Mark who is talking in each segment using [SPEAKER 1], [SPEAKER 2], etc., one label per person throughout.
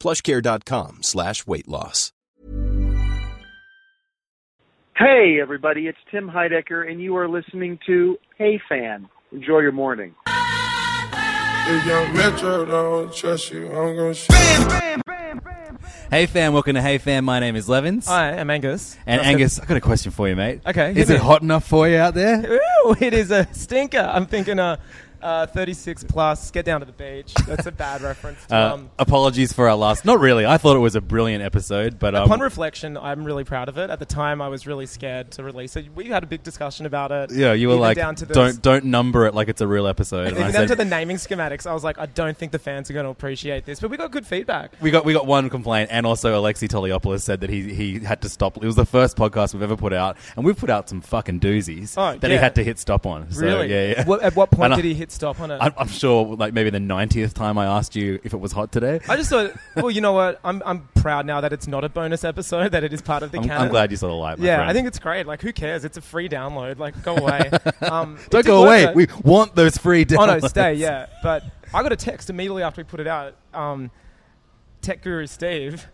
[SPEAKER 1] plushcare.com slash weight loss.
[SPEAKER 2] Hey, everybody, it's Tim Heidecker, and you are listening to Hey Fan. Enjoy your morning.
[SPEAKER 3] If young Metro don't trust you, I'm gonna shoot.
[SPEAKER 4] Hey fam, welcome to Hey Fam. My name is Levins.
[SPEAKER 5] Hi, I'm Angus.
[SPEAKER 4] And Angus, I've got a question for you, mate.
[SPEAKER 5] Okay,
[SPEAKER 4] Is
[SPEAKER 5] hit me.
[SPEAKER 4] it hot enough for you out there?
[SPEAKER 5] Ooh, it is a stinker. I'm thinking uh, uh, 36 plus, get down to the beach. That's a bad reference. To,
[SPEAKER 4] Uh,
[SPEAKER 5] um,
[SPEAKER 4] apologies for our last. Not really. I thought it was a brilliant episode, but um,
[SPEAKER 5] upon reflection, I'm really proud of it. At the time, I was really scared to release it. We had a big discussion about it.
[SPEAKER 4] yeah, you were
[SPEAKER 5] Even
[SPEAKER 4] like,
[SPEAKER 5] down to the,
[SPEAKER 4] don't don't number it like it's a real episode. And I
[SPEAKER 5] Even
[SPEAKER 4] said-
[SPEAKER 5] down to the naming schematics, I was like, I don't think the fans are going to appreciate this. But we got good feedback.
[SPEAKER 4] we got we got one complaint, and also Alexi Toliopoulos said that he he had to stop. It was the first podcast we've ever put out, and we've put out some fucking doozies
[SPEAKER 5] Oh,
[SPEAKER 4] that he
[SPEAKER 5] yeah.
[SPEAKER 4] had to hit stop on. So,
[SPEAKER 5] Really?
[SPEAKER 4] Yeah. yeah.
[SPEAKER 5] What, at what point
[SPEAKER 4] And I-
[SPEAKER 5] did he hit stop on it?
[SPEAKER 4] I'm, I'm sure, like maybe the ninetieth time I asked you if it was hot today.
[SPEAKER 5] I just thought, well, you know what? I'm, I'm proud now that it's not a bonus episode, that it is part of the
[SPEAKER 4] I'm,
[SPEAKER 5] canon.
[SPEAKER 4] I'm glad you saw the light. My
[SPEAKER 5] Yeah,
[SPEAKER 4] friend.
[SPEAKER 5] I think it's great. Like, who cares? It's a free download. Like, go away. Um, it
[SPEAKER 4] Don't
[SPEAKER 5] did
[SPEAKER 4] go
[SPEAKER 5] work,
[SPEAKER 4] away.
[SPEAKER 5] though.
[SPEAKER 4] We want those free downloads.
[SPEAKER 5] oh no, stay. Yeah, but I got a text immediately after we put it out. Um, tech guru Steve,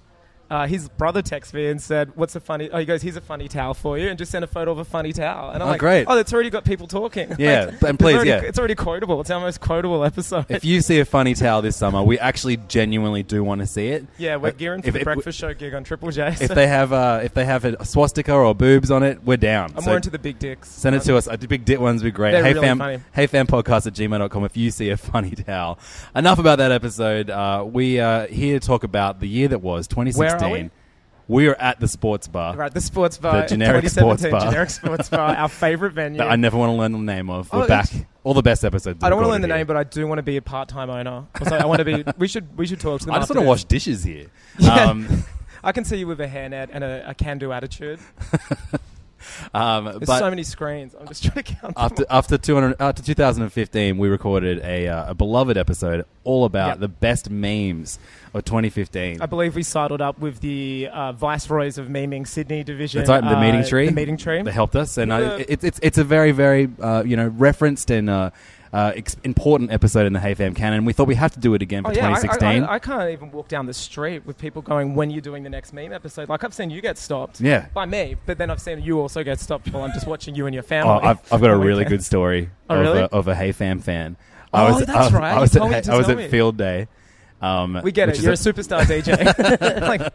[SPEAKER 5] uh, his brother texted me and said, "What's a funny?" Oh, he goes, "Here's a funny towel for you," and just sent a photo of a funny towel. And I'm
[SPEAKER 4] Oh,
[SPEAKER 5] like,
[SPEAKER 4] great.
[SPEAKER 5] "Oh, that's already got people talking."
[SPEAKER 4] Yeah,
[SPEAKER 5] Like,
[SPEAKER 4] but- and
[SPEAKER 5] it's
[SPEAKER 4] please,
[SPEAKER 5] already-
[SPEAKER 4] yeah.
[SPEAKER 5] it's already quotable. It's our most quotable episode.
[SPEAKER 4] If you see a funny towel this summer, we actually genuinely do want to see it.
[SPEAKER 5] yeah, we're
[SPEAKER 4] Like,
[SPEAKER 5] gearing for
[SPEAKER 4] if,
[SPEAKER 5] the
[SPEAKER 4] if-
[SPEAKER 5] breakfast show gig on Triple J.
[SPEAKER 4] If
[SPEAKER 5] so
[SPEAKER 4] they have uh, if they have a swastika or boobs on it, we're down.
[SPEAKER 5] I'm
[SPEAKER 4] So
[SPEAKER 5] more into the big dicks. Um,
[SPEAKER 4] Send it to us. Uh, the Big dit ones would be great.
[SPEAKER 5] They're
[SPEAKER 4] Hey
[SPEAKER 5] really
[SPEAKER 4] fam,
[SPEAKER 5] funny.
[SPEAKER 4] hey fam podcast at gmail.com if you see a funny towel. Enough about that episode. Uh, we are here to talk about the year that was 2016.
[SPEAKER 5] Where are we?
[SPEAKER 4] We are at the sports bar
[SPEAKER 5] Right, the sports bar,
[SPEAKER 4] The generic
[SPEAKER 5] 2017
[SPEAKER 4] sports bar.
[SPEAKER 5] generic sports bar, our favorite venue.
[SPEAKER 4] that I never want to learn the name of. We're
[SPEAKER 5] Oh,
[SPEAKER 4] back.
[SPEAKER 5] it's-
[SPEAKER 4] All the best episodes.
[SPEAKER 5] I don't want to learn
[SPEAKER 4] recorded
[SPEAKER 5] the
[SPEAKER 4] here.
[SPEAKER 5] name, but I do want to be a part-time owner. So I want to be. We should. We should talk to them.
[SPEAKER 4] I just
[SPEAKER 5] after
[SPEAKER 4] want to wash
[SPEAKER 5] this.
[SPEAKER 4] dishes here.
[SPEAKER 5] Yeah.
[SPEAKER 4] Um,
[SPEAKER 5] I can see you with a hairnet and a, a can-do attitude.
[SPEAKER 4] um,
[SPEAKER 5] There's
[SPEAKER 4] but
[SPEAKER 5] so many screens. I'm just trying to count. them
[SPEAKER 4] after after uh, 200 after 2015 we recorded a, uh, a beloved episode all about
[SPEAKER 5] Yep.
[SPEAKER 4] the best memes of 2015
[SPEAKER 5] I believe we sidled up with the uh, viceroys of memeing Sydney division.
[SPEAKER 4] that's right the
[SPEAKER 5] uh,
[SPEAKER 4] meeting tree
[SPEAKER 5] The meeting tree.
[SPEAKER 4] they helped us and I,
[SPEAKER 5] Yeah.
[SPEAKER 4] it, it's it's a very very uh, you know referenced and uh, uh, ex- important episode in the Hey Fam canon we thought we have to do it again for
[SPEAKER 5] Oh, yeah, I-
[SPEAKER 4] 2016
[SPEAKER 5] I, I, I can't even walk down the street with people going, "When you're doing the next meme episode?" Like I've seen you get stopped.
[SPEAKER 4] Yeah.
[SPEAKER 5] By me, but then I've seen you also get stopped while I'm just watching you and your
[SPEAKER 4] Oh,
[SPEAKER 5] family.
[SPEAKER 4] I've, I've got a
[SPEAKER 5] on the
[SPEAKER 4] really
[SPEAKER 5] weekend.
[SPEAKER 4] good story
[SPEAKER 5] Oh,
[SPEAKER 4] of,
[SPEAKER 5] really?
[SPEAKER 4] a, of a Hey Fam fan.
[SPEAKER 5] Oh,
[SPEAKER 4] I was,
[SPEAKER 5] that's
[SPEAKER 4] I was,
[SPEAKER 5] right.
[SPEAKER 4] I
[SPEAKER 5] You
[SPEAKER 4] was,
[SPEAKER 5] told me
[SPEAKER 4] at,
[SPEAKER 5] to
[SPEAKER 4] I was
[SPEAKER 5] tell
[SPEAKER 4] at
[SPEAKER 5] me.
[SPEAKER 4] Field Day. Um,
[SPEAKER 5] We get
[SPEAKER 4] which
[SPEAKER 5] it.
[SPEAKER 4] is
[SPEAKER 5] You're a, superstar DJ. like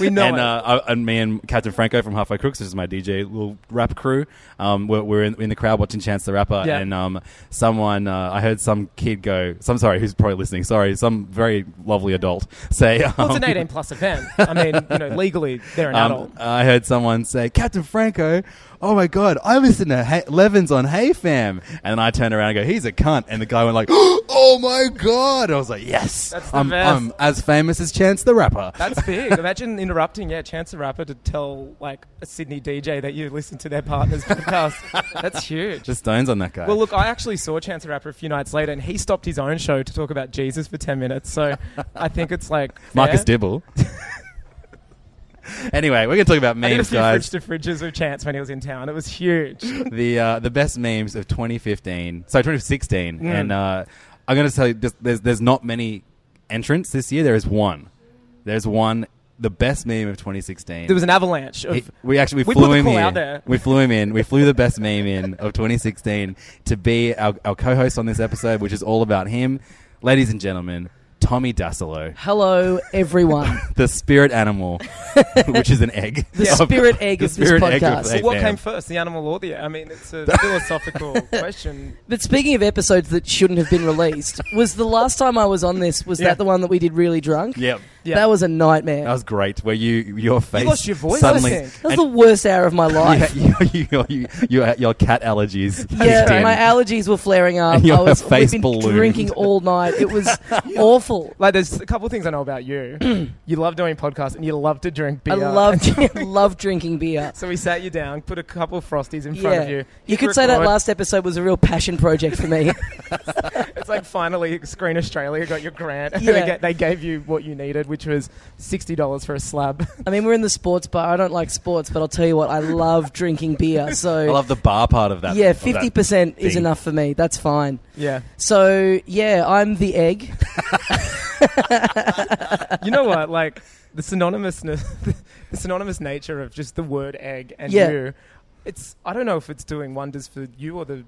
[SPEAKER 5] we know
[SPEAKER 4] and,
[SPEAKER 5] it.
[SPEAKER 4] uh, I, and me and Captain Franco from Halfway Crooks, which is my DJ little rap crew, um, we're, we're in, in the crowd watching Chance the Rapper,
[SPEAKER 5] Yeah.
[SPEAKER 4] and um, someone uh, I heard some kid go, "Some sorry, who's probably listening? Sorry, some very lovely adult say." Um,
[SPEAKER 5] well, it's an 18 plus event. I mean, you know, legally they're an
[SPEAKER 4] um,
[SPEAKER 5] adult.
[SPEAKER 4] I heard someone say, "Captain Franco, oh my god, I listen to hey- Levins on Hey Fam," and I turned around and go, "He's a cunt," and the guy went like, "Oh my god!" I was like, "Yes,
[SPEAKER 5] That's the
[SPEAKER 4] I'm,
[SPEAKER 5] best.
[SPEAKER 4] I'm as famous as Chance the Rapper."
[SPEAKER 5] That's big. Imagine interrupting, yeah, Chance the Rapper to tell like a Sydney DJ that you listen to their partner's podcast. That's huge.
[SPEAKER 4] Just stones on that guy.
[SPEAKER 5] well, look, I actually saw Chance the Rapper a few nights later, and he stopped his own show to talk about Jesus for ten minutes. So I think it's like
[SPEAKER 4] Marcus
[SPEAKER 5] fair.
[SPEAKER 4] Dibble. anyway, we're gonna talk about
[SPEAKER 5] I did a
[SPEAKER 4] memes,
[SPEAKER 5] few
[SPEAKER 4] guys.
[SPEAKER 5] fridge to fridges with Chance when he was in town. It was huge.
[SPEAKER 4] the uh, the best memes of 2015, sorry, 2016,
[SPEAKER 5] Mm.
[SPEAKER 4] and uh, I'm gonna tell you, just, there's there's not many entrants this year. There is one. There's one. The best meme of 2016.
[SPEAKER 5] There was an avalanche of.
[SPEAKER 4] He- we actually we
[SPEAKER 5] we
[SPEAKER 4] flew
[SPEAKER 5] put the
[SPEAKER 4] him
[SPEAKER 5] call
[SPEAKER 4] here.
[SPEAKER 5] out there.
[SPEAKER 4] We flew him in. We flew the best meme in of 2016 to be our, our co-host on this episode, which is all about him, ladies and gentlemen. Tommy Dasilo,
[SPEAKER 2] Hello, everyone.
[SPEAKER 4] the spirit animal, which is an egg. The
[SPEAKER 2] spirit egg of this podcast. So
[SPEAKER 4] Hey
[SPEAKER 5] What
[SPEAKER 4] Fam.
[SPEAKER 5] came first, the animal or the? I mean, it's a philosophical question.
[SPEAKER 2] but speaking of episodes that shouldn't have been released, was the last time I was on this, was
[SPEAKER 5] Yeah.
[SPEAKER 2] that the one that we did really drunk?
[SPEAKER 4] Yep.
[SPEAKER 5] Yeah.
[SPEAKER 2] That was a nightmare.
[SPEAKER 4] That was great. Where you your face
[SPEAKER 5] lost your voice, I
[SPEAKER 4] suddenly.
[SPEAKER 5] think.
[SPEAKER 2] That was the worst hour of my life.
[SPEAKER 4] and you, you, you, you, your, your cat allergies.
[SPEAKER 2] Yeah,
[SPEAKER 4] kicked in.
[SPEAKER 2] my allergies were flaring up.
[SPEAKER 4] And your
[SPEAKER 2] I was
[SPEAKER 4] face
[SPEAKER 2] we've been
[SPEAKER 4] ballooned.
[SPEAKER 2] drinking all night. It was awful.
[SPEAKER 5] Like, there's a couple of things I know about you. you love doing podcasts and you love to drink beer.
[SPEAKER 2] I loved loved drinking beer.
[SPEAKER 5] So we sat you down, put a couple of frosties in front
[SPEAKER 2] Yeah,
[SPEAKER 5] of you.
[SPEAKER 2] you,
[SPEAKER 5] Hit
[SPEAKER 2] could say that
[SPEAKER 5] record.
[SPEAKER 2] last episode was a real passion project for me.
[SPEAKER 5] It's like finally Screen Australia got your grant, and
[SPEAKER 2] Yeah.
[SPEAKER 5] they, ga- they gave you what you needed, which was sixty dollars for a slab.
[SPEAKER 2] I mean, we're in the sports bar. I don't like sports, but I'll tell you what, I love drinking beer. So
[SPEAKER 4] I love the bar part of that.
[SPEAKER 2] yeah,
[SPEAKER 4] of that
[SPEAKER 2] fifty percent is
[SPEAKER 4] thing.
[SPEAKER 2] enough for me. That's fine.
[SPEAKER 5] yeah.
[SPEAKER 2] So yeah, I'm the egg.
[SPEAKER 5] You know what? Like the synonymousness, the synonymous nature of just the word egg and
[SPEAKER 2] Yeah.
[SPEAKER 5] you. It's I don't know if it's doing wonders for you or the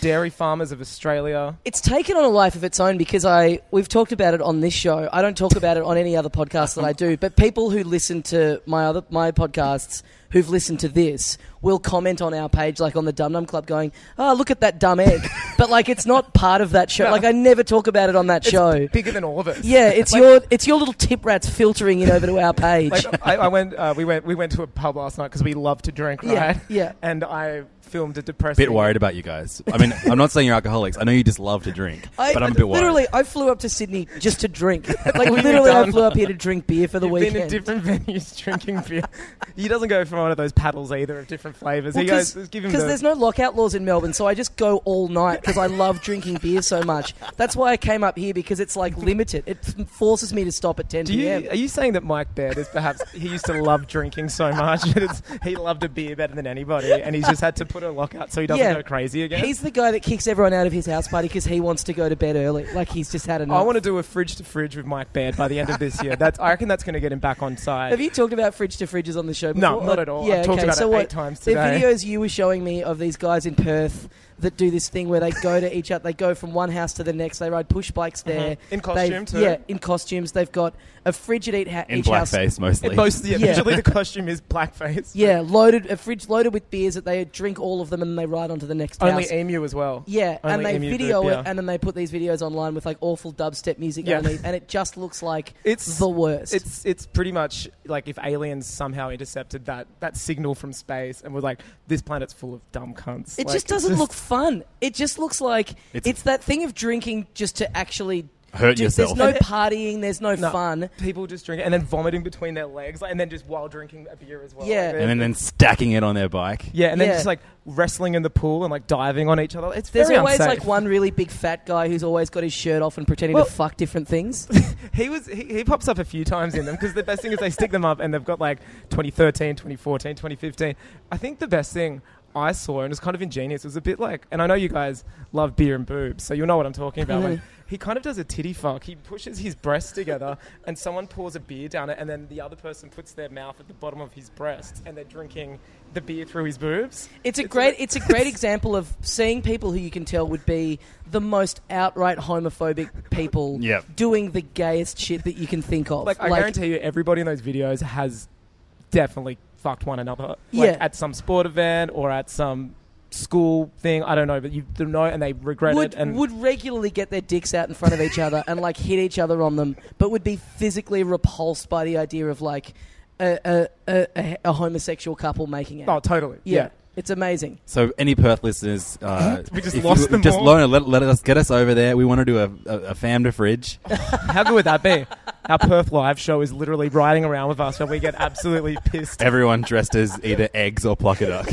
[SPEAKER 5] dairy farmers of Australia.
[SPEAKER 2] It's taken on a life of its own because I we've talked about it on this show. I don't talk about it on any other podcast that I do, but people who listen to my other my podcasts who've listened to this will comment on our page like on the Dum Dum Club going, "Oh, look at that dumb egg." but like it's not part of that show. Like I never talk about it on that
[SPEAKER 5] It's
[SPEAKER 2] show.
[SPEAKER 5] bigger than all of us.
[SPEAKER 2] Yeah, it's your it's your little tip rats filtering in over to our page.
[SPEAKER 5] Like I, I went, uh, we went, we went to a pub last night because we love to drink,
[SPEAKER 2] Yeah,
[SPEAKER 5] right?
[SPEAKER 2] yeah.
[SPEAKER 5] And I filmed a depressing.
[SPEAKER 4] Bit worried about you guys. I mean, I'm not saying you're alcoholics. I know you just love to drink, but I'm a bit worried.
[SPEAKER 2] literally, I flew up to Sydney just to drink. Like literally, I
[SPEAKER 5] done?
[SPEAKER 2] flew up here to drink beer for the
[SPEAKER 5] You've
[SPEAKER 2] weekend.
[SPEAKER 5] been in different venues drinking beer. he doesn't go for one of those paddles either of different flavors. he goes,
[SPEAKER 2] because
[SPEAKER 5] give him the-
[SPEAKER 2] there's no lockout laws in Melbourne, so I just go all night because I love drinking beer so much. That's why I came up here because it's like limited. It f- forces me to stop at 10
[SPEAKER 5] Do you,
[SPEAKER 2] p.m.
[SPEAKER 5] Are you saying that Mike Baird is perhaps he used to love drinking so much that it's, he loved a beer better than anybody, and he's just had to put a lockout so he doesn't
[SPEAKER 2] Yeah.
[SPEAKER 5] go crazy again?
[SPEAKER 2] He's the guy that kicks everyone out of his house party because he wants to go to bed early. Like he's just had enough.
[SPEAKER 5] I want to do a fridge to fridge with Mike Baird by the end of this year. That's I reckon that's going to get him back on side.
[SPEAKER 2] Have you talked about fridge to fridges on the show before?
[SPEAKER 5] No, not at all.
[SPEAKER 2] Yeah,
[SPEAKER 5] I've talked
[SPEAKER 2] okay.
[SPEAKER 5] about
[SPEAKER 2] so
[SPEAKER 5] it
[SPEAKER 2] what,
[SPEAKER 5] eight times
[SPEAKER 2] The
[SPEAKER 5] today.
[SPEAKER 2] videos you were showing me of these guys in Perth that do this thing where they go to each other, they go from one house to the next, they ride push bikes there.
[SPEAKER 5] Mm-hmm. In
[SPEAKER 2] They've-
[SPEAKER 5] costume too?
[SPEAKER 2] Yeah, in costumes. They've got a fridge at each, ha-
[SPEAKER 4] in
[SPEAKER 2] each house.
[SPEAKER 4] blackface mostly.
[SPEAKER 5] It most, yeah,
[SPEAKER 2] Yeah.
[SPEAKER 5] Usually the costume is blackface.
[SPEAKER 2] Yeah, loaded a fridge loaded with beers that they drink all of them and they ride onto the next
[SPEAKER 5] Only
[SPEAKER 2] house.
[SPEAKER 5] emu as well.
[SPEAKER 2] yeah, and
[SPEAKER 5] Only
[SPEAKER 2] they
[SPEAKER 5] emu group,
[SPEAKER 2] video
[SPEAKER 5] yeah.
[SPEAKER 2] it, and then they put these videos online with like awful dubstep music
[SPEAKER 5] Yeah.
[SPEAKER 2] underneath, and it just looks like
[SPEAKER 5] It's-
[SPEAKER 2] the worst.
[SPEAKER 5] It's it's pretty much like if aliens somehow intercepted that that signal from space and were like, this planet's full of dumb cunts.
[SPEAKER 2] It
[SPEAKER 5] Like,
[SPEAKER 2] just doesn't look fun. It just looks like it's,
[SPEAKER 4] It's-
[SPEAKER 2] that thing of drinking just to actually
[SPEAKER 4] Hurt
[SPEAKER 2] do-
[SPEAKER 4] yourself.
[SPEAKER 2] There's no partying. There's no,
[SPEAKER 5] No.
[SPEAKER 2] fun.
[SPEAKER 5] People just drink it and then vomiting between their legs, like, and then just while drinking a beer as well.
[SPEAKER 2] Yeah.
[SPEAKER 5] Like,
[SPEAKER 4] and then, then stacking it on their bike.
[SPEAKER 5] yeah, and then
[SPEAKER 2] Yeah.
[SPEAKER 5] just like wrestling in the pool and like diving on each other. It's
[SPEAKER 2] There's
[SPEAKER 5] very
[SPEAKER 2] always
[SPEAKER 5] unsafe.
[SPEAKER 2] like one really big fat guy who's always got his shirt off and pretending
[SPEAKER 5] Well-
[SPEAKER 2] to fuck different things.
[SPEAKER 5] He was he, he pops up a few times in them because the best thing is they stick them up and they've got like 2013, 2014, 2015. I think the best thing I saw and it was kind of ingenious. It was a bit like, and I know you guys love beer and boobs, so you'll know what I'm talking about. when he kind of does a titty fuck. He pushes his breasts together and someone pours a beer down it, and then the other person puts their mouth at the bottom of his breasts and they're drinking the beer through his boobs.
[SPEAKER 2] It's a great it's a great example of seeing people who you can tell would be the most outright homophobic people
[SPEAKER 4] Yep.
[SPEAKER 2] doing the gayest shit that you can think of.
[SPEAKER 5] Like, I guarantee you, everybody in those videos has definitely fucked one another. Like,
[SPEAKER 2] Yeah.
[SPEAKER 5] At some sport event or at some school thing. I don't know, but you do know and they regret
[SPEAKER 2] would
[SPEAKER 5] it. And
[SPEAKER 2] would regularly get their dicks out in front of each other and like hit each other on them, but would be physically repulsed by the idea of like a a, a, a, a homosexual couple making out.
[SPEAKER 5] oh, totally.
[SPEAKER 2] yeah.
[SPEAKER 5] Yeah.
[SPEAKER 2] it's amazing.
[SPEAKER 4] So any Perth listeners, uh,
[SPEAKER 5] We just
[SPEAKER 4] if
[SPEAKER 5] lost
[SPEAKER 4] you,
[SPEAKER 5] them
[SPEAKER 4] Just
[SPEAKER 5] all.
[SPEAKER 4] loan, let, let us get us over there. We want to do a, a, a fam to fridge.
[SPEAKER 5] How good would that be? Our Perth live show is literally riding around with us, and we get absolutely pissed.
[SPEAKER 4] Everyone dressed as either eggs or pluckaduck.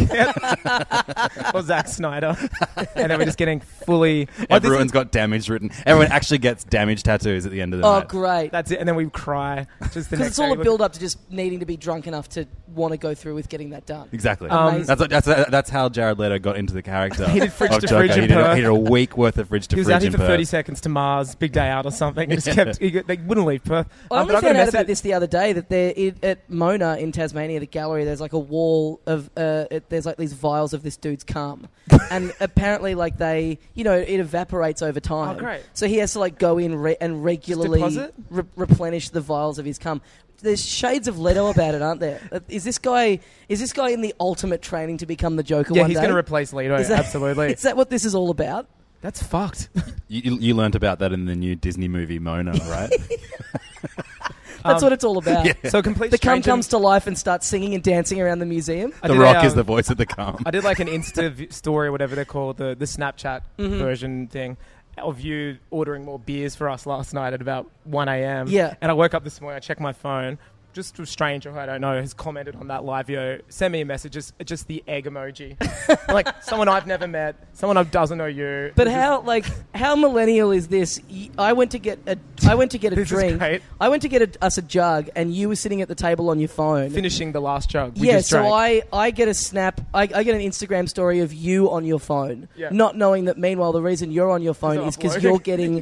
[SPEAKER 5] or Zack Snyder, and then we're just getting fully. Oh, this
[SPEAKER 4] Everyone's
[SPEAKER 5] is-
[SPEAKER 4] got damage written. Everyone actually gets damage tattoos at the end of the
[SPEAKER 2] Oh,
[SPEAKER 4] night.
[SPEAKER 2] great.
[SPEAKER 5] that's it, and then we cry. Just
[SPEAKER 2] Because it's all a build up to just needing to be drunk enough to want to go through with getting that done.
[SPEAKER 4] Exactly.
[SPEAKER 2] Amazing.
[SPEAKER 4] that's, what- that's, that's how Jared Leto got into the character.
[SPEAKER 5] Um, He did Fridge
[SPEAKER 4] of
[SPEAKER 5] to
[SPEAKER 4] Joker.
[SPEAKER 5] Fridge in
[SPEAKER 4] he did, a-
[SPEAKER 5] Perth.
[SPEAKER 4] he did a week worth of fridge to
[SPEAKER 5] He was
[SPEAKER 4] fridge
[SPEAKER 5] out here
[SPEAKER 4] in
[SPEAKER 5] for 30
[SPEAKER 4] Perth.
[SPEAKER 5] seconds to Mars, big day out or something. He just kept, he, they wouldn't leave Perth.
[SPEAKER 6] month.
[SPEAKER 5] I
[SPEAKER 6] Um,
[SPEAKER 5] only
[SPEAKER 6] but got
[SPEAKER 5] found
[SPEAKER 6] a
[SPEAKER 5] out about
[SPEAKER 6] message-
[SPEAKER 5] this the other day that there i at Mona in Tasmania, the gallery. There's like a wall of uh, it, there's like these vials of this dude's cum, and apparently like they, you know, it evaporates over time.
[SPEAKER 6] Oh, great.
[SPEAKER 5] So he has to like go in re- and regularly
[SPEAKER 6] deposit?
[SPEAKER 5] re- replenish the vials of his cum. There's shades of Leto about it, aren't there? Uh, Is this guy is this guy in the ultimate training to become the Joker
[SPEAKER 6] Yeah,
[SPEAKER 5] one
[SPEAKER 6] he's
[SPEAKER 5] day?
[SPEAKER 6] going to replace Leto.
[SPEAKER 5] Is that-
[SPEAKER 6] absolutely.
[SPEAKER 5] Is that what this is all about?
[SPEAKER 6] That's fucked.
[SPEAKER 4] You, you- you learnt about that in the new Disney movie Mona, right?
[SPEAKER 5] That's
[SPEAKER 6] Um,
[SPEAKER 5] what it's all about.
[SPEAKER 6] so complete.
[SPEAKER 5] The cum
[SPEAKER 6] stranger-
[SPEAKER 5] comes to life and starts singing and dancing around the museum.
[SPEAKER 6] I
[SPEAKER 4] the
[SPEAKER 6] did a,
[SPEAKER 4] Rock is
[SPEAKER 6] um,
[SPEAKER 4] the voice of the calm.
[SPEAKER 6] I did like an Insta v- story or whatever they're called, the, the Snapchat
[SPEAKER 5] Mm-hmm.
[SPEAKER 6] version thing of you ordering more beers for us last night at about 1 a.m.
[SPEAKER 5] Yeah.
[SPEAKER 6] And I woke up this morning, I checked my phone. Just a stranger who I don't know has commented on that live video. Send me a message, just, just the egg emoji. like someone I've never met, someone who doesn't know you.
[SPEAKER 5] But
[SPEAKER 6] It's just-
[SPEAKER 5] how like how millennial is this? Y- I went to get a I went to get a
[SPEAKER 6] This is
[SPEAKER 5] drink.
[SPEAKER 6] great.
[SPEAKER 5] I went to get a, us a jug, and you were sitting at the table on your phone.
[SPEAKER 6] Finishing the last jug. We
[SPEAKER 5] yeah,
[SPEAKER 6] just
[SPEAKER 5] so
[SPEAKER 6] drank.
[SPEAKER 5] I, I get a snap. I, I get an Instagram story of you on your phone,
[SPEAKER 6] Yeah.
[SPEAKER 5] not knowing that. Meanwhile, the reason you're on your phone
[SPEAKER 6] I'm
[SPEAKER 5] is because
[SPEAKER 6] uploading.
[SPEAKER 5] you're getting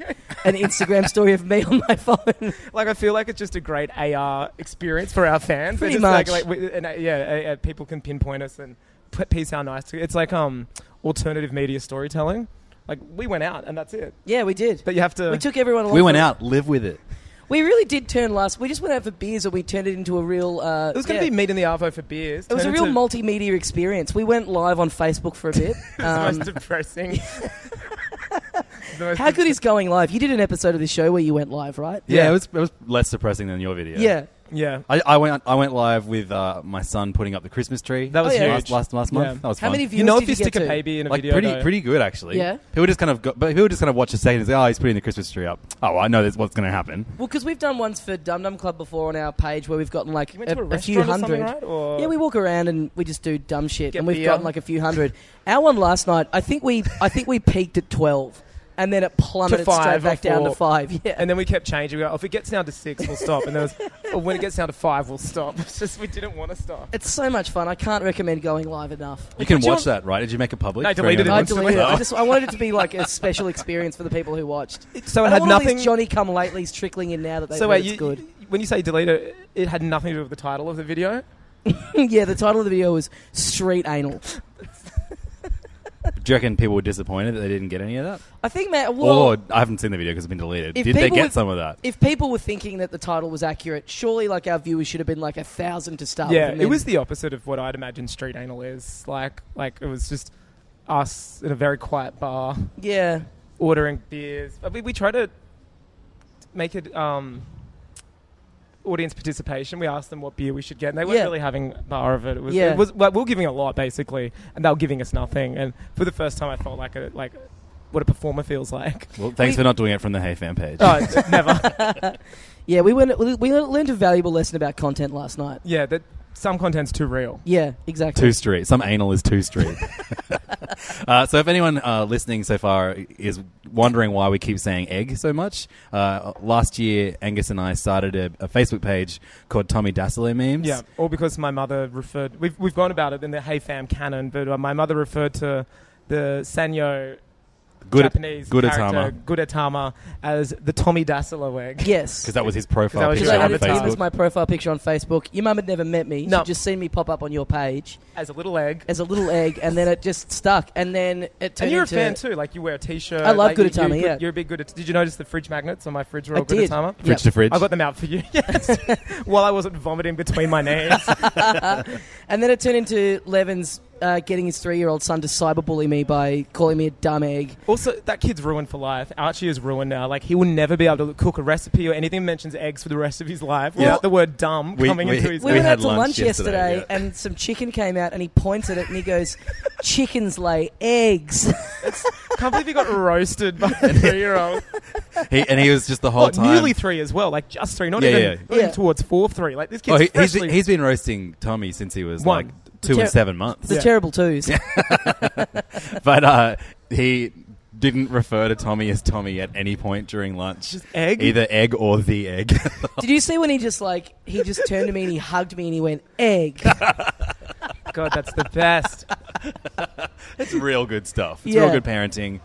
[SPEAKER 5] an Instagram story of me on my phone.
[SPEAKER 6] Like I feel like it's just a great AR experience for our fans.
[SPEAKER 5] Pretty
[SPEAKER 6] They're just
[SPEAKER 5] much.
[SPEAKER 6] Like, like, we- and, uh, yeah, uh, uh, people can pinpoint us and put piece how nice. It's like um alternative media storytelling. Like we went out and that's it.
[SPEAKER 5] yeah, we did.
[SPEAKER 6] But you have to.
[SPEAKER 5] we took everyone. Along
[SPEAKER 4] we went
[SPEAKER 5] for-
[SPEAKER 4] out, live with it.
[SPEAKER 5] We really did turn last. We just went out for beers, and we turned it into a real. Uh,
[SPEAKER 6] it was going to be meet in the arvo for beers.
[SPEAKER 5] It was a
[SPEAKER 6] Turned
[SPEAKER 5] real
[SPEAKER 6] into-
[SPEAKER 5] multimedia experience. We went live on Facebook for a bit.
[SPEAKER 6] It's the
[SPEAKER 5] Um,
[SPEAKER 6] most depressing. The most
[SPEAKER 5] How good
[SPEAKER 6] de-
[SPEAKER 5] is going live? You did an episode of the show where you went live, right?
[SPEAKER 4] Yeah,
[SPEAKER 6] Yeah.
[SPEAKER 4] it was it was less depressing than your video.
[SPEAKER 5] Yeah.
[SPEAKER 6] Yeah.
[SPEAKER 4] I, I went I went live with uh, my son putting up the Christmas tree.
[SPEAKER 6] That was
[SPEAKER 5] Oh, yeah.
[SPEAKER 4] last,
[SPEAKER 6] huge.
[SPEAKER 4] last last month.
[SPEAKER 6] Yeah.
[SPEAKER 4] That was
[SPEAKER 5] How
[SPEAKER 4] fun.
[SPEAKER 5] many
[SPEAKER 6] You
[SPEAKER 5] views
[SPEAKER 6] know
[SPEAKER 5] did
[SPEAKER 6] if you
[SPEAKER 5] you get
[SPEAKER 6] stick a
[SPEAKER 5] to?
[SPEAKER 6] baby in a
[SPEAKER 4] like
[SPEAKER 6] video
[SPEAKER 4] pretty
[SPEAKER 6] though.
[SPEAKER 4] pretty good actually.
[SPEAKER 5] Yeah.
[SPEAKER 4] People just kind of got, but people just kind of watch a second and say, "Oh, he's putting the Christmas tree up." Oh, well, I know that's what's going to happen.
[SPEAKER 5] Well, because we've done ones for Dum Dum Club before on our page where we've gotten like
[SPEAKER 6] You went to a
[SPEAKER 5] few
[SPEAKER 6] restaurant or something,
[SPEAKER 5] hundred.
[SPEAKER 6] right? Or-
[SPEAKER 5] Yeah, we walk around and we just do dumb shit,
[SPEAKER 6] Get
[SPEAKER 5] and we've
[SPEAKER 6] beer.
[SPEAKER 5] gotten like a few hundred. Our one last night, I think we, I think we peaked at twelve, and then it plummeted
[SPEAKER 6] To five
[SPEAKER 5] straight back
[SPEAKER 6] or
[SPEAKER 5] down to
[SPEAKER 6] four.
[SPEAKER 5] five. Yeah,
[SPEAKER 6] And then we kept changing. We go, oh, if it gets down to six, we'll stop. And then it was, oh, when it gets down to five, we'll stop. It's just we didn't want to stop.
[SPEAKER 5] it's so much fun. I can't recommend going live enough.
[SPEAKER 4] You can
[SPEAKER 6] put you
[SPEAKER 4] watch
[SPEAKER 6] on-
[SPEAKER 4] that, right? Did you make it public?
[SPEAKER 6] No, I deleted it.
[SPEAKER 5] I
[SPEAKER 6] wants to
[SPEAKER 5] deleted it.
[SPEAKER 6] leave.
[SPEAKER 5] I just I wanted it to be like a special experience for the people who watched.
[SPEAKER 6] So it
[SPEAKER 5] I
[SPEAKER 6] had
[SPEAKER 5] don't want All
[SPEAKER 6] nothing-
[SPEAKER 5] these Johnny come latelys trickling in now that they
[SPEAKER 6] So
[SPEAKER 5] so,
[SPEAKER 6] wait,
[SPEAKER 5] it's
[SPEAKER 6] you,
[SPEAKER 5] good.
[SPEAKER 6] when you say delete it, it had nothing to do with the title of the video.
[SPEAKER 5] yeah, the title of the video was Street Anal.
[SPEAKER 4] Oh. Do you reckon people were disappointed that they didn't get any of that?
[SPEAKER 5] I think, Matt. Well,
[SPEAKER 4] or I haven't seen the video because it's been deleted.
[SPEAKER 5] if
[SPEAKER 4] Did they
[SPEAKER 5] people
[SPEAKER 4] get
[SPEAKER 5] with-
[SPEAKER 4] some of that?
[SPEAKER 5] if people were thinking that the title was accurate, surely like our viewers should have been like a thousand to start.
[SPEAKER 6] yeah,
[SPEAKER 5] with and
[SPEAKER 6] it
[SPEAKER 5] then-
[SPEAKER 6] was the opposite of what I'd imagine street anal is. Like, like it was just us in a very quiet bar
[SPEAKER 5] yeah.
[SPEAKER 6] ordering beers. But we, we try to make it um, audience participation. We asked them what beer we should get, and they weren't
[SPEAKER 5] Yeah.
[SPEAKER 6] really having a bar of it. It was,
[SPEAKER 5] Yeah.
[SPEAKER 6] it was like, we were giving a lot basically, and they were giving us nothing. And for the first time, I felt like a like what a performer feels like.
[SPEAKER 4] Well, thanks for not doing it from the Hey Fan page.
[SPEAKER 6] Oh, never.
[SPEAKER 5] Yeah, we went. We we learned a valuable lesson about content last night.
[SPEAKER 6] Yeah, that some content's too real.
[SPEAKER 5] Yeah, exactly.
[SPEAKER 4] Two Street. Some anal is Two Street. uh, so if anyone uh, listening so far is wondering why we keep saying egg so much, uh, last year Angus and I started a, a Facebook page called Tommy Dassolo Memes.
[SPEAKER 6] Yeah, all because my mother referred. We've we've gone about it in the Hey Fam canon, but uh, my mother referred to the Sanyo
[SPEAKER 4] Good
[SPEAKER 6] Japanese
[SPEAKER 4] good
[SPEAKER 6] character
[SPEAKER 4] Atama.
[SPEAKER 6] Gudetama as the Tommy Dassolo egg.
[SPEAKER 5] Yes.
[SPEAKER 4] Because that was his profile
[SPEAKER 6] that was
[SPEAKER 5] So
[SPEAKER 4] picture
[SPEAKER 6] your
[SPEAKER 5] I
[SPEAKER 4] on
[SPEAKER 5] had
[SPEAKER 6] avatar.
[SPEAKER 5] it
[SPEAKER 6] He
[SPEAKER 4] Facebook.
[SPEAKER 5] as my profile picture on Facebook. Your mum had never met me.
[SPEAKER 6] No.
[SPEAKER 5] She'd just seen me pop up on your page
[SPEAKER 6] as a little egg.
[SPEAKER 5] as a little egg, and then it just stuck. And then it turned
[SPEAKER 6] and you're a
[SPEAKER 5] into
[SPEAKER 6] fan too. Like you wear a T-shirt.
[SPEAKER 5] I love
[SPEAKER 6] like, you-
[SPEAKER 5] Gudetama,
[SPEAKER 6] You,
[SPEAKER 5] yeah.
[SPEAKER 6] you're a big Gudetama. Did you notice the fridge magnets on my fridge were
[SPEAKER 5] I
[SPEAKER 6] all
[SPEAKER 5] did.
[SPEAKER 6] Gudetama?
[SPEAKER 4] Fridge to fridge.
[SPEAKER 6] I got them out for you. Yes. While I wasn't vomiting between my nails.
[SPEAKER 5] And then it turned into Levin's uh, getting his three-year-old son to cyberbully me by calling me a dumb egg.
[SPEAKER 6] Also, that kid's ruined for life. Archie is ruined now. Like, he will never be able to cook a recipe or anything that mentions eggs for the rest of his life without the word dumb
[SPEAKER 4] We-
[SPEAKER 6] coming
[SPEAKER 4] we-
[SPEAKER 6] into his
[SPEAKER 4] We
[SPEAKER 5] We, went
[SPEAKER 4] had
[SPEAKER 5] out to
[SPEAKER 4] lunch
[SPEAKER 5] lunch,
[SPEAKER 4] yesterday,
[SPEAKER 5] yesterday,
[SPEAKER 4] yeah.
[SPEAKER 5] and some chicken came out, and he points at it and he goes, "Chickens lay eggs."
[SPEAKER 6] Can't believe he got roasted by a three year old.
[SPEAKER 4] He, and he was just the whole
[SPEAKER 6] Oh,
[SPEAKER 4] time.
[SPEAKER 6] nearly three as well. Like, just three. Not,
[SPEAKER 4] Yeah,
[SPEAKER 6] even,
[SPEAKER 4] yeah.
[SPEAKER 6] not even
[SPEAKER 5] Yeah.
[SPEAKER 6] towards four, three. Like, this kid's
[SPEAKER 4] Oh, he, he's,
[SPEAKER 6] freshly-
[SPEAKER 4] he's been roasting Tommy since he was
[SPEAKER 6] One.
[SPEAKER 4] like two
[SPEAKER 5] Ter-
[SPEAKER 4] and seven months.
[SPEAKER 5] The terrible twos.
[SPEAKER 4] But uh, he didn't refer to Tommy as Tommy at any point during lunch.
[SPEAKER 6] Just egg?
[SPEAKER 4] Either egg or the egg.
[SPEAKER 5] Did you see when he just like he just turned to me and he hugged me and he went egg?
[SPEAKER 6] God, that's the best.
[SPEAKER 4] it's real good stuff. It's
[SPEAKER 5] Yeah.
[SPEAKER 4] real good parenting.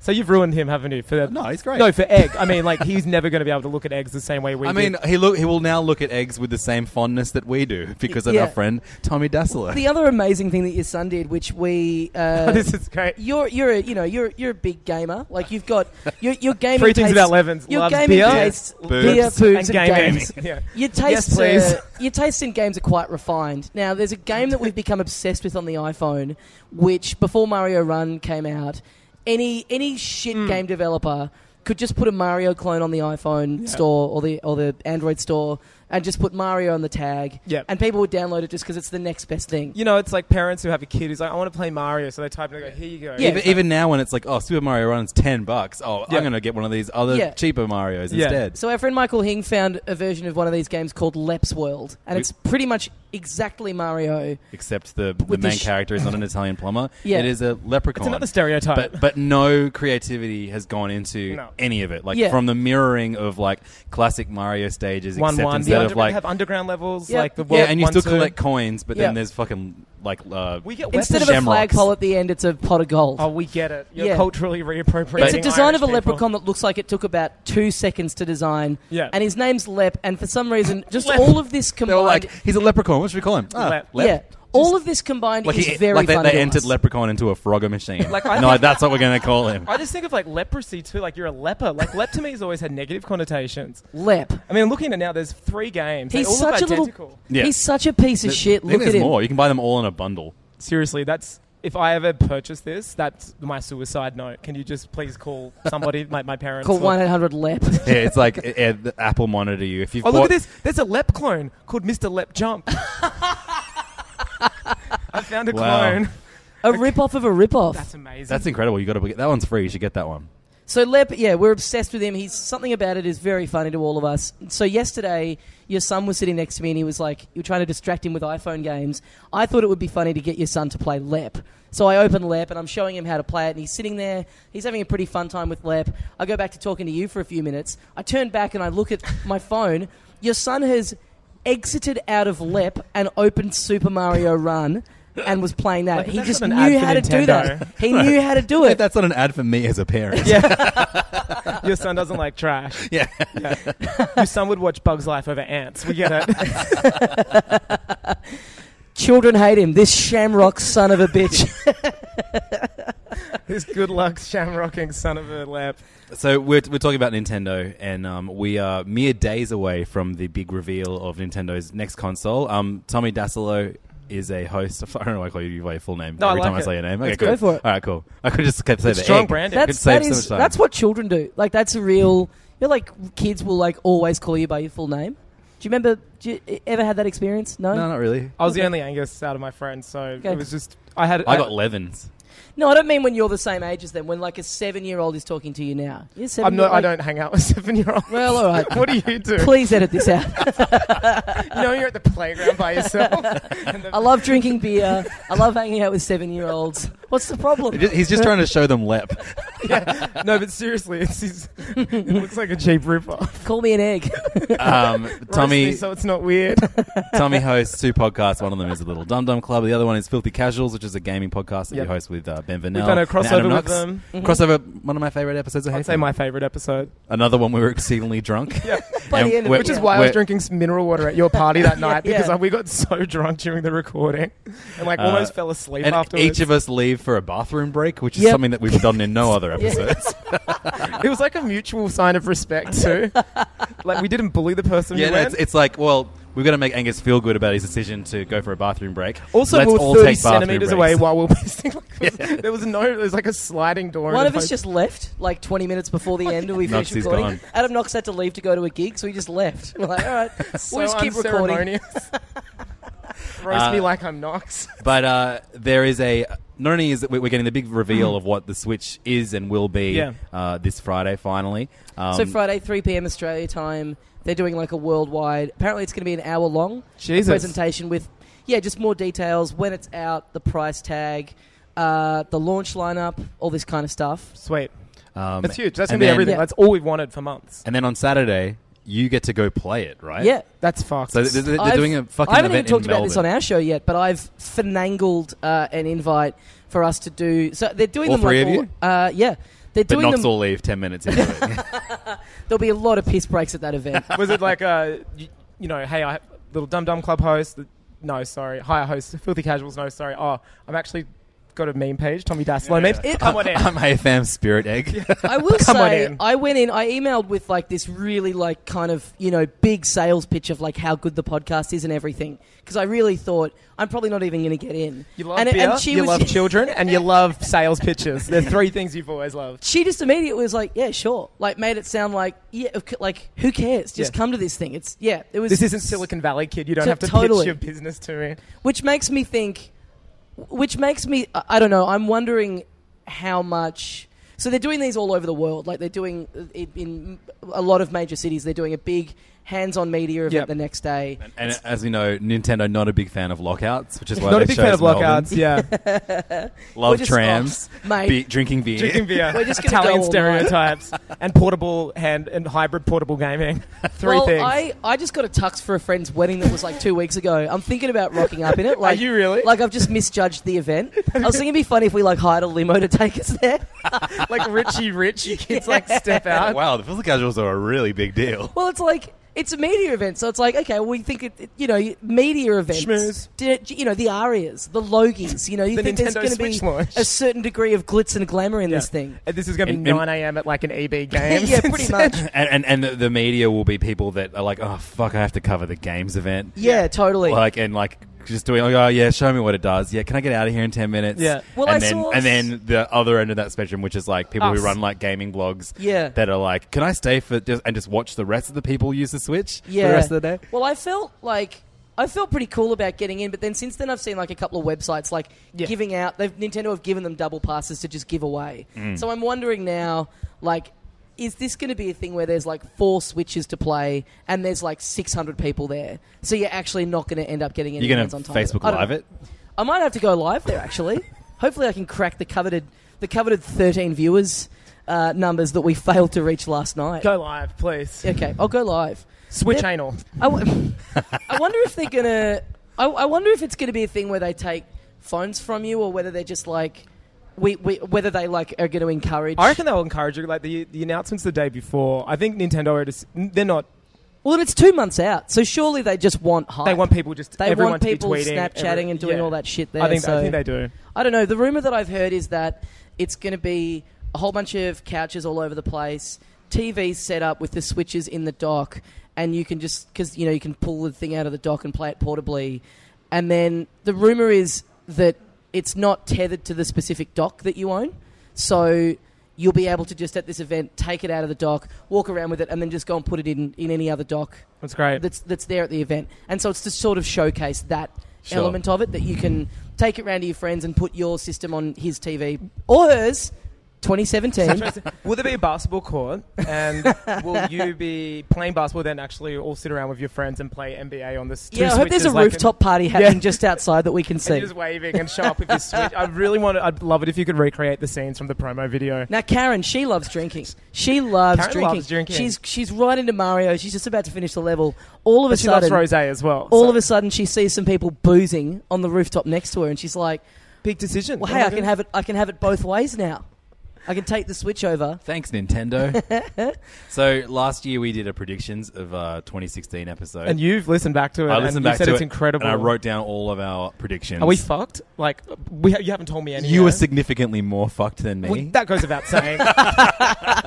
[SPEAKER 6] So you've ruined him, haven't you? For the,
[SPEAKER 4] No, he's great.
[SPEAKER 6] No, for egg. I mean, like he's never going to be able to look at eggs the same way we.
[SPEAKER 4] I mean,
[SPEAKER 6] did.
[SPEAKER 4] he look he will now look at eggs with the same fondness that we do because of
[SPEAKER 5] Yeah.
[SPEAKER 4] our friend Tommy Dassler.
[SPEAKER 5] The other amazing thing that your son did, which we uh,
[SPEAKER 6] this is great.
[SPEAKER 5] you're you're a, you know you're you're a big gamer. Like you've got your your gaming
[SPEAKER 6] Three things
[SPEAKER 5] tastes-
[SPEAKER 6] about Levens.
[SPEAKER 5] Your
[SPEAKER 6] Loves
[SPEAKER 5] gaming
[SPEAKER 6] beer,
[SPEAKER 5] tastes
[SPEAKER 4] boobs,
[SPEAKER 5] beer, boobs,
[SPEAKER 6] and
[SPEAKER 5] and,
[SPEAKER 6] gaming.
[SPEAKER 5] games.
[SPEAKER 6] Yeah.
[SPEAKER 5] Your
[SPEAKER 6] Yes,
[SPEAKER 5] tastes,
[SPEAKER 6] please.
[SPEAKER 5] uh, your tastes in games are quite refined. Now, there's a game that we've become obsessed with on the iPhone, which before Mario Run came out, any any shit game developer could just put a Mario clone on the iPhone store or the or the Android store and just put Mario on the tag,
[SPEAKER 6] Yep.
[SPEAKER 5] and people would download it just because it's the next best thing.
[SPEAKER 6] You know, it's like parents who have a kid who's like, I want to play Mario, so they type in, they go, here you go.
[SPEAKER 5] Yeah.
[SPEAKER 4] even, even now, when it's like, oh, Super Mario Run's ten bucks. Oh,
[SPEAKER 6] Yeah.
[SPEAKER 4] I'm gonna get one of these other
[SPEAKER 5] Yeah.
[SPEAKER 4] cheaper Mario's
[SPEAKER 6] Yeah.
[SPEAKER 4] instead.
[SPEAKER 5] So our friend Michael Hing found a version of one of these games called Leps World, and
[SPEAKER 4] We-
[SPEAKER 5] it's pretty much exactly Mario.
[SPEAKER 4] Except the the
[SPEAKER 5] With the
[SPEAKER 4] main
[SPEAKER 5] sh-
[SPEAKER 4] character is not an Italian plumber.
[SPEAKER 5] Yeah.
[SPEAKER 4] It is a leprechaun.
[SPEAKER 6] It's another stereotype.
[SPEAKER 4] But but no creativity has gone into
[SPEAKER 6] No.
[SPEAKER 4] any of it. Like
[SPEAKER 5] Yeah.
[SPEAKER 4] from the mirroring of like classic Mario stages,
[SPEAKER 6] one
[SPEAKER 4] except
[SPEAKER 6] one. The
[SPEAKER 4] instead
[SPEAKER 6] underground
[SPEAKER 4] of like
[SPEAKER 6] have underground levels,
[SPEAKER 5] Yeah.
[SPEAKER 6] like the
[SPEAKER 4] yeah,
[SPEAKER 6] world
[SPEAKER 4] and you
[SPEAKER 6] one,
[SPEAKER 4] still
[SPEAKER 6] two.
[SPEAKER 4] collect coins, but
[SPEAKER 5] Yeah.
[SPEAKER 4] then there's fucking like uh,
[SPEAKER 6] We get
[SPEAKER 5] Instead of a
[SPEAKER 4] Shamrocks.
[SPEAKER 5] flagpole at the end, it's a pot of gold.
[SPEAKER 6] Oh, we get it. You're
[SPEAKER 5] Yeah.
[SPEAKER 6] culturally reappropriating.
[SPEAKER 5] it's a design
[SPEAKER 6] Irish
[SPEAKER 5] of a
[SPEAKER 6] people.
[SPEAKER 5] leprechaun that looks like it took about two seconds to design.
[SPEAKER 6] Yeah.
[SPEAKER 5] And his name's Lep, and for some reason, just
[SPEAKER 6] Lep.
[SPEAKER 5] all of this
[SPEAKER 4] they were
[SPEAKER 5] combined.
[SPEAKER 4] like he's a leprechaun. What should we call him? Ah,
[SPEAKER 6] Lep.
[SPEAKER 4] Lep.
[SPEAKER 5] Yeah. All of this combined
[SPEAKER 4] Like,
[SPEAKER 5] is
[SPEAKER 4] he,
[SPEAKER 5] very
[SPEAKER 4] like they,
[SPEAKER 5] fun
[SPEAKER 4] they
[SPEAKER 5] to
[SPEAKER 4] entered
[SPEAKER 5] us.
[SPEAKER 4] leprechaun into a frogger machine.
[SPEAKER 6] Like, I
[SPEAKER 4] no,
[SPEAKER 6] think-
[SPEAKER 4] that's what we're gonna call him.
[SPEAKER 6] I just think of like leprosy too. Like you're a leper. Like lep to me has always had negative connotations.
[SPEAKER 5] Lep.
[SPEAKER 6] I mean, looking at it now, there's three games. They
[SPEAKER 5] He's
[SPEAKER 6] all look
[SPEAKER 5] such a
[SPEAKER 6] identical.
[SPEAKER 5] little.
[SPEAKER 4] Yeah.
[SPEAKER 5] He's such a piece of
[SPEAKER 4] I
[SPEAKER 5] shit.
[SPEAKER 4] think
[SPEAKER 5] Look at
[SPEAKER 4] there's
[SPEAKER 5] him.
[SPEAKER 4] more. You can buy them all in a bundle.
[SPEAKER 6] Seriously, that's if I ever purchase this, that's my suicide note. Can you just please call somebody, my, my parents?
[SPEAKER 5] Call
[SPEAKER 6] or-
[SPEAKER 5] one eight hundred Lep.
[SPEAKER 4] Yeah, it's like uh, uh, the Apple monitor you. If you
[SPEAKER 6] Oh, look at this. There's a lep clone called Mr. Lep Jump. I found a
[SPEAKER 4] Wow.
[SPEAKER 6] clone.
[SPEAKER 5] A rip off of a rip off.
[SPEAKER 6] That's amazing.
[SPEAKER 4] That's incredible. You got to that one's free. You should get that one.
[SPEAKER 5] So Lep, yeah, we're obsessed with him. He's something about it is very funny to all of us. So yesterday, your son was sitting next to me, and he was like, "You were trying to distract him with iPhone games." I thought it would be funny to get your son to play Lep. So I open Lep, and I'm showing him how to play it, and he's sitting there. He's having a pretty fun time with Lep. I go back to talking to you for a few minutes. I turn back and I look at my phone. Your son has exited out of Lep and opened Super Mario Run. And was playing that.
[SPEAKER 6] Like,
[SPEAKER 5] he
[SPEAKER 6] that's
[SPEAKER 5] just
[SPEAKER 6] not an ad
[SPEAKER 5] knew
[SPEAKER 6] for
[SPEAKER 5] how to do
[SPEAKER 6] Nintendo.
[SPEAKER 5] that. He knew how to do it.
[SPEAKER 4] That's not an ad for me as a parent.
[SPEAKER 6] Your son doesn't like trash.
[SPEAKER 4] Yeah.
[SPEAKER 6] Your son would watch Bugs Life over ants. We get it.
[SPEAKER 5] Children hate him. This Shamrock son of a bitch.
[SPEAKER 6] this good luck shamrocking son of a lep.
[SPEAKER 4] So we're, we're talking about Nintendo, and um, we are mere days away from the big reveal of Nintendo's next console. Um, Tommy Dassolo is a host. of- I don't know why I call you by your full name
[SPEAKER 6] No, I
[SPEAKER 4] every
[SPEAKER 6] like
[SPEAKER 4] time
[SPEAKER 6] it.
[SPEAKER 4] I say your name.
[SPEAKER 5] Let's
[SPEAKER 4] Okay, cool.
[SPEAKER 5] go for it.
[SPEAKER 4] All right, cool. I could just kept saying
[SPEAKER 6] It's
[SPEAKER 4] the E.
[SPEAKER 6] strong
[SPEAKER 4] egg.
[SPEAKER 6] branding.
[SPEAKER 4] Could
[SPEAKER 5] that's
[SPEAKER 4] save
[SPEAKER 5] that
[SPEAKER 4] so
[SPEAKER 5] is
[SPEAKER 4] much time.
[SPEAKER 5] that's what children do. Like that's a real. You're like kids will like always call you by your full name. Do you remember? Do you e-, ever had that experience? No.
[SPEAKER 4] No, not really.
[SPEAKER 6] I was the only Angus out of my friends, so
[SPEAKER 5] Okay.
[SPEAKER 6] it was just I had.
[SPEAKER 4] I got Levens.
[SPEAKER 5] No, I don't mean when you're the same age as them. When like a seven-year-old is talking to you now. You're seven.
[SPEAKER 6] I'm not. I
[SPEAKER 5] like-
[SPEAKER 6] don't hang out with seven year olds.
[SPEAKER 5] Well, all right.
[SPEAKER 6] what do you do?
[SPEAKER 5] Please edit this out.
[SPEAKER 6] You know you're at the playground by yourself. and the-
[SPEAKER 5] I love drinking beer. I love hanging out with seven-year-olds. What's the problem?
[SPEAKER 4] He's just trying to show them Lep.
[SPEAKER 6] yeah. No, but seriously, it's his, it looks like a cheap ripoff.
[SPEAKER 5] Call me an egg.
[SPEAKER 4] Um,
[SPEAKER 6] Tommy,
[SPEAKER 4] Tommy
[SPEAKER 6] so it's not weird.
[SPEAKER 4] Tommy hosts two podcasts. One of them is the Little Dum Dum Club. The other one is Filthy Casuals, which is a gaming podcast that
[SPEAKER 6] Yep.
[SPEAKER 4] you host with uh, Ben
[SPEAKER 6] We've
[SPEAKER 4] Vanel.
[SPEAKER 6] done a
[SPEAKER 4] and Adam
[SPEAKER 6] crossover with
[SPEAKER 4] Knox.
[SPEAKER 6] them. Mm-hmm.
[SPEAKER 4] Crossover, one of my favorite episodes. Of
[SPEAKER 6] I'd
[SPEAKER 4] Hate
[SPEAKER 6] say
[SPEAKER 4] Fun.
[SPEAKER 6] my favorite episode,
[SPEAKER 4] another one we were exceedingly drunk.
[SPEAKER 6] Yeah.
[SPEAKER 5] By
[SPEAKER 4] And
[SPEAKER 5] the end of
[SPEAKER 4] we're-
[SPEAKER 5] it,
[SPEAKER 6] which is
[SPEAKER 5] Yeah.
[SPEAKER 6] why I was
[SPEAKER 4] we're-
[SPEAKER 6] drinking s- mineral water at your party that
[SPEAKER 5] Yeah,
[SPEAKER 6] night because
[SPEAKER 5] yeah.
[SPEAKER 6] uh, we got so drunk during the recording and like almost
[SPEAKER 4] Uh,
[SPEAKER 6] fell asleep
[SPEAKER 4] And
[SPEAKER 6] afterwards.
[SPEAKER 4] each of us leave for a bathroom break, which is
[SPEAKER 5] Yep.
[SPEAKER 4] something that we've done in no other episodes.
[SPEAKER 6] it was like a mutual sign of respect too. like we didn't bully the person.
[SPEAKER 4] yeah,
[SPEAKER 6] who
[SPEAKER 4] no,
[SPEAKER 6] went.
[SPEAKER 4] it's, it's like, well, we've got to make Angus feel good about his decision to go for a bathroom break.
[SPEAKER 6] Also,
[SPEAKER 4] Let's
[SPEAKER 6] we
[SPEAKER 4] all
[SPEAKER 6] were 30
[SPEAKER 4] take bathroom
[SPEAKER 6] centimeters away
[SPEAKER 4] breaks.
[SPEAKER 6] while we were pacing. Like, There was no, there was like a sliding door. in
[SPEAKER 5] One
[SPEAKER 6] the
[SPEAKER 5] of us
[SPEAKER 6] post-
[SPEAKER 5] just left like 20 minutes before the end and we
[SPEAKER 4] Knox
[SPEAKER 5] finished
[SPEAKER 4] is
[SPEAKER 5] recording.
[SPEAKER 4] gone.
[SPEAKER 5] Adam Knox had to leave to go to a gig, so he just left. We're like, all right,
[SPEAKER 6] so
[SPEAKER 5] we'll just keep recording.
[SPEAKER 6] unceremonious. Uh, Roast me like I'm Knox.
[SPEAKER 4] But uh, there is a. Not only is it we- we're getting the big reveal of what the Switch is and will be
[SPEAKER 6] Mm-hmm. Yeah.
[SPEAKER 4] uh, this Friday, finally. Um,
[SPEAKER 5] So Friday, 3 p.m. Australia time, they're doing like a worldwide. Apparently, it's going to be an hour long
[SPEAKER 6] Jesus.
[SPEAKER 5] presentation with, yeah, just more details when it's out, the price tag, uh, the launch lineup, all this kind of stuff.
[SPEAKER 6] Sweet.
[SPEAKER 4] um,
[SPEAKER 6] That's huge. That's
[SPEAKER 4] and
[SPEAKER 6] gonna be
[SPEAKER 4] then-
[SPEAKER 6] everything.
[SPEAKER 5] Yeah.
[SPEAKER 6] That's all we've wanted for months.
[SPEAKER 4] And then on Saturday, you get to go play it, right?
[SPEAKER 5] Yeah.
[SPEAKER 6] That's fucked.
[SPEAKER 4] So they're, they're
[SPEAKER 5] I've-
[SPEAKER 4] doing a fucking
[SPEAKER 5] I haven't
[SPEAKER 4] event
[SPEAKER 5] even talked
[SPEAKER 4] in
[SPEAKER 5] about this on
[SPEAKER 4] Melbourne.
[SPEAKER 5] our show yet, but I've finangled uh, an invite for us to do. So they're doing
[SPEAKER 4] All
[SPEAKER 5] them
[SPEAKER 4] three
[SPEAKER 5] like
[SPEAKER 4] of
[SPEAKER 5] all- Uh, yeah, They're
[SPEAKER 4] But
[SPEAKER 5] doing
[SPEAKER 4] Knox
[SPEAKER 5] them.
[SPEAKER 4] will leave 10 minutes into it.
[SPEAKER 5] There'll be a lot of piss breaks at that event.
[SPEAKER 6] Was it like uh, you, you know, hey, I little dum dum club host? No, sorry, higher host, filthy casuals. No, sorry. Oh, I'm actually got a meme page, Tommy Daslow memes. Come on in.
[SPEAKER 4] I'm AFM Spirit Egg.
[SPEAKER 5] I will
[SPEAKER 6] Come on
[SPEAKER 5] say,
[SPEAKER 6] in.
[SPEAKER 5] I went in, I emailed with like this really like kind of you know big sales pitch of like how good the podcast is and everything because I really thought I'm probably not even going to get in.
[SPEAKER 6] You love
[SPEAKER 5] and,
[SPEAKER 6] beer,
[SPEAKER 5] and she
[SPEAKER 6] you
[SPEAKER 5] was,
[SPEAKER 6] love children, and you love sales pitches. They're three things you've always loved.
[SPEAKER 5] She just immediately was like, "Yeah, sure." Like made it sound like yeah, ok- like who cares? Just
[SPEAKER 6] Yeah.
[SPEAKER 5] come to this thing. It's yeah, it was
[SPEAKER 6] This isn't Silicon Valley, kid. You don't
[SPEAKER 5] To-
[SPEAKER 6] have to
[SPEAKER 5] totally.
[SPEAKER 6] pitch your business to me.
[SPEAKER 5] which makes me think which makes me I- i don't know i'm wondering how much so they're doing these all over the world like they're doing it in a lot of major cities they're doing a big hands-on media event
[SPEAKER 6] Yep.
[SPEAKER 5] the next day
[SPEAKER 4] and as we know, Nintendo not a big fan of lockouts, which is why
[SPEAKER 6] Not
[SPEAKER 4] they
[SPEAKER 6] a big fan
[SPEAKER 4] chose
[SPEAKER 6] of lockouts. Yeah,
[SPEAKER 4] Melbourne. Love
[SPEAKER 5] We're just-
[SPEAKER 4] trams,
[SPEAKER 5] oh, mate.
[SPEAKER 4] be- drinking beer.
[SPEAKER 6] drinking beer,
[SPEAKER 5] We're just gonna
[SPEAKER 6] Italian
[SPEAKER 5] go all night.
[SPEAKER 6] stereotypes, and portable hand and hybrid portable gaming. Three
[SPEAKER 5] well,
[SPEAKER 6] things.
[SPEAKER 5] I, I just got a tux for a friend's wedding that was like two weeks ago. I'm thinking about rocking up in it. Like
[SPEAKER 6] you really?
[SPEAKER 5] Like I've just misjudged the event. I was thinking it'd be funny if we like hired a limo to take us there.
[SPEAKER 6] like Richie Rich, you kids like step out.
[SPEAKER 4] Wow, the filthy casuals are a really big deal.
[SPEAKER 5] Well, it's like it's a media event, so it's like okay, well, we think it, it- you know media events,
[SPEAKER 6] Schmooze.
[SPEAKER 5] D- you know the Arias, the Logies, you know you
[SPEAKER 6] The
[SPEAKER 5] think
[SPEAKER 6] Nintendo
[SPEAKER 5] there's going
[SPEAKER 6] Switch
[SPEAKER 5] to be
[SPEAKER 6] launch.
[SPEAKER 5] a certain degree of glitz and glamour in
[SPEAKER 6] Yeah.
[SPEAKER 5] this thing.
[SPEAKER 6] And this is going to
[SPEAKER 4] And-
[SPEAKER 6] be
[SPEAKER 4] and-
[SPEAKER 6] 9 a.m. at like an E EB Games.
[SPEAKER 5] yeah, pretty much.
[SPEAKER 4] And, and, and the, the media will be people that are like, oh, fuck, I have to cover the games event.
[SPEAKER 5] Yeah, totally.
[SPEAKER 4] Like, and like, just doing, like, oh, yeah, show me what it does. Yeah, can I get out of here in 10 minutes?
[SPEAKER 6] Yeah.
[SPEAKER 5] Well,
[SPEAKER 4] and,
[SPEAKER 5] I
[SPEAKER 4] then,
[SPEAKER 5] saw-
[SPEAKER 4] and then the other end of that spectrum, which is like people
[SPEAKER 6] Us.
[SPEAKER 4] who run like gaming blogs
[SPEAKER 5] Yeah.
[SPEAKER 4] that are like, can I stay for just, and just watch the rest of the people use the Switch
[SPEAKER 5] yeah.
[SPEAKER 4] for the rest of the day?
[SPEAKER 5] Well, I felt like I felt pretty cool about getting in, but then since then I've seen like a couple of websites like
[SPEAKER 6] Yeah.
[SPEAKER 5] giving out. They've Nintendo have given them double passes to just give away.
[SPEAKER 4] Mm.
[SPEAKER 5] So I'm wondering now, like. Is this going to be a thing where there's like four switches to play and there's like 600 people there? So you're actually not going to end up getting any
[SPEAKER 4] You're going
[SPEAKER 5] hands
[SPEAKER 4] to
[SPEAKER 5] on time.
[SPEAKER 4] Facebook
[SPEAKER 5] I don't
[SPEAKER 4] Live
[SPEAKER 5] know.
[SPEAKER 4] it?
[SPEAKER 5] I might have to go live there actually. Hopefully, I can crack the coveted the coveted 13 viewers uh, numbers that we failed to reach last night.
[SPEAKER 6] Go live, please.
[SPEAKER 5] Okay, I'll go live.
[SPEAKER 6] Switch
[SPEAKER 5] They're-
[SPEAKER 6] anal.
[SPEAKER 5] I, w- I wonder if they're gonna. I, I wonder if it's gonna be a thing where they take phones from you, or whether they're just like, we, we whether they like are gonna encourage.
[SPEAKER 6] I reckon they'll encourage you. Like the, the announcements the day before, I think Nintendo are just, they're not,
[SPEAKER 5] well, it's two months out, so surely they just want hype.
[SPEAKER 6] they want people just,
[SPEAKER 5] They
[SPEAKER 6] everyone
[SPEAKER 5] want
[SPEAKER 6] to be
[SPEAKER 5] people
[SPEAKER 6] tweeting.
[SPEAKER 5] Snapchatting
[SPEAKER 6] every-
[SPEAKER 5] and doing
[SPEAKER 6] yeah.
[SPEAKER 5] all that shit there.
[SPEAKER 6] I think,
[SPEAKER 5] so-
[SPEAKER 6] I think they do.
[SPEAKER 5] I don't know. The rumor that I've heard is that it's going to be a whole bunch of couches all over the place, TVs set up with the switches in the dock, and you can just because you know you can pull the thing out of the dock and play it portably. And then the rumor is that it's not tethered to the specific dock that you own, so you'll be able to just at this event take it out of the dock, walk around with it, and then just go and put it in in any other dock
[SPEAKER 6] That's great.
[SPEAKER 5] that's that's there at the event, and so it's to sort of showcase that
[SPEAKER 4] Sure.
[SPEAKER 5] element of it that you can take it round to your friends and put your system on his TV or hers. 2017.
[SPEAKER 6] Will there be a basketball court? And will you be playing basketball then actually all sit around with your friends and play NBA on this?
[SPEAKER 5] yeah, I hope there's a rooftop party happening just outside that we can
[SPEAKER 6] And
[SPEAKER 5] see.
[SPEAKER 6] you're just waving and show up with your switch. I really want to. I'd love it if you could recreate the scenes from the promo video.
[SPEAKER 5] Now, Karen, she loves drinking. She loves
[SPEAKER 6] Karen
[SPEAKER 5] drinking.
[SPEAKER 6] loves drinking.
[SPEAKER 5] She's she's right into Mario. She's just about to finish the level. All of a
[SPEAKER 6] She
[SPEAKER 5] sudden,
[SPEAKER 6] loves rose as well.
[SPEAKER 5] all
[SPEAKER 6] so-
[SPEAKER 5] of a sudden, she sees some people boozing on the rooftop next to her, and she's like,
[SPEAKER 6] big decision.
[SPEAKER 5] "Well,
[SPEAKER 6] Oh
[SPEAKER 5] hey,
[SPEAKER 6] my
[SPEAKER 5] I can
[SPEAKER 6] God.
[SPEAKER 5] have it. I can have it both ways now. I can take the switch over."
[SPEAKER 4] Thanks, Nintendo. so last year we did a predictions of uh, 2016 episode.
[SPEAKER 6] uh, And you've listened back to it.
[SPEAKER 4] I
[SPEAKER 6] and
[SPEAKER 4] listened
[SPEAKER 6] you
[SPEAKER 4] back
[SPEAKER 6] said
[SPEAKER 4] to
[SPEAKER 6] it's
[SPEAKER 4] it,
[SPEAKER 6] incredible.
[SPEAKER 4] and I wrote down all of our predictions.
[SPEAKER 6] Are we fucked? Like, we ha- you haven't told me any.
[SPEAKER 4] you
[SPEAKER 6] yet.
[SPEAKER 4] were significantly more fucked than me.
[SPEAKER 6] Well, that goes without saying. I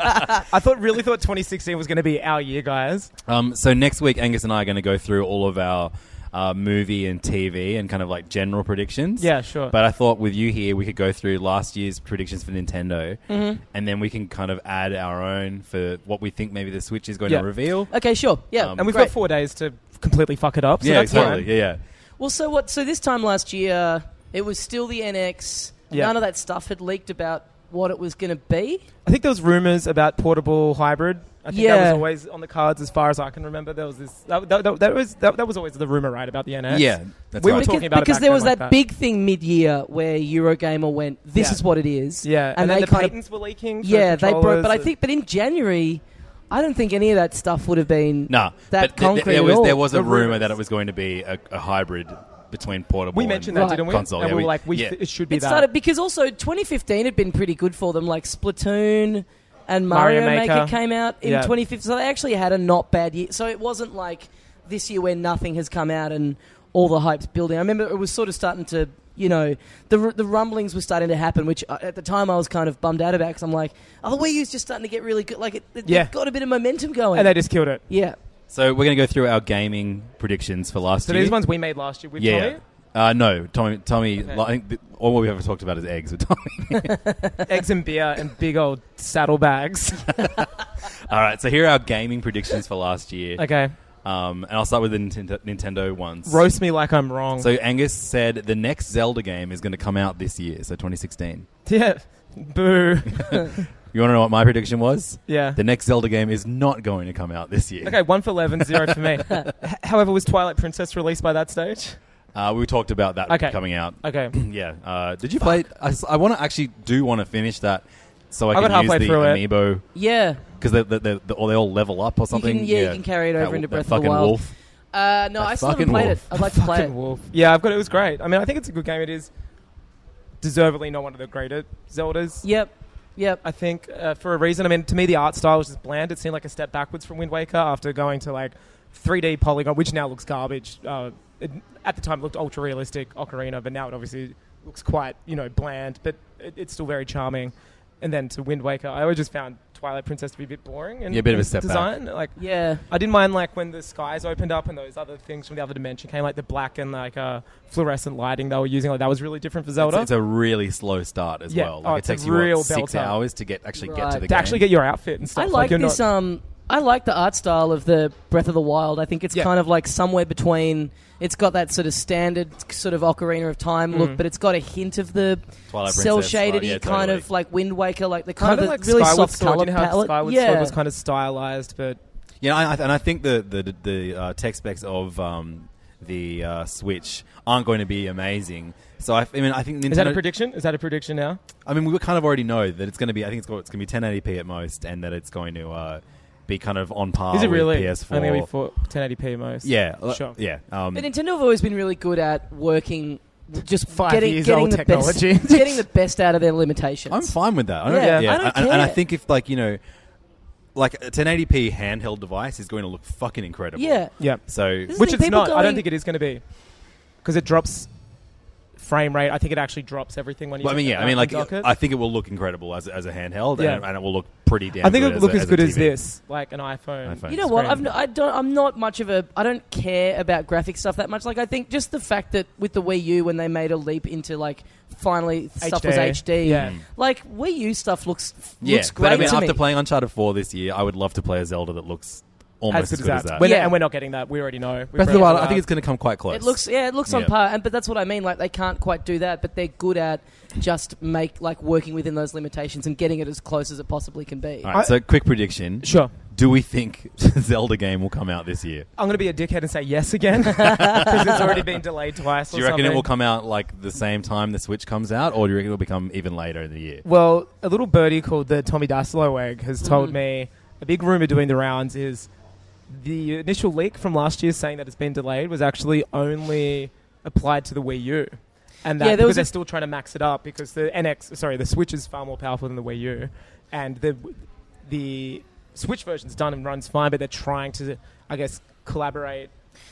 [SPEAKER 6] thought, really thought 2016 was going to be our year, guys.
[SPEAKER 4] Um, so next week, Angus and I are going to go through all of our uh, movie and TV and kind of like general predictions.
[SPEAKER 6] Yeah, sure.
[SPEAKER 4] But I thought with you here, we could go through last year's predictions for Nintendo,
[SPEAKER 6] Mm-hmm.
[SPEAKER 4] and then we can kind of add our own for what we think maybe the Switch is going
[SPEAKER 6] Yeah.
[SPEAKER 4] to reveal.
[SPEAKER 5] Okay, sure. Yeah,
[SPEAKER 4] Um,
[SPEAKER 6] And we've
[SPEAKER 5] great.
[SPEAKER 6] got four days to completely fuck it up. So
[SPEAKER 4] yeah,
[SPEAKER 6] that's
[SPEAKER 4] exactly.
[SPEAKER 6] fine.
[SPEAKER 4] Yeah, yeah.
[SPEAKER 5] Well, so what? So this time last year, it was still the NX.
[SPEAKER 6] Yeah.
[SPEAKER 5] None of that stuff had leaked about what it was going to be.
[SPEAKER 6] I think there was rumors about portable hybrid. I think that
[SPEAKER 5] Yeah.
[SPEAKER 6] was always on the cards, as far as I can remember. There was this. That, that, that, that was that, that was always the rumor, right, about the NX.
[SPEAKER 4] Yeah, that's
[SPEAKER 6] we
[SPEAKER 4] right.
[SPEAKER 6] were
[SPEAKER 5] Because,
[SPEAKER 6] talking about
[SPEAKER 5] because
[SPEAKER 6] it back
[SPEAKER 5] there
[SPEAKER 6] then
[SPEAKER 5] was
[SPEAKER 6] like
[SPEAKER 5] that, big thing mid-year where Eurogamer went, "This
[SPEAKER 6] Yeah.
[SPEAKER 5] is what it is."
[SPEAKER 6] Yeah, and, then the
[SPEAKER 5] kind of-
[SPEAKER 6] patents were leaking. for
[SPEAKER 5] yeah, they broke.
[SPEAKER 6] controllers
[SPEAKER 5] But I
[SPEAKER 6] and-
[SPEAKER 5] think, but in January, I don't think any of that stuff would have been
[SPEAKER 4] Nah,
[SPEAKER 5] that
[SPEAKER 4] but th- th-
[SPEAKER 5] concrete
[SPEAKER 4] there
[SPEAKER 5] at
[SPEAKER 4] was
[SPEAKER 5] all.
[SPEAKER 4] there was a
[SPEAKER 6] The
[SPEAKER 4] rumor
[SPEAKER 6] rumors.
[SPEAKER 4] that it was going to be a, a hybrid between portable.
[SPEAKER 6] We
[SPEAKER 4] and
[SPEAKER 6] mentioned that,
[SPEAKER 5] Right.
[SPEAKER 6] didn't we?
[SPEAKER 4] Console.
[SPEAKER 6] And
[SPEAKER 4] yeah,
[SPEAKER 6] we were like, we
[SPEAKER 4] yeah.
[SPEAKER 6] th- it should be
[SPEAKER 5] It
[SPEAKER 6] that.
[SPEAKER 5] started because also 2015 had been pretty good for them. Like Splatoon and Mario,
[SPEAKER 6] Mario
[SPEAKER 5] Maker.
[SPEAKER 6] Maker.
[SPEAKER 5] came out in
[SPEAKER 6] Yeah.
[SPEAKER 5] 2015, so they actually had a not bad year. So it wasn't like this year where nothing has come out and all the hype's building. I remember it was sort of starting to, you know, the r- the rumblings were starting to happen, which uh, at the time I was kind of bummed out about because I'm like, oh, the Wii U's just starting to get really good. Like it, it
[SPEAKER 6] Yeah.
[SPEAKER 5] it got a bit of momentum going.
[SPEAKER 6] and they just killed it.
[SPEAKER 5] yeah.
[SPEAKER 4] So we're going to go through our gaming predictions for last
[SPEAKER 6] So
[SPEAKER 4] year.
[SPEAKER 6] these ones we made last year with
[SPEAKER 4] yeah.
[SPEAKER 6] Tommy.
[SPEAKER 4] Uh, no, Tommy. Tommy. li- I think th- all what we've ever talked about is eggs with Tommy.
[SPEAKER 6] Eggs and beer and big old saddlebags.
[SPEAKER 4] all right. So here are our gaming predictions for last year.
[SPEAKER 6] okay.
[SPEAKER 4] Um, and I'll start with the Nintendo, Nintendo ones.
[SPEAKER 6] Roast me like I'm wrong.
[SPEAKER 4] So Angus said the next Zelda game is going to come out this year, so 2016.
[SPEAKER 6] yeah. Boo.
[SPEAKER 4] You want to know what my prediction was?
[SPEAKER 6] Yeah.
[SPEAKER 4] The next Zelda game is not going to come out this year.
[SPEAKER 6] Okay, one for 11, zero for me. H- However, was Twilight Princess released by that stage?
[SPEAKER 4] Uh, we talked about that
[SPEAKER 6] Okay.
[SPEAKER 4] coming out.
[SPEAKER 6] Okay.
[SPEAKER 4] yeah. Uh, did you play? I, want to actually do want to finish that, so I,
[SPEAKER 6] I
[SPEAKER 4] can
[SPEAKER 6] got
[SPEAKER 4] use
[SPEAKER 6] halfway
[SPEAKER 4] the
[SPEAKER 6] through it.
[SPEAKER 4] amiibo
[SPEAKER 5] Yeah.
[SPEAKER 4] because they, they, they, or they all level up or something.
[SPEAKER 5] yeah, you can carry it over
[SPEAKER 4] That-
[SPEAKER 5] into
[SPEAKER 4] that
[SPEAKER 5] Breath of the
[SPEAKER 4] fucking
[SPEAKER 5] Wild.
[SPEAKER 4] Wolf.
[SPEAKER 5] Uh, no,
[SPEAKER 4] That
[SPEAKER 5] I still haven't
[SPEAKER 4] fucking
[SPEAKER 5] played
[SPEAKER 4] wolf.
[SPEAKER 5] it. I'd like to play it.
[SPEAKER 6] Fucking wolf. Yeah, I've got it. It was great. I mean, I think it's a good game. It is deservedly not one of the greater Zeldas.
[SPEAKER 5] Yep. Yep.
[SPEAKER 6] I think uh, for a reason. I mean, to me, the art style was just bland. It seemed like a step backwards from Wind Waker after going to like 3D polygon, which now looks garbage. Uh, it, at the time, looked ultra realistic Ocarina, but now it obviously looks quite you know bland, but it, it's still very charming. And then to Wind Waker, I always just found Twilight Princess to be a bit boring and
[SPEAKER 4] Yeah, a bit of a step back.
[SPEAKER 6] design. Like,
[SPEAKER 5] Yeah.
[SPEAKER 6] I didn't mind like when the skies opened up and those other things from the other dimension came, like the black and like uh, fluorescent lighting they were using. Like that was really different for Zelda.
[SPEAKER 4] It's, it's a really slow start as
[SPEAKER 6] Yeah.
[SPEAKER 4] well.
[SPEAKER 6] Oh,
[SPEAKER 4] Like it
[SPEAKER 6] it's a
[SPEAKER 4] takes you what,
[SPEAKER 6] real
[SPEAKER 4] six
[SPEAKER 6] belter.
[SPEAKER 4] hours to get actually get to
[SPEAKER 5] Right.
[SPEAKER 4] the
[SPEAKER 5] To
[SPEAKER 6] to
[SPEAKER 4] game.
[SPEAKER 6] actually get your outfit and
[SPEAKER 5] I
[SPEAKER 6] stuff.
[SPEAKER 5] like
[SPEAKER 6] you're
[SPEAKER 5] this.
[SPEAKER 6] not-
[SPEAKER 5] Um, I like the art style of the Breath of the Wild. I think it's
[SPEAKER 6] Yeah.
[SPEAKER 5] kind of like somewhere between. It's got that sort of standard sort of Ocarina of Time
[SPEAKER 6] Mm.
[SPEAKER 5] look, but it's got a hint of the
[SPEAKER 4] Twilight Princess,
[SPEAKER 5] cell shadedy
[SPEAKER 4] right, yeah,
[SPEAKER 5] kind
[SPEAKER 4] totally.
[SPEAKER 5] of like Wind Waker, like the kind,
[SPEAKER 6] kind of
[SPEAKER 5] of,
[SPEAKER 6] like
[SPEAKER 5] the really
[SPEAKER 6] Skyward
[SPEAKER 5] soft
[SPEAKER 6] Sword.
[SPEAKER 5] color
[SPEAKER 6] you know how
[SPEAKER 5] palette.
[SPEAKER 6] Skyward
[SPEAKER 5] yeah,
[SPEAKER 6] Sword was kind of stylized, but
[SPEAKER 4] You know, I, I- and I think the the the uh, tech specs of um, the uh, Switch aren't going to be amazing. So I, I mean, I think Nintendo.
[SPEAKER 6] is that a prediction? Is that a prediction now?
[SPEAKER 4] I mean, we kind of already know that it's going to be. I think it's going, it's going to be 1080p at most, and that it's going to uh, be kind of on par
[SPEAKER 6] is it really?
[SPEAKER 4] Oh, with PS4.
[SPEAKER 6] I think it'll be for 1080p most.
[SPEAKER 4] yeah, l-
[SPEAKER 6] Sure.
[SPEAKER 4] yeah. Um,
[SPEAKER 5] But Nintendo have always been really good at working. Just
[SPEAKER 6] Five
[SPEAKER 5] getting,
[SPEAKER 6] years
[SPEAKER 5] getting
[SPEAKER 6] old
[SPEAKER 5] the
[SPEAKER 6] technology.
[SPEAKER 5] best, getting the best out of their limitations.
[SPEAKER 4] I'm fine with that. I don't,
[SPEAKER 5] Yeah,
[SPEAKER 4] yeah,
[SPEAKER 5] I don't
[SPEAKER 4] and, and I
[SPEAKER 5] care.
[SPEAKER 4] think if like you know, like a 1080p handheld device is going to look fucking incredible.
[SPEAKER 5] Yeah,
[SPEAKER 6] Yeah.
[SPEAKER 4] So
[SPEAKER 5] This is
[SPEAKER 6] Which
[SPEAKER 5] the
[SPEAKER 6] it's
[SPEAKER 5] people
[SPEAKER 6] not. I don't
[SPEAKER 5] going-
[SPEAKER 6] think it is going to be because it drops frame rate. I think it actually drops everything when you.
[SPEAKER 4] Well, I mean,
[SPEAKER 6] look
[SPEAKER 4] yeah.
[SPEAKER 6] at
[SPEAKER 4] I mean,
[SPEAKER 6] that
[SPEAKER 4] like,
[SPEAKER 6] dock it.
[SPEAKER 4] I think it will look incredible as, as a handheld,
[SPEAKER 6] Yeah.
[SPEAKER 4] and, and it will look pretty damn.
[SPEAKER 6] I think
[SPEAKER 4] good
[SPEAKER 6] it would look
[SPEAKER 4] a-
[SPEAKER 6] as good
[SPEAKER 4] a
[SPEAKER 6] as
[SPEAKER 4] TV.
[SPEAKER 6] this, like an iPhone.
[SPEAKER 4] iPhone.
[SPEAKER 5] You know what?
[SPEAKER 6] screen.
[SPEAKER 5] I've n- I don't. I'm not much of a. I don't care about graphic stuff that much. Like I think just the fact that with the Wii U when they made a leap into like finally stuff was
[SPEAKER 6] HD.
[SPEAKER 5] HD.
[SPEAKER 6] Yeah.
[SPEAKER 5] Like Wii U stuff looks
[SPEAKER 4] Yeah,
[SPEAKER 5] looks great
[SPEAKER 4] but I mean,
[SPEAKER 5] to
[SPEAKER 4] after
[SPEAKER 5] me.
[SPEAKER 4] playing Uncharted Four this year, I would love to play a Zelda that looks almost
[SPEAKER 6] as good as
[SPEAKER 4] good
[SPEAKER 6] that.
[SPEAKER 4] as that.
[SPEAKER 6] We're not-
[SPEAKER 5] Yeah.
[SPEAKER 6] and we're not getting that. We already know. We've
[SPEAKER 4] Breath of
[SPEAKER 6] read
[SPEAKER 4] the Wild,
[SPEAKER 6] all
[SPEAKER 4] I think
[SPEAKER 6] that.
[SPEAKER 4] it's going to come quite close.
[SPEAKER 5] it looks yeah, it looks on
[SPEAKER 4] Yeah.
[SPEAKER 5] par. And but that's what I mean. Like they can't quite do that, but they're good at just make like working within those limitations and getting it as close as it possibly can be.
[SPEAKER 4] All right, so quick prediction.
[SPEAKER 6] Sure.
[SPEAKER 4] Do we think Zelda game will come out this year?
[SPEAKER 6] I'm going to be a dickhead and say yes again because it's already been delayed twice.
[SPEAKER 4] Do
[SPEAKER 6] or
[SPEAKER 4] you reckon it
[SPEAKER 6] something.
[SPEAKER 4] will come out like the same time the Switch comes out, or do you reckon it will become even later in the year?
[SPEAKER 6] Well, a little birdie called the Tommy Dasilo egg has
[SPEAKER 5] Mm-hmm.
[SPEAKER 6] told me a big rumor doing the rounds is the initial leak from last year saying that it's been delayed was actually only applied to the Wii U. And that
[SPEAKER 5] Yeah, there
[SPEAKER 6] because
[SPEAKER 5] was a-
[SPEAKER 6] they're still trying to max it up because the NX, sorry, the Switch is far more powerful than the Wii U, and the the Switch version's done and runs fine, but they're trying to, I guess, collaborate.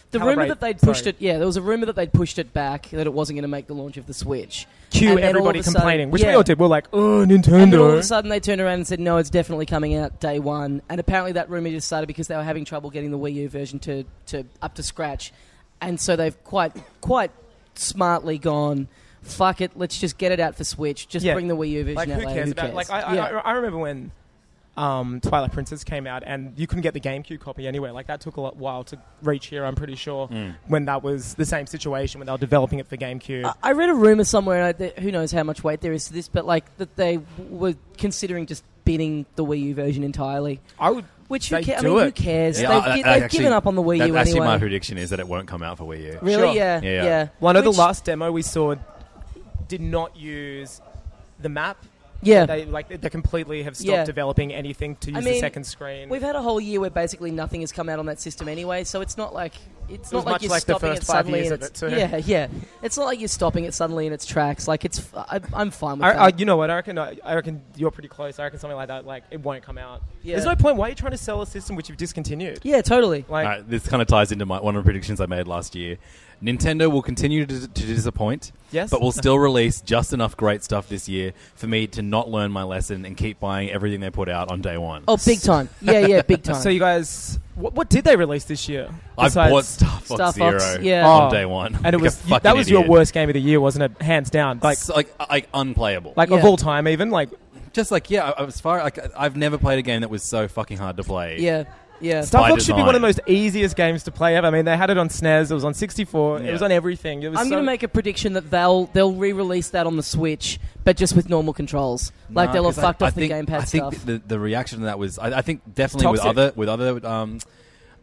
[SPEAKER 5] The rumor
[SPEAKER 6] calibrate-
[SPEAKER 5] that they'd pushed
[SPEAKER 6] sorry.
[SPEAKER 5] it, yeah, there was a rumor that they'd pushed it back, that it wasn't going to make the launch of the Switch.
[SPEAKER 6] Cue
[SPEAKER 5] And then all
[SPEAKER 6] everybody
[SPEAKER 5] of a sudden-
[SPEAKER 6] complaining, which we
[SPEAKER 5] yeah.
[SPEAKER 6] all did. We're like, oh,
[SPEAKER 5] And then all of a
[SPEAKER 6] Nintendo.
[SPEAKER 5] sudden they turned around and said, no, it's definitely coming out day one. And apparently that rumor just started because they were having trouble getting the Wii U version to, to up to scratch. And so they've quite quite smartly gone, fuck it, let's just get it out for Switch. Just
[SPEAKER 6] Yeah.
[SPEAKER 5] bring the Wii U version
[SPEAKER 6] like
[SPEAKER 5] out
[SPEAKER 6] who
[SPEAKER 5] later.
[SPEAKER 6] cares about like I, I,
[SPEAKER 5] Yeah.
[SPEAKER 6] I, I remember when um, Twilight Princess came out and you couldn't get the GameCube copy anywhere. Like that took a lot while to reach here. I'm pretty sure
[SPEAKER 4] Mm.
[SPEAKER 6] when that was the same situation when they were developing it for GameCube.
[SPEAKER 5] I read a rumor somewhere, and I, th- who knows how much weight there is to this, but like that they were considering just binning the Wii U version entirely.
[SPEAKER 6] I would.
[SPEAKER 5] Which who,
[SPEAKER 6] They
[SPEAKER 5] ca- I
[SPEAKER 6] do
[SPEAKER 5] mean,
[SPEAKER 6] it.
[SPEAKER 5] who cares?
[SPEAKER 4] Yeah,
[SPEAKER 5] they've
[SPEAKER 4] I-
[SPEAKER 5] gi-
[SPEAKER 4] I
[SPEAKER 5] they've
[SPEAKER 4] actually-
[SPEAKER 5] given up on the Wii
[SPEAKER 4] that-
[SPEAKER 5] U
[SPEAKER 4] Actually,
[SPEAKER 5] anyway.
[SPEAKER 4] my prediction is that it won't come out for Wii U.
[SPEAKER 5] really?
[SPEAKER 6] Sure.
[SPEAKER 4] Yeah,
[SPEAKER 5] Yeah, yeah.
[SPEAKER 4] yeah.
[SPEAKER 6] Well, I know
[SPEAKER 5] Which-
[SPEAKER 6] the last demo we saw did not use the map.
[SPEAKER 5] Yeah.
[SPEAKER 6] They like they completely have stopped
[SPEAKER 5] Yeah.
[SPEAKER 6] developing anything to use
[SPEAKER 5] I mean,
[SPEAKER 6] the second screen.
[SPEAKER 5] We've had a whole year where basically nothing has come out on that system anyway, so it's not like it's not
[SPEAKER 6] was
[SPEAKER 5] like
[SPEAKER 6] much
[SPEAKER 5] you're
[SPEAKER 6] like the
[SPEAKER 5] stopping
[SPEAKER 6] first
[SPEAKER 5] it
[SPEAKER 6] five
[SPEAKER 5] suddenly.
[SPEAKER 6] years
[SPEAKER 5] and
[SPEAKER 6] of
[SPEAKER 5] it's,
[SPEAKER 6] it, too.
[SPEAKER 5] yeah, yeah. It's not like you're stopping it suddenly in its tracks. Like it's, I, I'm fine with
[SPEAKER 6] I,
[SPEAKER 5] that.
[SPEAKER 6] I, you know what? I reckon. I I reckon you're pretty close. I reckon something like that. Like it won't come out.
[SPEAKER 5] Yeah.
[SPEAKER 6] There's no point. Why are you trying to sell a system which you've discontinued?
[SPEAKER 5] yeah, totally.
[SPEAKER 6] Like
[SPEAKER 4] All right, this kind of ties into my, one of the predictions I made last year. Nintendo will continue to, to disappoint,
[SPEAKER 6] Yes.
[SPEAKER 4] but will still release just enough great stuff this year for me to not learn my lesson and keep buying everything they put out on day one.
[SPEAKER 5] Oh, big time. Yeah, yeah, big time.
[SPEAKER 6] so, you guys, what, what did they release this year?
[SPEAKER 4] I
[SPEAKER 6] Besides-
[SPEAKER 4] bought Star Fox
[SPEAKER 5] Star
[SPEAKER 4] Zero
[SPEAKER 5] Fox, yeah.
[SPEAKER 4] on
[SPEAKER 6] Oh.
[SPEAKER 4] day one,
[SPEAKER 6] and it
[SPEAKER 4] Like a
[SPEAKER 6] was you- that
[SPEAKER 4] fucking
[SPEAKER 6] was your
[SPEAKER 4] idiot.
[SPEAKER 6] worst game of the year, wasn't it? Hands down, like
[SPEAKER 4] So, like like unplayable.
[SPEAKER 6] like of
[SPEAKER 5] Yeah.
[SPEAKER 6] all time, even like
[SPEAKER 4] just like yeah, I- I- as far like I've never played a game that was so fucking hard to play.
[SPEAKER 5] yeah, yeah.
[SPEAKER 6] Star
[SPEAKER 4] By
[SPEAKER 6] Fox should be
[SPEAKER 4] design.
[SPEAKER 6] one of the most easiest games to play ever. I mean, they had it on SNES, it was on 64,
[SPEAKER 4] Yeah.
[SPEAKER 6] it was on everything. It was
[SPEAKER 5] I'm
[SPEAKER 6] so-
[SPEAKER 5] going to make a prediction that they'll they'll re-release that on the Switch, but just with normal controls. Like
[SPEAKER 4] Nah,
[SPEAKER 5] they'll have
[SPEAKER 4] 'cause I-
[SPEAKER 5] fucked
[SPEAKER 4] I
[SPEAKER 5] off
[SPEAKER 4] think-
[SPEAKER 5] the gamepad
[SPEAKER 4] I think
[SPEAKER 5] stuff.
[SPEAKER 4] The, the reaction to that was I, I think definitely with
[SPEAKER 6] toxic.
[SPEAKER 4] other with other um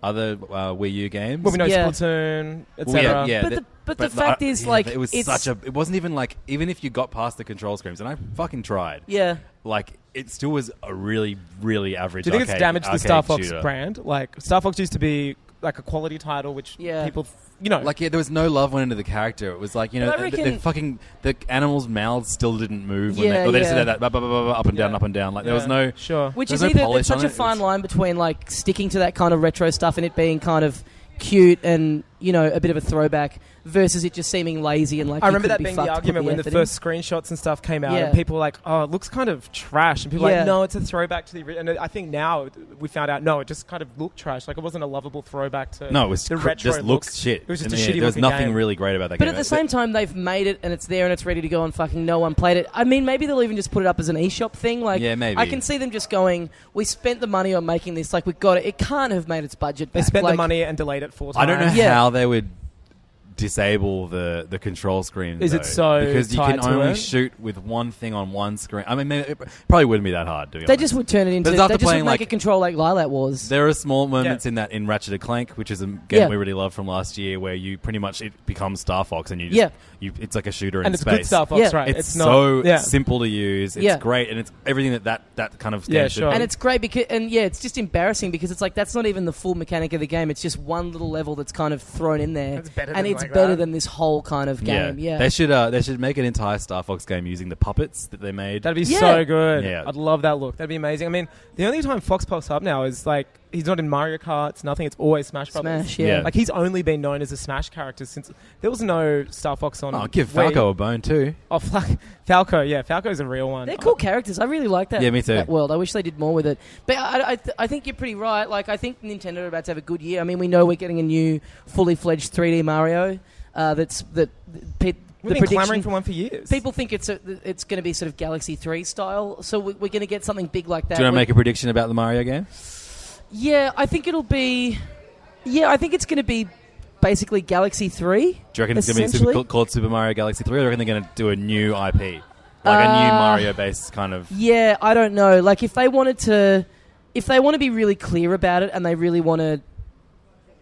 [SPEAKER 4] other uh, Wii U games.
[SPEAKER 6] well, we know
[SPEAKER 5] Yeah.
[SPEAKER 6] Splatoon,
[SPEAKER 4] Well,
[SPEAKER 6] etc.
[SPEAKER 4] yeah, yeah,
[SPEAKER 5] But
[SPEAKER 4] that-
[SPEAKER 5] the- but the fact
[SPEAKER 4] I-
[SPEAKER 5] is,
[SPEAKER 4] yeah,
[SPEAKER 5] like,
[SPEAKER 4] but it was
[SPEAKER 5] it's-
[SPEAKER 4] such a. It wasn't even like even if you got past the control screens, and I fucking tried.
[SPEAKER 5] yeah.
[SPEAKER 4] Like it still was a really really average.
[SPEAKER 6] Do you think
[SPEAKER 4] arcade-
[SPEAKER 6] it's damaged the Star
[SPEAKER 4] arcade
[SPEAKER 6] Fox
[SPEAKER 4] shooter.
[SPEAKER 6] brand? Like Star Fox used to be like a quality title, which
[SPEAKER 5] Yeah.
[SPEAKER 6] people, you know,
[SPEAKER 4] Like yeah, there was no love went into the character. It was like you know
[SPEAKER 5] But I
[SPEAKER 4] the, the-
[SPEAKER 5] reckon-
[SPEAKER 4] the fucking the animals' mouths still didn't move. When
[SPEAKER 5] Yeah,
[SPEAKER 4] they, or they just
[SPEAKER 5] yeah.
[SPEAKER 4] did that blah, blah, blah, blah, blah, up and down,
[SPEAKER 6] Yeah.
[SPEAKER 4] up and down. Like there was
[SPEAKER 6] Yeah.
[SPEAKER 4] no
[SPEAKER 6] sure.
[SPEAKER 5] Which
[SPEAKER 4] There's
[SPEAKER 5] is
[SPEAKER 4] no
[SPEAKER 5] either
[SPEAKER 4] polish
[SPEAKER 5] there's
[SPEAKER 4] on
[SPEAKER 5] such
[SPEAKER 4] it,
[SPEAKER 5] a
[SPEAKER 4] it
[SPEAKER 5] fine
[SPEAKER 4] was-
[SPEAKER 5] line between like sticking to that kind of retro stuff and it being kind of cute and you know a bit of a throwback versus it just seeming lazy and like
[SPEAKER 6] I
[SPEAKER 5] you
[SPEAKER 6] remember that
[SPEAKER 5] couldn't
[SPEAKER 6] being
[SPEAKER 5] be
[SPEAKER 6] the
[SPEAKER 5] fucked to put
[SPEAKER 6] argument when the
[SPEAKER 5] effort in.
[SPEAKER 6] first screenshots and stuff came out,
[SPEAKER 5] Yeah.
[SPEAKER 6] and people were like, "Oh, it looks kind of trash," and people were
[SPEAKER 5] Yeah.
[SPEAKER 6] like, "No, it's a throwback to the." ori-" And I think now we found out, no, it just kind of looked trash. Like it wasn't a lovable throwback to
[SPEAKER 4] no. It was
[SPEAKER 6] the
[SPEAKER 4] cr-
[SPEAKER 6] retro
[SPEAKER 4] just
[SPEAKER 6] look.
[SPEAKER 4] looks shit.
[SPEAKER 6] It was just
[SPEAKER 4] And
[SPEAKER 6] a
[SPEAKER 4] yeah,
[SPEAKER 6] shitty.
[SPEAKER 4] There was
[SPEAKER 6] looking
[SPEAKER 4] nothing
[SPEAKER 6] game.
[SPEAKER 4] really great about that
[SPEAKER 5] But
[SPEAKER 4] game.
[SPEAKER 5] at the
[SPEAKER 4] It-
[SPEAKER 5] same time, they've made it and it's there and it's ready to go, and fucking no one played it. I mean, maybe they'll even just put it up as an eShop thing. Like,
[SPEAKER 4] Yeah, maybe.
[SPEAKER 5] I can see them just going, "We spent the money on making this. Like, we got it. It can't have made its budget."
[SPEAKER 6] They
[SPEAKER 5] back."
[SPEAKER 6] spent
[SPEAKER 5] Like,
[SPEAKER 6] the money and delayed it four times.
[SPEAKER 4] I don't know
[SPEAKER 5] Yeah.
[SPEAKER 4] how they would disable the, the control screen.
[SPEAKER 6] Is it
[SPEAKER 4] though,
[SPEAKER 6] so
[SPEAKER 4] because you
[SPEAKER 6] tied
[SPEAKER 4] can
[SPEAKER 6] to
[SPEAKER 4] only
[SPEAKER 6] it?
[SPEAKER 4] shoot with one thing on one screen? I mean, maybe, it probably wouldn't be that hard. To be
[SPEAKER 5] They
[SPEAKER 4] honest.
[SPEAKER 5] just would turn it
[SPEAKER 4] But
[SPEAKER 5] into. They
[SPEAKER 4] it's
[SPEAKER 5] just
[SPEAKER 4] after
[SPEAKER 5] would
[SPEAKER 4] playing,
[SPEAKER 5] make
[SPEAKER 4] like-
[SPEAKER 5] it control like Lilac Wars.
[SPEAKER 4] There are small moments
[SPEAKER 6] Yeah.
[SPEAKER 4] in that in Ratchet and Clank, which is a game
[SPEAKER 5] Yeah.
[SPEAKER 4] we really love from last year, where you pretty much it becomes Star Fox, and you just
[SPEAKER 5] Yeah.
[SPEAKER 4] you, it's like a shooter in
[SPEAKER 6] and it's
[SPEAKER 4] space.
[SPEAKER 6] good Star Fox,
[SPEAKER 5] Yeah.
[SPEAKER 6] right?
[SPEAKER 4] It's,
[SPEAKER 6] not,
[SPEAKER 4] so
[SPEAKER 6] yeah.
[SPEAKER 4] simple to use. It's
[SPEAKER 5] Yeah.
[SPEAKER 4] great, and it's everything that that, that kind of game
[SPEAKER 6] Yeah,
[SPEAKER 4] should
[SPEAKER 6] sure.
[SPEAKER 4] be.
[SPEAKER 5] And it's great because, and yeah, it's just embarrassing because it's like that's not even the full mechanic of the game. It's just one little level that's kind of thrown in there,
[SPEAKER 6] It's better
[SPEAKER 5] and
[SPEAKER 6] than
[SPEAKER 5] it's
[SPEAKER 6] like
[SPEAKER 5] better
[SPEAKER 6] that.
[SPEAKER 5] than this whole kind of game. Yeah,
[SPEAKER 4] they should uh, they should make an entire Star Fox game using the puppets that they made.
[SPEAKER 6] That'd be
[SPEAKER 5] Yeah.
[SPEAKER 6] so good.
[SPEAKER 4] Yeah.
[SPEAKER 6] I'd love that look. That'd be amazing. I mean, the only time Fox pops up now is like he's not in Mario Kart. It's nothing. It's always Smash Brothers.
[SPEAKER 5] Smash. Yeah,
[SPEAKER 4] Yeah.
[SPEAKER 6] Like he's only been known as a Smash character since there was no Star Fox on.
[SPEAKER 4] oh, give
[SPEAKER 6] Wii.
[SPEAKER 4] Falco a bone too.
[SPEAKER 6] Oh, Fal- Falco. Yeah, Falco's a real one.
[SPEAKER 5] they're cool characters. I really like that.
[SPEAKER 4] Yeah, me too.
[SPEAKER 5] That world. I wish they did more with it. But I, I, th- I think you're pretty right. Like I think Nintendo are about to have a good year. I mean, we know we're getting a new fully fledged 3D Mario. Uh, that's that. Pe-
[SPEAKER 6] We've
[SPEAKER 5] the
[SPEAKER 6] been clamoring
[SPEAKER 5] prediction
[SPEAKER 6] for one for years.
[SPEAKER 5] people think it's a, it's going to be sort of Galaxy Three style. So we, we're going to get something big like that.
[SPEAKER 4] Do you want to
[SPEAKER 5] We're-
[SPEAKER 4] make a prediction about the Mario game?
[SPEAKER 5] Yeah, I think it'll be. Yeah, I think it's going to be basically Galaxy Three.
[SPEAKER 4] Do you reckon it's going to be
[SPEAKER 5] Essentially.
[SPEAKER 4] super, called- called Super Mario Galaxy 3, or do you reckon they're going to do a new IP? Like a new
[SPEAKER 5] Uh,
[SPEAKER 4] Mario based kind of.
[SPEAKER 5] Yeah, I don't know. Like if they wanted to, if they want to be really clear about it and they really want to,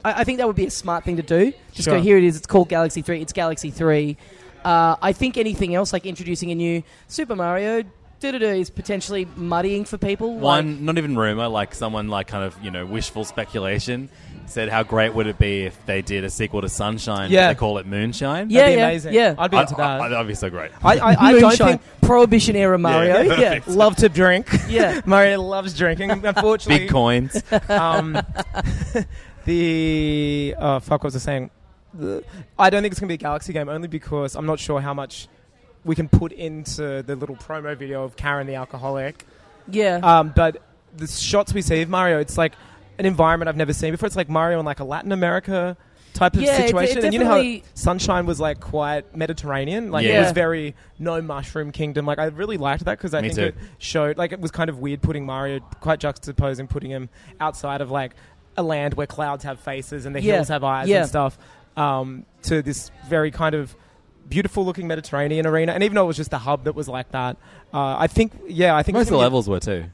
[SPEAKER 5] I, I think that would be a smart thing to do. Just
[SPEAKER 6] Sure.
[SPEAKER 5] go here. It is. It's called Galaxy Three. It's Galaxy Three. Uh, I think anything else like introducing a new Super Mario. Do-do-do is potentially muddying for people. Like-
[SPEAKER 4] One, not even rumor, like someone like kind of, you know, wishful speculation said how great would it be if they did a sequel to Sunshine,
[SPEAKER 6] Yeah.
[SPEAKER 4] but they call it Moonshine?
[SPEAKER 5] Yeah,
[SPEAKER 6] That'd be
[SPEAKER 5] yeah,
[SPEAKER 6] amazing.
[SPEAKER 5] yeah.
[SPEAKER 6] I'd be
[SPEAKER 4] I,
[SPEAKER 6] into
[SPEAKER 4] I,
[SPEAKER 6] that.
[SPEAKER 4] I, that'd be so great.
[SPEAKER 6] I, I, I don't
[SPEAKER 5] Moonshine,
[SPEAKER 6] think
[SPEAKER 5] Prohibition era Mario. Yeah, yeah.
[SPEAKER 6] love to drink.
[SPEAKER 5] Yeah.
[SPEAKER 6] Mario loves drinking. Unfortunately,
[SPEAKER 4] Big coins.
[SPEAKER 6] um, the oh, fuck what was I saying? The- I don't think it's gonna be a Galaxy game only because I'm not sure how much we can put into the little promo video of Karen the alcoholic. Um, but the shots we see of Mario, it's like an environment I've never seen before. It's like Mario in like a Latin America type of
[SPEAKER 5] Yeah, it- it
[SPEAKER 6] situation. and you know how
[SPEAKER 5] definitely-
[SPEAKER 6] Sunshine was like quite Mediterranean, like it
[SPEAKER 4] Yeah.
[SPEAKER 6] was very no Mushroom Kingdom. Like I really liked that because I
[SPEAKER 4] Me
[SPEAKER 6] think
[SPEAKER 4] too.
[SPEAKER 6] it showed like it was kind of weird putting Mario quite juxtaposing putting him outside of like a land where clouds have faces and the
[SPEAKER 5] Yeah.
[SPEAKER 6] hills have eyes
[SPEAKER 5] Yeah.
[SPEAKER 6] and stuff um, to this very kind of beautiful looking Mediterranean arena. And even though it was just the hub that was like that, uh, I think yeah, I think
[SPEAKER 4] Most
[SPEAKER 6] it's
[SPEAKER 4] of the
[SPEAKER 6] gonna be-
[SPEAKER 4] levels were too.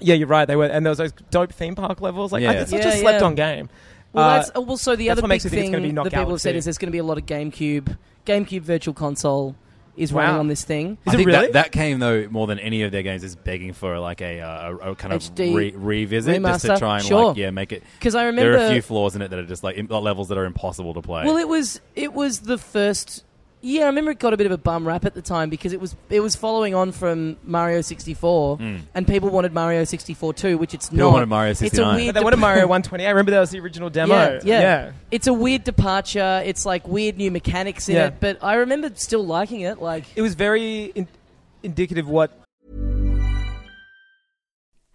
[SPEAKER 6] yeah, you're right. They were, and there was those dope theme park levels. Like, I-
[SPEAKER 4] Yeah.
[SPEAKER 6] it's not
[SPEAKER 5] Yeah,
[SPEAKER 6] just slept
[SPEAKER 5] yeah.
[SPEAKER 6] on game.
[SPEAKER 5] Well,
[SPEAKER 6] Uh,
[SPEAKER 5] that's, oh, well, so the
[SPEAKER 6] that's
[SPEAKER 5] other
[SPEAKER 6] what
[SPEAKER 5] big
[SPEAKER 6] makes me think it's
[SPEAKER 5] thing
[SPEAKER 6] gonna be
[SPEAKER 5] that
[SPEAKER 6] not
[SPEAKER 5] people have said
[SPEAKER 6] Galaxy.
[SPEAKER 5] is there's going to be a lot of GameCube, GameCube Virtual Console is running
[SPEAKER 6] Wow.
[SPEAKER 5] on this thing.
[SPEAKER 6] Is
[SPEAKER 4] I
[SPEAKER 6] it
[SPEAKER 4] think
[SPEAKER 6] really?
[SPEAKER 4] that, that came though more than any of their games is begging for like a, uh, a, a kind of
[SPEAKER 5] HD
[SPEAKER 4] re- revisit just to
[SPEAKER 5] remaster?
[SPEAKER 4] try and
[SPEAKER 5] Sure.
[SPEAKER 4] like yeah make it
[SPEAKER 5] 'Cause I
[SPEAKER 4] there are a
[SPEAKER 5] remember-
[SPEAKER 4] few flaws in it that are just like im- levels that are impossible to play.
[SPEAKER 5] Well, it was it was the first. Yeah, I remember it got a bit of a bum rap at the time because it was it was following on from Mario 64, and people wanted Mario 64 too, which it's
[SPEAKER 4] Hmm. People
[SPEAKER 5] not.
[SPEAKER 4] wanted Mario
[SPEAKER 5] It's a
[SPEAKER 4] 69.
[SPEAKER 5] weird
[SPEAKER 6] But they wanted Mario 128. I remember that was the original demo.
[SPEAKER 5] Yeah, yeah. It's a weird departure. It's like weird new mechanics in
[SPEAKER 6] Yeah.
[SPEAKER 5] it, but I remember still liking it. Like
[SPEAKER 6] It was very in- indicative what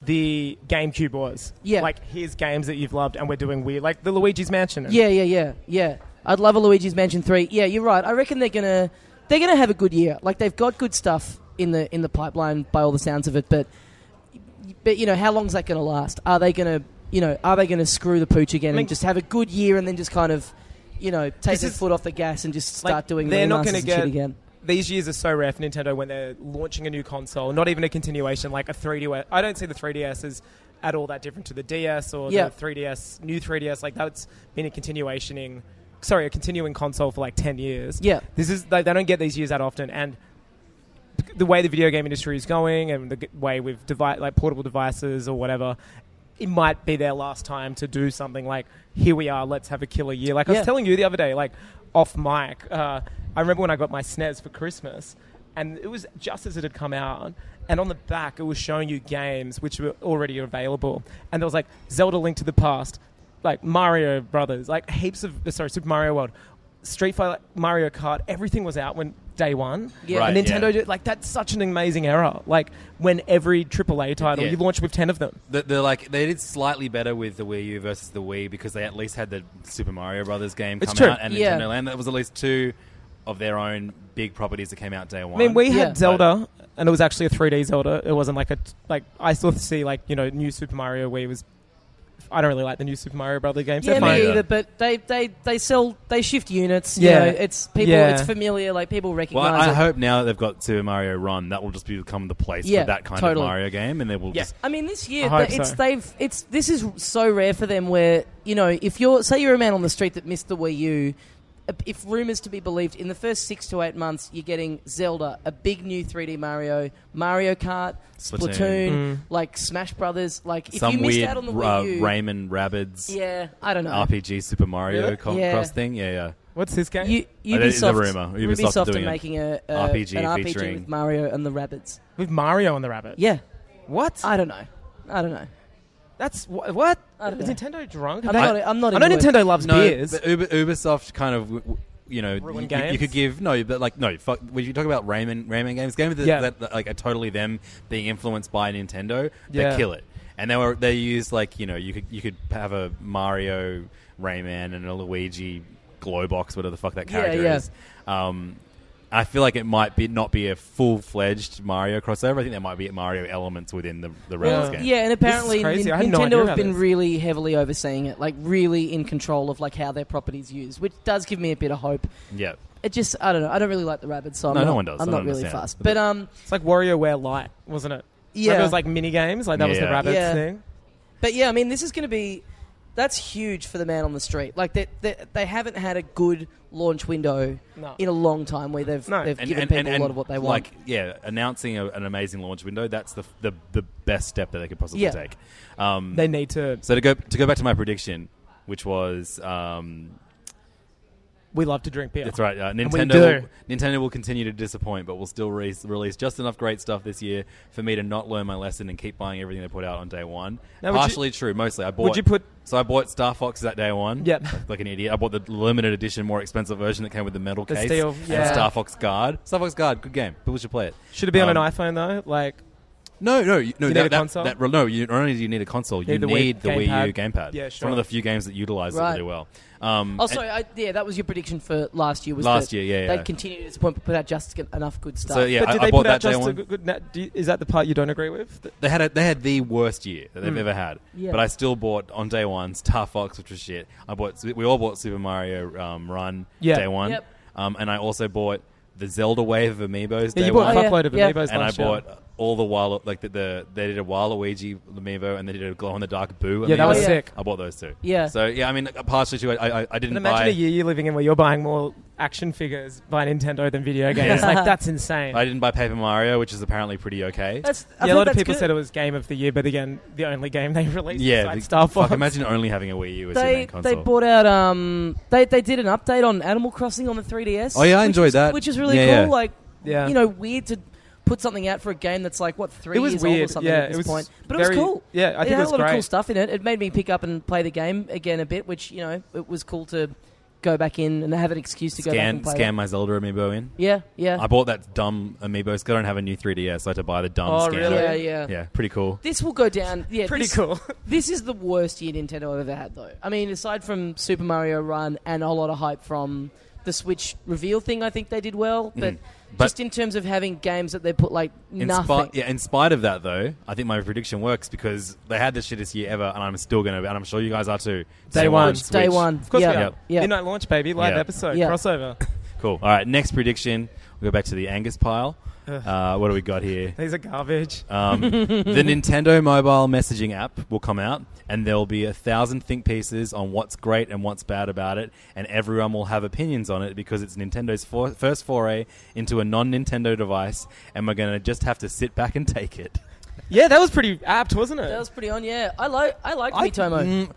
[SPEAKER 6] the GameCube was.
[SPEAKER 5] Yeah.
[SPEAKER 6] Like, here's games that you've loved and we're doing weird. Like the Luigi's Mansion. and-
[SPEAKER 5] yeah, yeah, yeah, yeah. I'd love a Luigi's Mansion three. Yeah, you're right. I reckon they're gonna they're gonna have a good year. Like they've got good stuff in the in the pipeline by all the sounds of it. But but you know how long's that gonna last? Are they gonna you know are they gonna screw the pooch again
[SPEAKER 6] I mean-
[SPEAKER 5] and just have a good year and then just kind of you know take
[SPEAKER 6] This
[SPEAKER 5] their
[SPEAKER 6] is-
[SPEAKER 5] foot off the gas and just
[SPEAKER 6] Like,
[SPEAKER 5] start doing
[SPEAKER 6] they're not
[SPEAKER 5] remasters
[SPEAKER 6] gonna
[SPEAKER 5] and
[SPEAKER 6] get-
[SPEAKER 5] shit again?
[SPEAKER 6] These years are so rare for Nintendo when they're launching a new console, not even a continuation, like a 3DS. I don't see the 3DS as at all that different to the DS or
[SPEAKER 5] Yeah.
[SPEAKER 6] the 3DS, new 3DS. Like, that's been a continuationing, sorry, a continuing console for like 10 years.
[SPEAKER 5] Yeah.
[SPEAKER 6] This is, like, they don't get these years that often. And the way the video game industry is going and the g- way we've devi- like portable devices or whatever, it might be their last time to do something like here we are, let's have a killer year. Like I
[SPEAKER 5] Yeah.
[SPEAKER 6] was telling you the other day, like off mic, uh, I remember when I got my SNES for Christmas, and it was just as it had come out. And on the back, it was showing you games which were already available, and there was like Zelda: Link to the Past, like Mario Brothers, like heaps of uh, sorry Super Mario World, Street Fighter, Mario Kart. Everything was out when day one.
[SPEAKER 5] Yeah.
[SPEAKER 4] Right,
[SPEAKER 6] and Nintendo
[SPEAKER 4] yeah.
[SPEAKER 6] did- like that's such an amazing error. Like when every AAA title
[SPEAKER 4] Yeah.
[SPEAKER 6] you launch with ten of them.
[SPEAKER 4] The- They're like they did slightly better with the Wii U versus the Wii because they at least had the Super Mario Brothers game
[SPEAKER 6] It's
[SPEAKER 4] come
[SPEAKER 6] true.
[SPEAKER 4] out and
[SPEAKER 5] Yeah.
[SPEAKER 4] Nintendo Land. That was at least two of their own big properties that came out day one.
[SPEAKER 6] I mean, we
[SPEAKER 5] Yeah.
[SPEAKER 6] had Zelda, and it was actually a 3D Zelda. It wasn't like a like I still see like you know new Super Mario where it was. I don't really like the new Super Mario Brother games.
[SPEAKER 5] Yeah,
[SPEAKER 6] They're
[SPEAKER 5] me
[SPEAKER 6] fine.
[SPEAKER 4] Yeah.
[SPEAKER 5] either. But they, they, they sell they shift units.
[SPEAKER 6] Yeah.
[SPEAKER 5] you know, it's people.
[SPEAKER 6] Yeah.
[SPEAKER 5] It's familiar. Like people recognize.
[SPEAKER 4] Well, I
[SPEAKER 5] it.
[SPEAKER 4] hope now that they've got Super Mario Run, that will just become the place
[SPEAKER 5] Yeah,
[SPEAKER 4] for that kind
[SPEAKER 5] totally.
[SPEAKER 4] of Mario game, and they will just
[SPEAKER 5] I mean, this year
[SPEAKER 6] I hope
[SPEAKER 5] th- it's
[SPEAKER 6] so.
[SPEAKER 5] they've it's this is so rare for them. Where you know, if you're say you're a man on the street that missed the Wii U, uh, if rumors to be believed, in the first six to eight months, you're getting Zelda, a big new 3D Mario, Mario Kart, Splatoon,
[SPEAKER 4] Splatoon.
[SPEAKER 6] Mm.
[SPEAKER 5] like Smash Brothers. Like if you
[SPEAKER 4] some
[SPEAKER 5] missed
[SPEAKER 4] weird
[SPEAKER 5] out on the
[SPEAKER 4] uh,
[SPEAKER 5] Wii U,
[SPEAKER 4] Raymond Rabbids
[SPEAKER 5] yeah, I don't know.
[SPEAKER 4] RPG Super Mario
[SPEAKER 6] Really?
[SPEAKER 4] co-
[SPEAKER 5] Yeah.
[SPEAKER 4] cross thing. Yeah, yeah.
[SPEAKER 6] What's this game?
[SPEAKER 5] U-
[SPEAKER 4] Oh, that is a
[SPEAKER 5] Ubisoft,
[SPEAKER 4] rumor. Ubisoft
[SPEAKER 5] Ubisoft,
[SPEAKER 4] doing
[SPEAKER 5] are
[SPEAKER 4] it.
[SPEAKER 5] making a, a
[SPEAKER 4] RPG
[SPEAKER 5] an RPG
[SPEAKER 4] featuring-
[SPEAKER 5] with Mario and the rabbits.
[SPEAKER 6] with Mario and the Rabbit.
[SPEAKER 5] Yeah,
[SPEAKER 6] What?
[SPEAKER 5] I don't know. I don't know.
[SPEAKER 6] That's wha- what?
[SPEAKER 5] I don't
[SPEAKER 6] Is
[SPEAKER 5] know.
[SPEAKER 6] Nintendo drunk?
[SPEAKER 5] I'm
[SPEAKER 6] They-
[SPEAKER 5] not- I'm not
[SPEAKER 6] I know
[SPEAKER 5] into it.
[SPEAKER 6] Nintendo loves
[SPEAKER 4] No,
[SPEAKER 6] beers.
[SPEAKER 4] but Ubi- Ubisoft kind of. w- w- you know, you,
[SPEAKER 6] Ruin
[SPEAKER 4] you- you
[SPEAKER 6] games?
[SPEAKER 4] could give no, but like no, fuck. When you talk about Rayman, Rayman games, games that,
[SPEAKER 6] Yeah.
[SPEAKER 4] that, that, like are totally them being influenced by Nintendo, they
[SPEAKER 6] Yeah.
[SPEAKER 4] kill it. And they were they used like you know you could you could have a Mario Rayman and a Luigi Glowbox, whatever the fuck that
[SPEAKER 5] Yeah,
[SPEAKER 4] character
[SPEAKER 5] yeah.
[SPEAKER 4] is. Um, I feel like it might be not be a full fledged Mario crossover. I think there might be Mario elements within the the Rails game.
[SPEAKER 5] Yeah, and apparently
[SPEAKER 6] crazy.
[SPEAKER 5] Nin-
[SPEAKER 6] I had no
[SPEAKER 5] Nintendo
[SPEAKER 6] idea
[SPEAKER 5] have
[SPEAKER 6] about
[SPEAKER 5] been
[SPEAKER 6] this.
[SPEAKER 5] really heavily overseeing it, like really in control of like how their properties used, which does give me a bit of hope.
[SPEAKER 4] yeah.
[SPEAKER 5] It just I don't know. I don't really like the rabbits, so I'm
[SPEAKER 4] No,
[SPEAKER 5] not,
[SPEAKER 4] no one does.
[SPEAKER 5] I'm
[SPEAKER 4] I
[SPEAKER 5] not
[SPEAKER 4] don't
[SPEAKER 5] really
[SPEAKER 4] understand.
[SPEAKER 5] fast. But um,
[SPEAKER 6] It's like WarioWare Light, wasn't it?
[SPEAKER 5] Yeah.
[SPEAKER 6] Remember it was like mini games. Like that was the
[SPEAKER 4] Yeah.
[SPEAKER 6] rabbits
[SPEAKER 5] Yeah.
[SPEAKER 6] thing.
[SPEAKER 5] But yeah, I mean, this is going to be that's huge for the man on the street. Like they they, they haven't had a good launch window
[SPEAKER 6] No.
[SPEAKER 5] in a long time where they've
[SPEAKER 6] No.
[SPEAKER 5] they've given people a lot of what they want.
[SPEAKER 4] Like, yeah, announcing a, an amazing launch window, that's the, the, the best step that they could possibly
[SPEAKER 5] Yeah.
[SPEAKER 4] take. Um,
[SPEAKER 6] They need to.
[SPEAKER 4] so to go, to go back to my prediction, which was, um,
[SPEAKER 6] We love to drink beer.
[SPEAKER 4] that's right, uh,
[SPEAKER 6] we
[SPEAKER 4] Nintendo,
[SPEAKER 6] do.
[SPEAKER 4] will, Nintendo will continue to disappoint, but will still re- release just enough great stuff this year for me to not learn my lesson and keep buying everything they put out on day one.
[SPEAKER 6] Now, would you-
[SPEAKER 4] Partially true, mostly. I bought,
[SPEAKER 6] you put-
[SPEAKER 4] so I bought Star Fox that day one.
[SPEAKER 6] Yep.
[SPEAKER 4] Like, like an idiot. I bought the limited edition, more expensive version that came with the metal
[SPEAKER 6] The
[SPEAKER 4] case
[SPEAKER 6] steel-
[SPEAKER 4] and
[SPEAKER 6] yeah.
[SPEAKER 4] Star Fox Guard. Star Fox Guard, good game. People should play it.
[SPEAKER 6] Should it be on
[SPEAKER 4] Um,
[SPEAKER 6] an iPhone though? Like
[SPEAKER 4] No, no, you, no.
[SPEAKER 6] You
[SPEAKER 4] that,
[SPEAKER 6] need a
[SPEAKER 4] that-
[SPEAKER 6] console?
[SPEAKER 4] that- no, you, not only do you need a console, you need
[SPEAKER 6] Need
[SPEAKER 4] the,
[SPEAKER 6] the
[SPEAKER 4] Wii,
[SPEAKER 6] Wii
[SPEAKER 4] U
[SPEAKER 6] gamepad.
[SPEAKER 4] gamepad.
[SPEAKER 6] Yeah,
[SPEAKER 4] It's one of
[SPEAKER 6] sure.
[SPEAKER 4] the few games that utilizes it
[SPEAKER 5] Right.
[SPEAKER 4] really well. Um,
[SPEAKER 5] Oh,
[SPEAKER 4] and-
[SPEAKER 5] sorry. I, yeah, that was your prediction for last year. Was
[SPEAKER 4] Last
[SPEAKER 5] that
[SPEAKER 4] year, yeah, yeah.
[SPEAKER 5] They'd continue to disappoint, but put out just enough good stuff.
[SPEAKER 4] so yeah,
[SPEAKER 6] But did
[SPEAKER 4] I, I
[SPEAKER 6] they
[SPEAKER 4] bought
[SPEAKER 6] put out
[SPEAKER 4] that day
[SPEAKER 6] just a
[SPEAKER 4] one.
[SPEAKER 6] good? good na- do you- is that the part you don't agree with? Th-
[SPEAKER 4] They had a, they had the worst year that they've
[SPEAKER 6] Hmm.
[SPEAKER 4] ever had.
[SPEAKER 5] Yeah.
[SPEAKER 4] But I still bought on day one Star Fox, which was shit. I bought we all bought Super Mario um, Run
[SPEAKER 6] Yeah.
[SPEAKER 4] day one,
[SPEAKER 5] Yep.
[SPEAKER 4] um, and I also bought the Zelda Wave of Amiibos.
[SPEAKER 6] Yeah,
[SPEAKER 4] day
[SPEAKER 6] you bought
[SPEAKER 4] one.
[SPEAKER 6] a fuckload
[SPEAKER 5] Yeah.
[SPEAKER 6] of amiibos
[SPEAKER 4] and I
[SPEAKER 6] last year.
[SPEAKER 4] bought all the Walu- like the, the they did a Waluigi amiibo and they did a glow in the dark Boo.
[SPEAKER 6] Yeah, that
[SPEAKER 4] amiibo.
[SPEAKER 6] was
[SPEAKER 5] Yeah.
[SPEAKER 6] sick.
[SPEAKER 4] I bought those two.
[SPEAKER 5] Yeah.
[SPEAKER 4] So yeah, I mean, partially too. I I, I didn't
[SPEAKER 6] And
[SPEAKER 4] buy.
[SPEAKER 6] imagine a year you're living in where you're buying more action figures by Nintendo than video games.
[SPEAKER 4] Yeah.
[SPEAKER 6] Like that's insane.
[SPEAKER 4] I didn't buy Paper Mario, which is apparently pretty okay.
[SPEAKER 5] that's, I
[SPEAKER 6] yeah,
[SPEAKER 5] thought
[SPEAKER 6] a lot of
[SPEAKER 5] that's
[SPEAKER 6] people
[SPEAKER 5] good.
[SPEAKER 6] said it was game of the year, but again, the only game they released.
[SPEAKER 4] yeah,
[SPEAKER 6] besides
[SPEAKER 4] the-
[SPEAKER 6] Star Fox.
[SPEAKER 4] Fuck, imagine only having a Wii U as your
[SPEAKER 5] They,
[SPEAKER 4] main console.
[SPEAKER 5] they bought out um they, they did an update on Animal Crossing on the 3DS.
[SPEAKER 4] Oh, yeah, I
[SPEAKER 5] which
[SPEAKER 4] enjoyed
[SPEAKER 5] was-
[SPEAKER 4] that.
[SPEAKER 5] which is really
[SPEAKER 4] Yeah,
[SPEAKER 5] cool.
[SPEAKER 4] yeah.
[SPEAKER 5] Like
[SPEAKER 6] Yeah.
[SPEAKER 5] you know weird to put something out for a game that's like what three
[SPEAKER 6] It was
[SPEAKER 5] years old or
[SPEAKER 6] weird,
[SPEAKER 5] something
[SPEAKER 6] yeah,
[SPEAKER 5] at
[SPEAKER 6] it
[SPEAKER 5] this
[SPEAKER 6] was
[SPEAKER 5] point. But it
[SPEAKER 6] very-
[SPEAKER 5] was cool.
[SPEAKER 6] yeah, I think
[SPEAKER 5] it
[SPEAKER 6] it
[SPEAKER 5] had
[SPEAKER 6] was
[SPEAKER 5] a lot of cool
[SPEAKER 6] great.
[SPEAKER 5] stuff in it. It made me pick up and play the game again a bit, which you know it was cool to go back in and have an excuse to go back
[SPEAKER 4] scan
[SPEAKER 5] and play.
[SPEAKER 4] scan
[SPEAKER 5] it.
[SPEAKER 4] my Zelda amiibo in.
[SPEAKER 5] Yeah, yeah.
[SPEAKER 4] I bought that dumb amiibo because I don't have a new 3DS. So I had to buy the dumb.
[SPEAKER 6] Oh,
[SPEAKER 4] scanner.
[SPEAKER 6] really?
[SPEAKER 5] Yeah, yeah.
[SPEAKER 4] Yeah, pretty cool.
[SPEAKER 5] This will go down. Yeah,
[SPEAKER 6] Pretty
[SPEAKER 5] this-
[SPEAKER 6] cool.
[SPEAKER 5] This is the worst year Nintendo ever had, though. I mean, aside from Super Mario Run and a whole lot of hype from the Switch reveal thing, I think they did well.
[SPEAKER 6] Mm.
[SPEAKER 5] But,
[SPEAKER 4] But-
[SPEAKER 5] just in terms of having games that they put like
[SPEAKER 4] In
[SPEAKER 5] nothing.
[SPEAKER 4] spite, yeah, in spite of that though, I think my prediction works because they had the shittest year ever, and I'm still gonna, and I'm sure you guys are too.
[SPEAKER 6] Day
[SPEAKER 4] So
[SPEAKER 6] one.
[SPEAKER 4] Switch.
[SPEAKER 5] Day one.
[SPEAKER 6] Of course
[SPEAKER 5] yeah.
[SPEAKER 6] we are.
[SPEAKER 4] Yep.
[SPEAKER 5] Yeah.
[SPEAKER 6] Midnight launch, baby. Live
[SPEAKER 4] Yeah.
[SPEAKER 6] episode.
[SPEAKER 5] Yeah.
[SPEAKER 6] Crossover.
[SPEAKER 4] Cool. All right, next prediction. We'll go back to the Angus pile. Uh, what do we got here?
[SPEAKER 6] These are garbage.
[SPEAKER 4] Um, the Nintendo mobile messaging app will come out, and there'll be a thousand think pieces on what's great and what's bad about it, and everyone will have opinions on it because it's Nintendo's for- first foray into a non Nintendo device, and we're going to just have to sit back and take it.
[SPEAKER 6] yeah, that was pretty apt, wasn't it?
[SPEAKER 5] That was pretty on. Yeah, I like I like
[SPEAKER 4] I-
[SPEAKER 5] Mitomo.
[SPEAKER 4] Mm,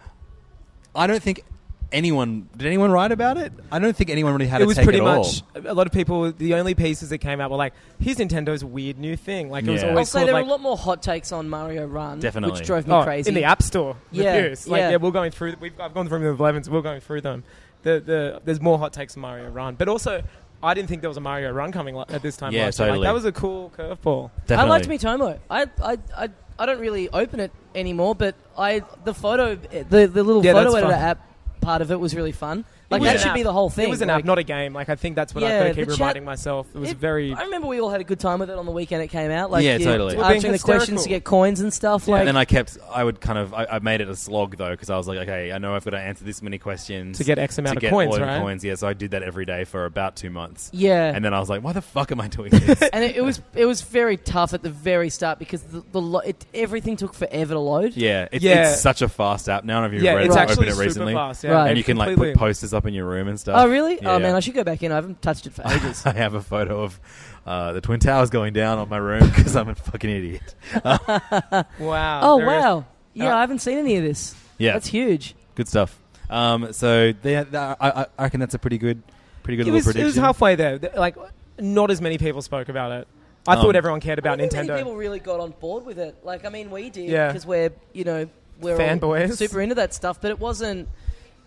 [SPEAKER 4] I don't think anyone did anyone write about it. I don't think anyone really had
[SPEAKER 6] it
[SPEAKER 4] a
[SPEAKER 6] was
[SPEAKER 4] take
[SPEAKER 6] pretty
[SPEAKER 4] at all.
[SPEAKER 6] much a lot of people. The only pieces that came out were like, "Here's Nintendo's weird new thing." Like it was
[SPEAKER 4] Yeah.
[SPEAKER 5] I'll
[SPEAKER 6] always
[SPEAKER 5] say
[SPEAKER 6] called
[SPEAKER 5] there
[SPEAKER 6] like
[SPEAKER 5] were a lot more hot takes on Mario Run,
[SPEAKER 4] Definitely.
[SPEAKER 5] which drove me
[SPEAKER 6] oh,
[SPEAKER 5] crazy.
[SPEAKER 6] in the App Store.
[SPEAKER 5] Yeah,
[SPEAKER 6] reviews. like
[SPEAKER 5] yeah.
[SPEAKER 6] yeah. we're going through. We've I've gone through the eleventh. We're going through them. The, the there's more hot takes on Mario Run, but also I didn't think there was a Mario Run coming li- at this time.
[SPEAKER 4] Yeah,
[SPEAKER 6] last year. Like,
[SPEAKER 4] totally.
[SPEAKER 6] that was a cool curveball.
[SPEAKER 4] Definitely.
[SPEAKER 5] I liked Mitomo. I, I, I, I don't really open it anymore, but I the photo, the, the little
[SPEAKER 6] Yeah,
[SPEAKER 5] photo
[SPEAKER 6] that's
[SPEAKER 5] editor
[SPEAKER 6] fun.
[SPEAKER 5] app part of it was really fun.
[SPEAKER 6] It
[SPEAKER 5] Like
[SPEAKER 6] was
[SPEAKER 5] that
[SPEAKER 6] an
[SPEAKER 5] should
[SPEAKER 6] app.
[SPEAKER 5] be the whole thing.
[SPEAKER 6] It was an
[SPEAKER 5] like,
[SPEAKER 6] app, not a game. Like I think that's what
[SPEAKER 5] Yeah,
[SPEAKER 6] I've got to
[SPEAKER 5] the
[SPEAKER 6] keep
[SPEAKER 5] chat-
[SPEAKER 6] reminding myself. It was
[SPEAKER 5] it-
[SPEAKER 6] very.
[SPEAKER 5] I remember we all had a good time with it on the weekend it came out. Like
[SPEAKER 4] Yeah,
[SPEAKER 5] you
[SPEAKER 4] totally. We're
[SPEAKER 6] being
[SPEAKER 5] Answering the questions
[SPEAKER 6] hysterical.
[SPEAKER 5] to get coins and stuff. Like
[SPEAKER 4] and then I kept, I would kind of, I, I made it a slog though, because I was like, okay, I know I've got to answer this many questions
[SPEAKER 6] To get X amount
[SPEAKER 4] to
[SPEAKER 6] of
[SPEAKER 4] get
[SPEAKER 6] coins,
[SPEAKER 4] all the
[SPEAKER 6] right?
[SPEAKER 4] Coins, yeah. So I did that every day for about two months.
[SPEAKER 5] yeah,
[SPEAKER 4] And then I was like, why the fuck am I doing this?
[SPEAKER 5] and it, it was it was very tough at the very start because the, the lo- it, everything took forever to load.
[SPEAKER 4] yeah, it's,
[SPEAKER 6] Yeah.
[SPEAKER 4] it's such a fast app now. I don't know if you've
[SPEAKER 6] yeah,
[SPEAKER 4] read
[SPEAKER 6] it's
[SPEAKER 4] it,
[SPEAKER 6] actually
[SPEAKER 4] opened it
[SPEAKER 6] super
[SPEAKER 4] recently,
[SPEAKER 6] fast. Yeah,
[SPEAKER 5] Right.
[SPEAKER 4] and you can like
[SPEAKER 6] completely.
[SPEAKER 4] put posters up in your room and stuff.
[SPEAKER 5] Oh really?
[SPEAKER 4] Yeah.
[SPEAKER 5] Oh man, I should go back in. I haven't touched it for ages.
[SPEAKER 4] I have a photo of uh, the twin towers going down on my room because I'm a fucking idiot.
[SPEAKER 6] Wow.
[SPEAKER 5] oh
[SPEAKER 6] there is-
[SPEAKER 5] wow. Yeah,
[SPEAKER 6] Uh,
[SPEAKER 5] I haven't seen any of this.
[SPEAKER 4] Yeah.
[SPEAKER 5] that's huge.
[SPEAKER 4] Good stuff. Um, so they, they, I, I- I reckon that's a pretty good, pretty good
[SPEAKER 6] It
[SPEAKER 4] little
[SPEAKER 6] was, it
[SPEAKER 4] prediction.
[SPEAKER 6] was halfway there. Th- Like, not as many people spoke about it. I
[SPEAKER 4] Um,
[SPEAKER 6] thought everyone cared about
[SPEAKER 5] I don't think
[SPEAKER 6] Nintendo.
[SPEAKER 5] Many people really got on board with it. Like, I mean, we did
[SPEAKER 6] Yeah.
[SPEAKER 5] because we're you know we're all
[SPEAKER 6] Fanboys.
[SPEAKER 5] super into that stuff. But it wasn't.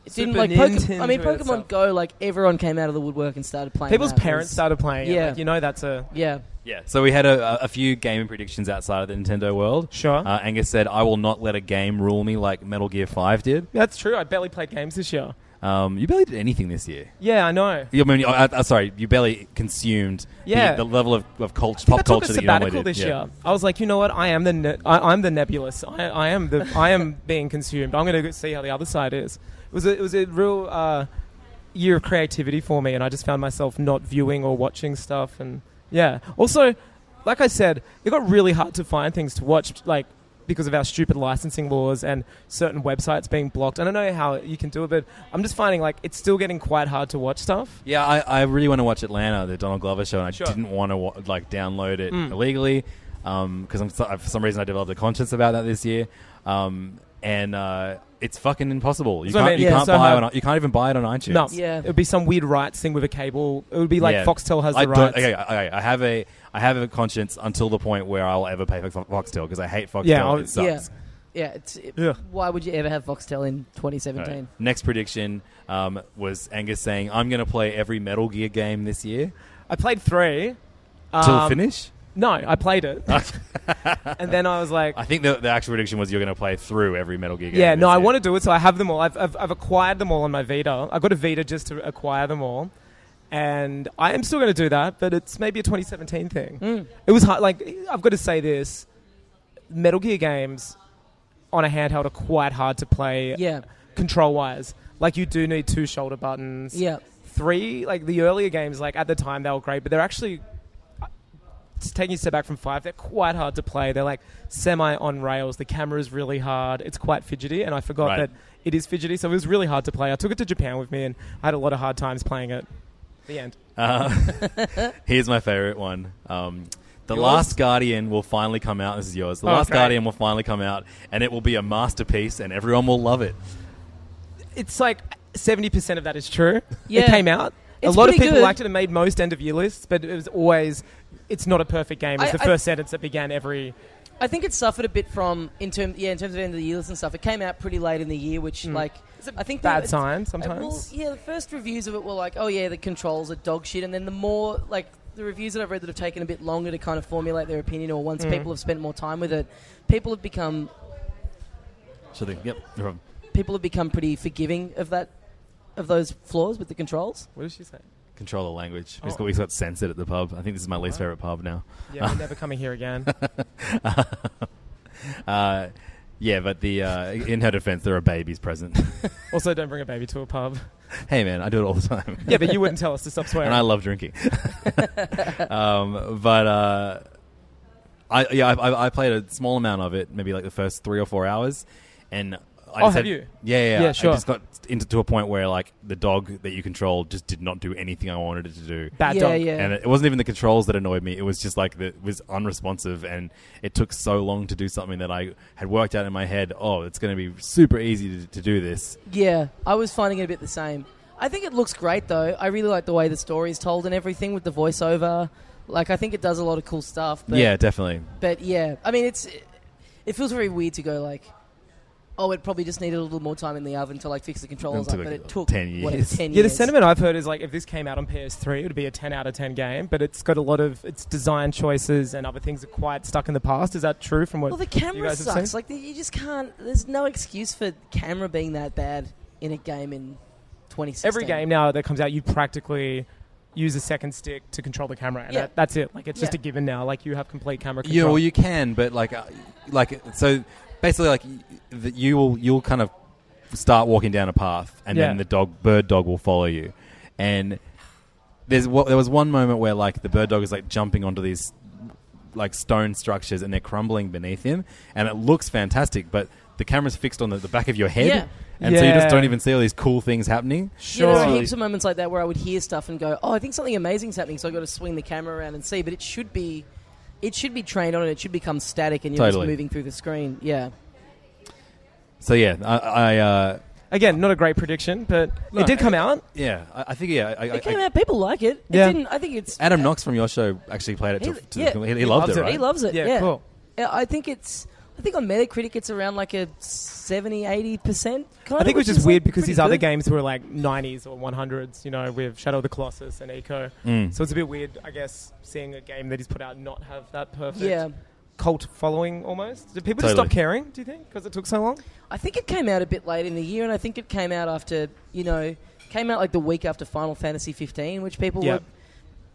[SPEAKER 5] It didn't
[SPEAKER 6] Super
[SPEAKER 5] like Pokemon.
[SPEAKER 6] Nintendo
[SPEAKER 5] I mean, Pokemon
[SPEAKER 6] itself.
[SPEAKER 5] Go. Like everyone came out of the woodwork and started playing.
[SPEAKER 6] People's
[SPEAKER 5] that. It
[SPEAKER 6] parents
[SPEAKER 5] was-
[SPEAKER 6] started playing. Yeah,
[SPEAKER 5] Yeah,
[SPEAKER 6] like, you know that's a
[SPEAKER 5] yeah.
[SPEAKER 4] Yeah. So we had a, a- a few gaming predictions outside of the Nintendo world.
[SPEAKER 6] Sure.
[SPEAKER 4] Uh, Angus said, "I will not let a game rule me like Metal Gear Five did."
[SPEAKER 6] that's true. I barely played games this year.
[SPEAKER 4] Um, you barely did anything this year.
[SPEAKER 6] Yeah, I know.
[SPEAKER 4] You, I mean, I, I, sorry, you barely consumed the-
[SPEAKER 6] Yeah.
[SPEAKER 4] the, level of, of culture,
[SPEAKER 6] I
[SPEAKER 4] pop
[SPEAKER 6] took a
[SPEAKER 4] culture that you normally
[SPEAKER 6] sabbatical
[SPEAKER 4] did.
[SPEAKER 6] this
[SPEAKER 4] Yeah.
[SPEAKER 6] year. I was like, you know what? I am the ne- I, I'm the nebulous. I, I am the I am being consumed. I'm going to see how the other side is. It was a, it was a real uh, year of creativity for me, and I just found myself not viewing or watching stuff. And yeah, also, like I said, it got really hard to find things to watch, like because of our stupid licensing laws and certain websites being blocked. I don't know how you can do it, but I'm just finding like it's still getting quite hard to watch stuff.
[SPEAKER 4] Yeah, I, I really want to watch Atlanta, the Donald Glover show, and I
[SPEAKER 6] Sure.
[SPEAKER 4] didn't want to wa- like download it
[SPEAKER 6] Mm.
[SPEAKER 4] illegally because I'm so, for some reason I developed a conscience about that this year, um, and uh, it's fucking impossible. You
[SPEAKER 6] That's what
[SPEAKER 4] can't,
[SPEAKER 6] I mean.
[SPEAKER 4] you
[SPEAKER 6] Yeah,
[SPEAKER 4] can't
[SPEAKER 6] so
[SPEAKER 4] buy it
[SPEAKER 6] hard.
[SPEAKER 4] on, you can't even buy it on iTunes.
[SPEAKER 6] No,
[SPEAKER 5] Yeah.
[SPEAKER 6] it would be some weird rights thing with a cable. It would be like
[SPEAKER 4] Yeah.
[SPEAKER 6] Foxtel has
[SPEAKER 4] I
[SPEAKER 6] the rights.
[SPEAKER 4] okay, okay, I have a I have a conscience until the point where I'll ever pay for Fo- Foxtel because I hate Foxtel.
[SPEAKER 6] Yeah, I'll-
[SPEAKER 4] it sucks.
[SPEAKER 5] Yeah. Yeah, it's, it-
[SPEAKER 6] Yeah.
[SPEAKER 5] Why would you ever have Voxtel in 2017?
[SPEAKER 4] Alright. Next prediction um, was Angus saying, "I'm going to play every Metal Gear game this year
[SPEAKER 6] I played three.
[SPEAKER 4] till
[SPEAKER 6] Um,
[SPEAKER 4] finish."
[SPEAKER 6] No, I played it. and then I was like,
[SPEAKER 4] I think the, the actual prediction was you're going to play through every Metal Gear game.
[SPEAKER 6] yeah, no,
[SPEAKER 4] this
[SPEAKER 6] I
[SPEAKER 4] year.
[SPEAKER 6] want to do it, so I have them all. I've, I've, I've acquired them all on my Vita. I got a Vita just to acquire them all. And I am still going to do that, but it's maybe a 2017 thing.
[SPEAKER 5] Mm.
[SPEAKER 6] It was hard. Like, I've got to say this Metal Gear games on a handheld are quite hard to play
[SPEAKER 5] Yeah,
[SPEAKER 6] control wise. Like, you do need two shoulder buttons.
[SPEAKER 5] yeah.
[SPEAKER 6] three like the earlier games like at the time they were great but they're actually it's taking a step back from five they're quite hard to play they're like semi on rails the camera is really hard it's quite fidgety and i forgot
[SPEAKER 4] Right.
[SPEAKER 6] that it is fidgety so it was really hard to play i took it to japan with me and i had a lot of hard times playing it the end
[SPEAKER 4] Uh, here's my favorite one. Um, the
[SPEAKER 6] Yours?
[SPEAKER 4] Last Guardian will finally come out. This is yours. The
[SPEAKER 6] Oh,
[SPEAKER 4] Last
[SPEAKER 6] great.
[SPEAKER 4] Guardian will finally come out, and it will be a masterpiece, and everyone will love it.
[SPEAKER 6] it's like 70% of that is true it
[SPEAKER 5] Yeah.
[SPEAKER 6] came out
[SPEAKER 5] It's
[SPEAKER 6] a lot of
[SPEAKER 5] pretty
[SPEAKER 6] people
[SPEAKER 5] good.
[SPEAKER 6] liked it and made most end of year lists but it was always it's not a perfect game
[SPEAKER 5] I-
[SPEAKER 6] it's the
[SPEAKER 5] I-
[SPEAKER 6] first sentence that began every
[SPEAKER 5] I think it suffered a bit from in terms yeah in terms of end of the year lists and stuff. It came out pretty late in the year, which like I think
[SPEAKER 6] Hmm. bad
[SPEAKER 5] that-
[SPEAKER 6] sign
[SPEAKER 5] Uh,
[SPEAKER 6] sometimes
[SPEAKER 5] Well, yeah, the first reviews of it were like, oh yeah, the controls are dog shit, and then the more like the reviews that I've read that have taken a bit longer to kind of formulate their opinion, or once people have spent more time with it, people have become
[SPEAKER 4] Sure thing. Yep. No problem.
[SPEAKER 5] people have become pretty forgiving of that of those flaws with the controls.
[SPEAKER 6] what did she say
[SPEAKER 4] Controller language. We, just
[SPEAKER 6] Oh.
[SPEAKER 4] got, we just got censored at the pub. I think this is my least favorite pub now.
[SPEAKER 6] yeah we're never coming here again
[SPEAKER 4] Uh, yeah, but the uh, in her defense, there are babies present.
[SPEAKER 6] Also, don't bring a baby to a pub.
[SPEAKER 4] hey, man, I do it all the time.
[SPEAKER 6] Yeah, but you wouldn't tell us to stop swearing.
[SPEAKER 4] and I love drinking. um, but uh, I yeah, I- I, I played a small amount of it, maybe like the first three or four hours, and.
[SPEAKER 6] Oh,
[SPEAKER 4] I just
[SPEAKER 6] have
[SPEAKER 4] had-
[SPEAKER 6] you?
[SPEAKER 4] Yeah, yeah,
[SPEAKER 6] Yeah,
[SPEAKER 4] I-
[SPEAKER 6] sure.
[SPEAKER 4] I just got into to a point where like the dog that you control just did not do anything I wanted it to do.
[SPEAKER 6] Bad
[SPEAKER 5] yeah,
[SPEAKER 6] dog.
[SPEAKER 5] yeah.
[SPEAKER 4] And it wasn't even the controls that annoyed me. It was just like the, it was unresponsive, and it took so long to do something that I had worked out in my head. Oh, it's going to be super easy to, to do this.
[SPEAKER 5] Yeah, I was finding it a bit the same. I think it looks great though. I really like the way the story is told and everything with the voiceover. Like, I think it does a lot of cool stuff. But,
[SPEAKER 4] yeah, definitely.
[SPEAKER 5] But yeah, I mean, it's it feels very weird to go like, oh, it probably just needed a little more time in the oven to like fix the controls
[SPEAKER 4] It took
[SPEAKER 5] up, but
[SPEAKER 4] like
[SPEAKER 5] it took
[SPEAKER 4] 10
[SPEAKER 5] whatever,
[SPEAKER 4] years.
[SPEAKER 5] ten
[SPEAKER 6] Yeah, the
[SPEAKER 5] years.
[SPEAKER 6] sentiment I've heard is like if this came out on PS3, it would be a 10 out of 10 game, but it's got a lot of its design choices and other things are quite stuck in the past. Is that true from what
[SPEAKER 5] Well, the
[SPEAKER 6] you
[SPEAKER 5] camera
[SPEAKER 6] guys have
[SPEAKER 5] sucks.
[SPEAKER 6] seen?
[SPEAKER 5] Like, the, you just can't. There's no excuse for camera being that bad in a game in 2016.
[SPEAKER 6] Every game now that comes out, you practically use a second stick to control the camera, and
[SPEAKER 5] Yeah.
[SPEAKER 6] that, that's it. Like it's just
[SPEAKER 5] Yeah.
[SPEAKER 6] a given now. Like you have complete camera
[SPEAKER 4] Yeah,
[SPEAKER 6] control.
[SPEAKER 4] well, you can, but like, uh, like so basically, like y- the, you will you'll kind of start walking down a path, and
[SPEAKER 6] Yeah.
[SPEAKER 4] then the dog bird dog will follow you, and there's wa- there was one moment where like the bird dog is like jumping onto these like stone structures and they're crumbling beneath him, and it looks fantastic, but the camera's fixed on the, the back of your head,
[SPEAKER 5] Yeah.
[SPEAKER 4] and so you just
[SPEAKER 6] Yeah.
[SPEAKER 4] don't even see all these cool things happening.
[SPEAKER 5] You know, there were
[SPEAKER 6] Surely.
[SPEAKER 5] heaps of moments like that where I would hear stuff and go, "Oh, I think something amazing's happening," so I got to swing the camera around and see. But it should be, it should be trained on, and it should become static, and you're
[SPEAKER 4] Totally.
[SPEAKER 5] just moving through the screen. Yeah,
[SPEAKER 4] So yeah, I, I uh,
[SPEAKER 6] Again, not a great prediction, but
[SPEAKER 4] No.
[SPEAKER 6] it did come out.
[SPEAKER 4] yeah, I, I think yeah, I, I,
[SPEAKER 5] it came
[SPEAKER 4] I-
[SPEAKER 5] out. People like it.
[SPEAKER 6] Yeah.
[SPEAKER 5] It didn't. I think it's.
[SPEAKER 4] Adam Knox from your show actually played it. To,
[SPEAKER 5] He-
[SPEAKER 4] to
[SPEAKER 5] yeah,
[SPEAKER 4] the, he,
[SPEAKER 5] he
[SPEAKER 4] loved
[SPEAKER 6] loves
[SPEAKER 4] it,
[SPEAKER 6] it.
[SPEAKER 4] right?
[SPEAKER 5] He loves it.
[SPEAKER 6] Yeah,
[SPEAKER 5] Yeah,
[SPEAKER 6] cool.
[SPEAKER 5] Yeah, I think it's. I think on Metacritic it's around like a 70, 80 percent.
[SPEAKER 6] I think it was just weird because his other games were like 90s or 100s, you know, with Shadow of the Colossus and Eco.
[SPEAKER 4] Mm.
[SPEAKER 6] So it's a bit weird, I guess, seeing a game that he's put out not have that perfect
[SPEAKER 5] Yeah.
[SPEAKER 6] cult following almost. Did people just
[SPEAKER 4] Totally.
[SPEAKER 6] stop caring, do you think? Because it took so long?
[SPEAKER 5] I think it came out a bit late in the year, and I think it came out after you know, came out like the week after Final Fantasy 15, which people
[SPEAKER 6] Yeah.
[SPEAKER 5] were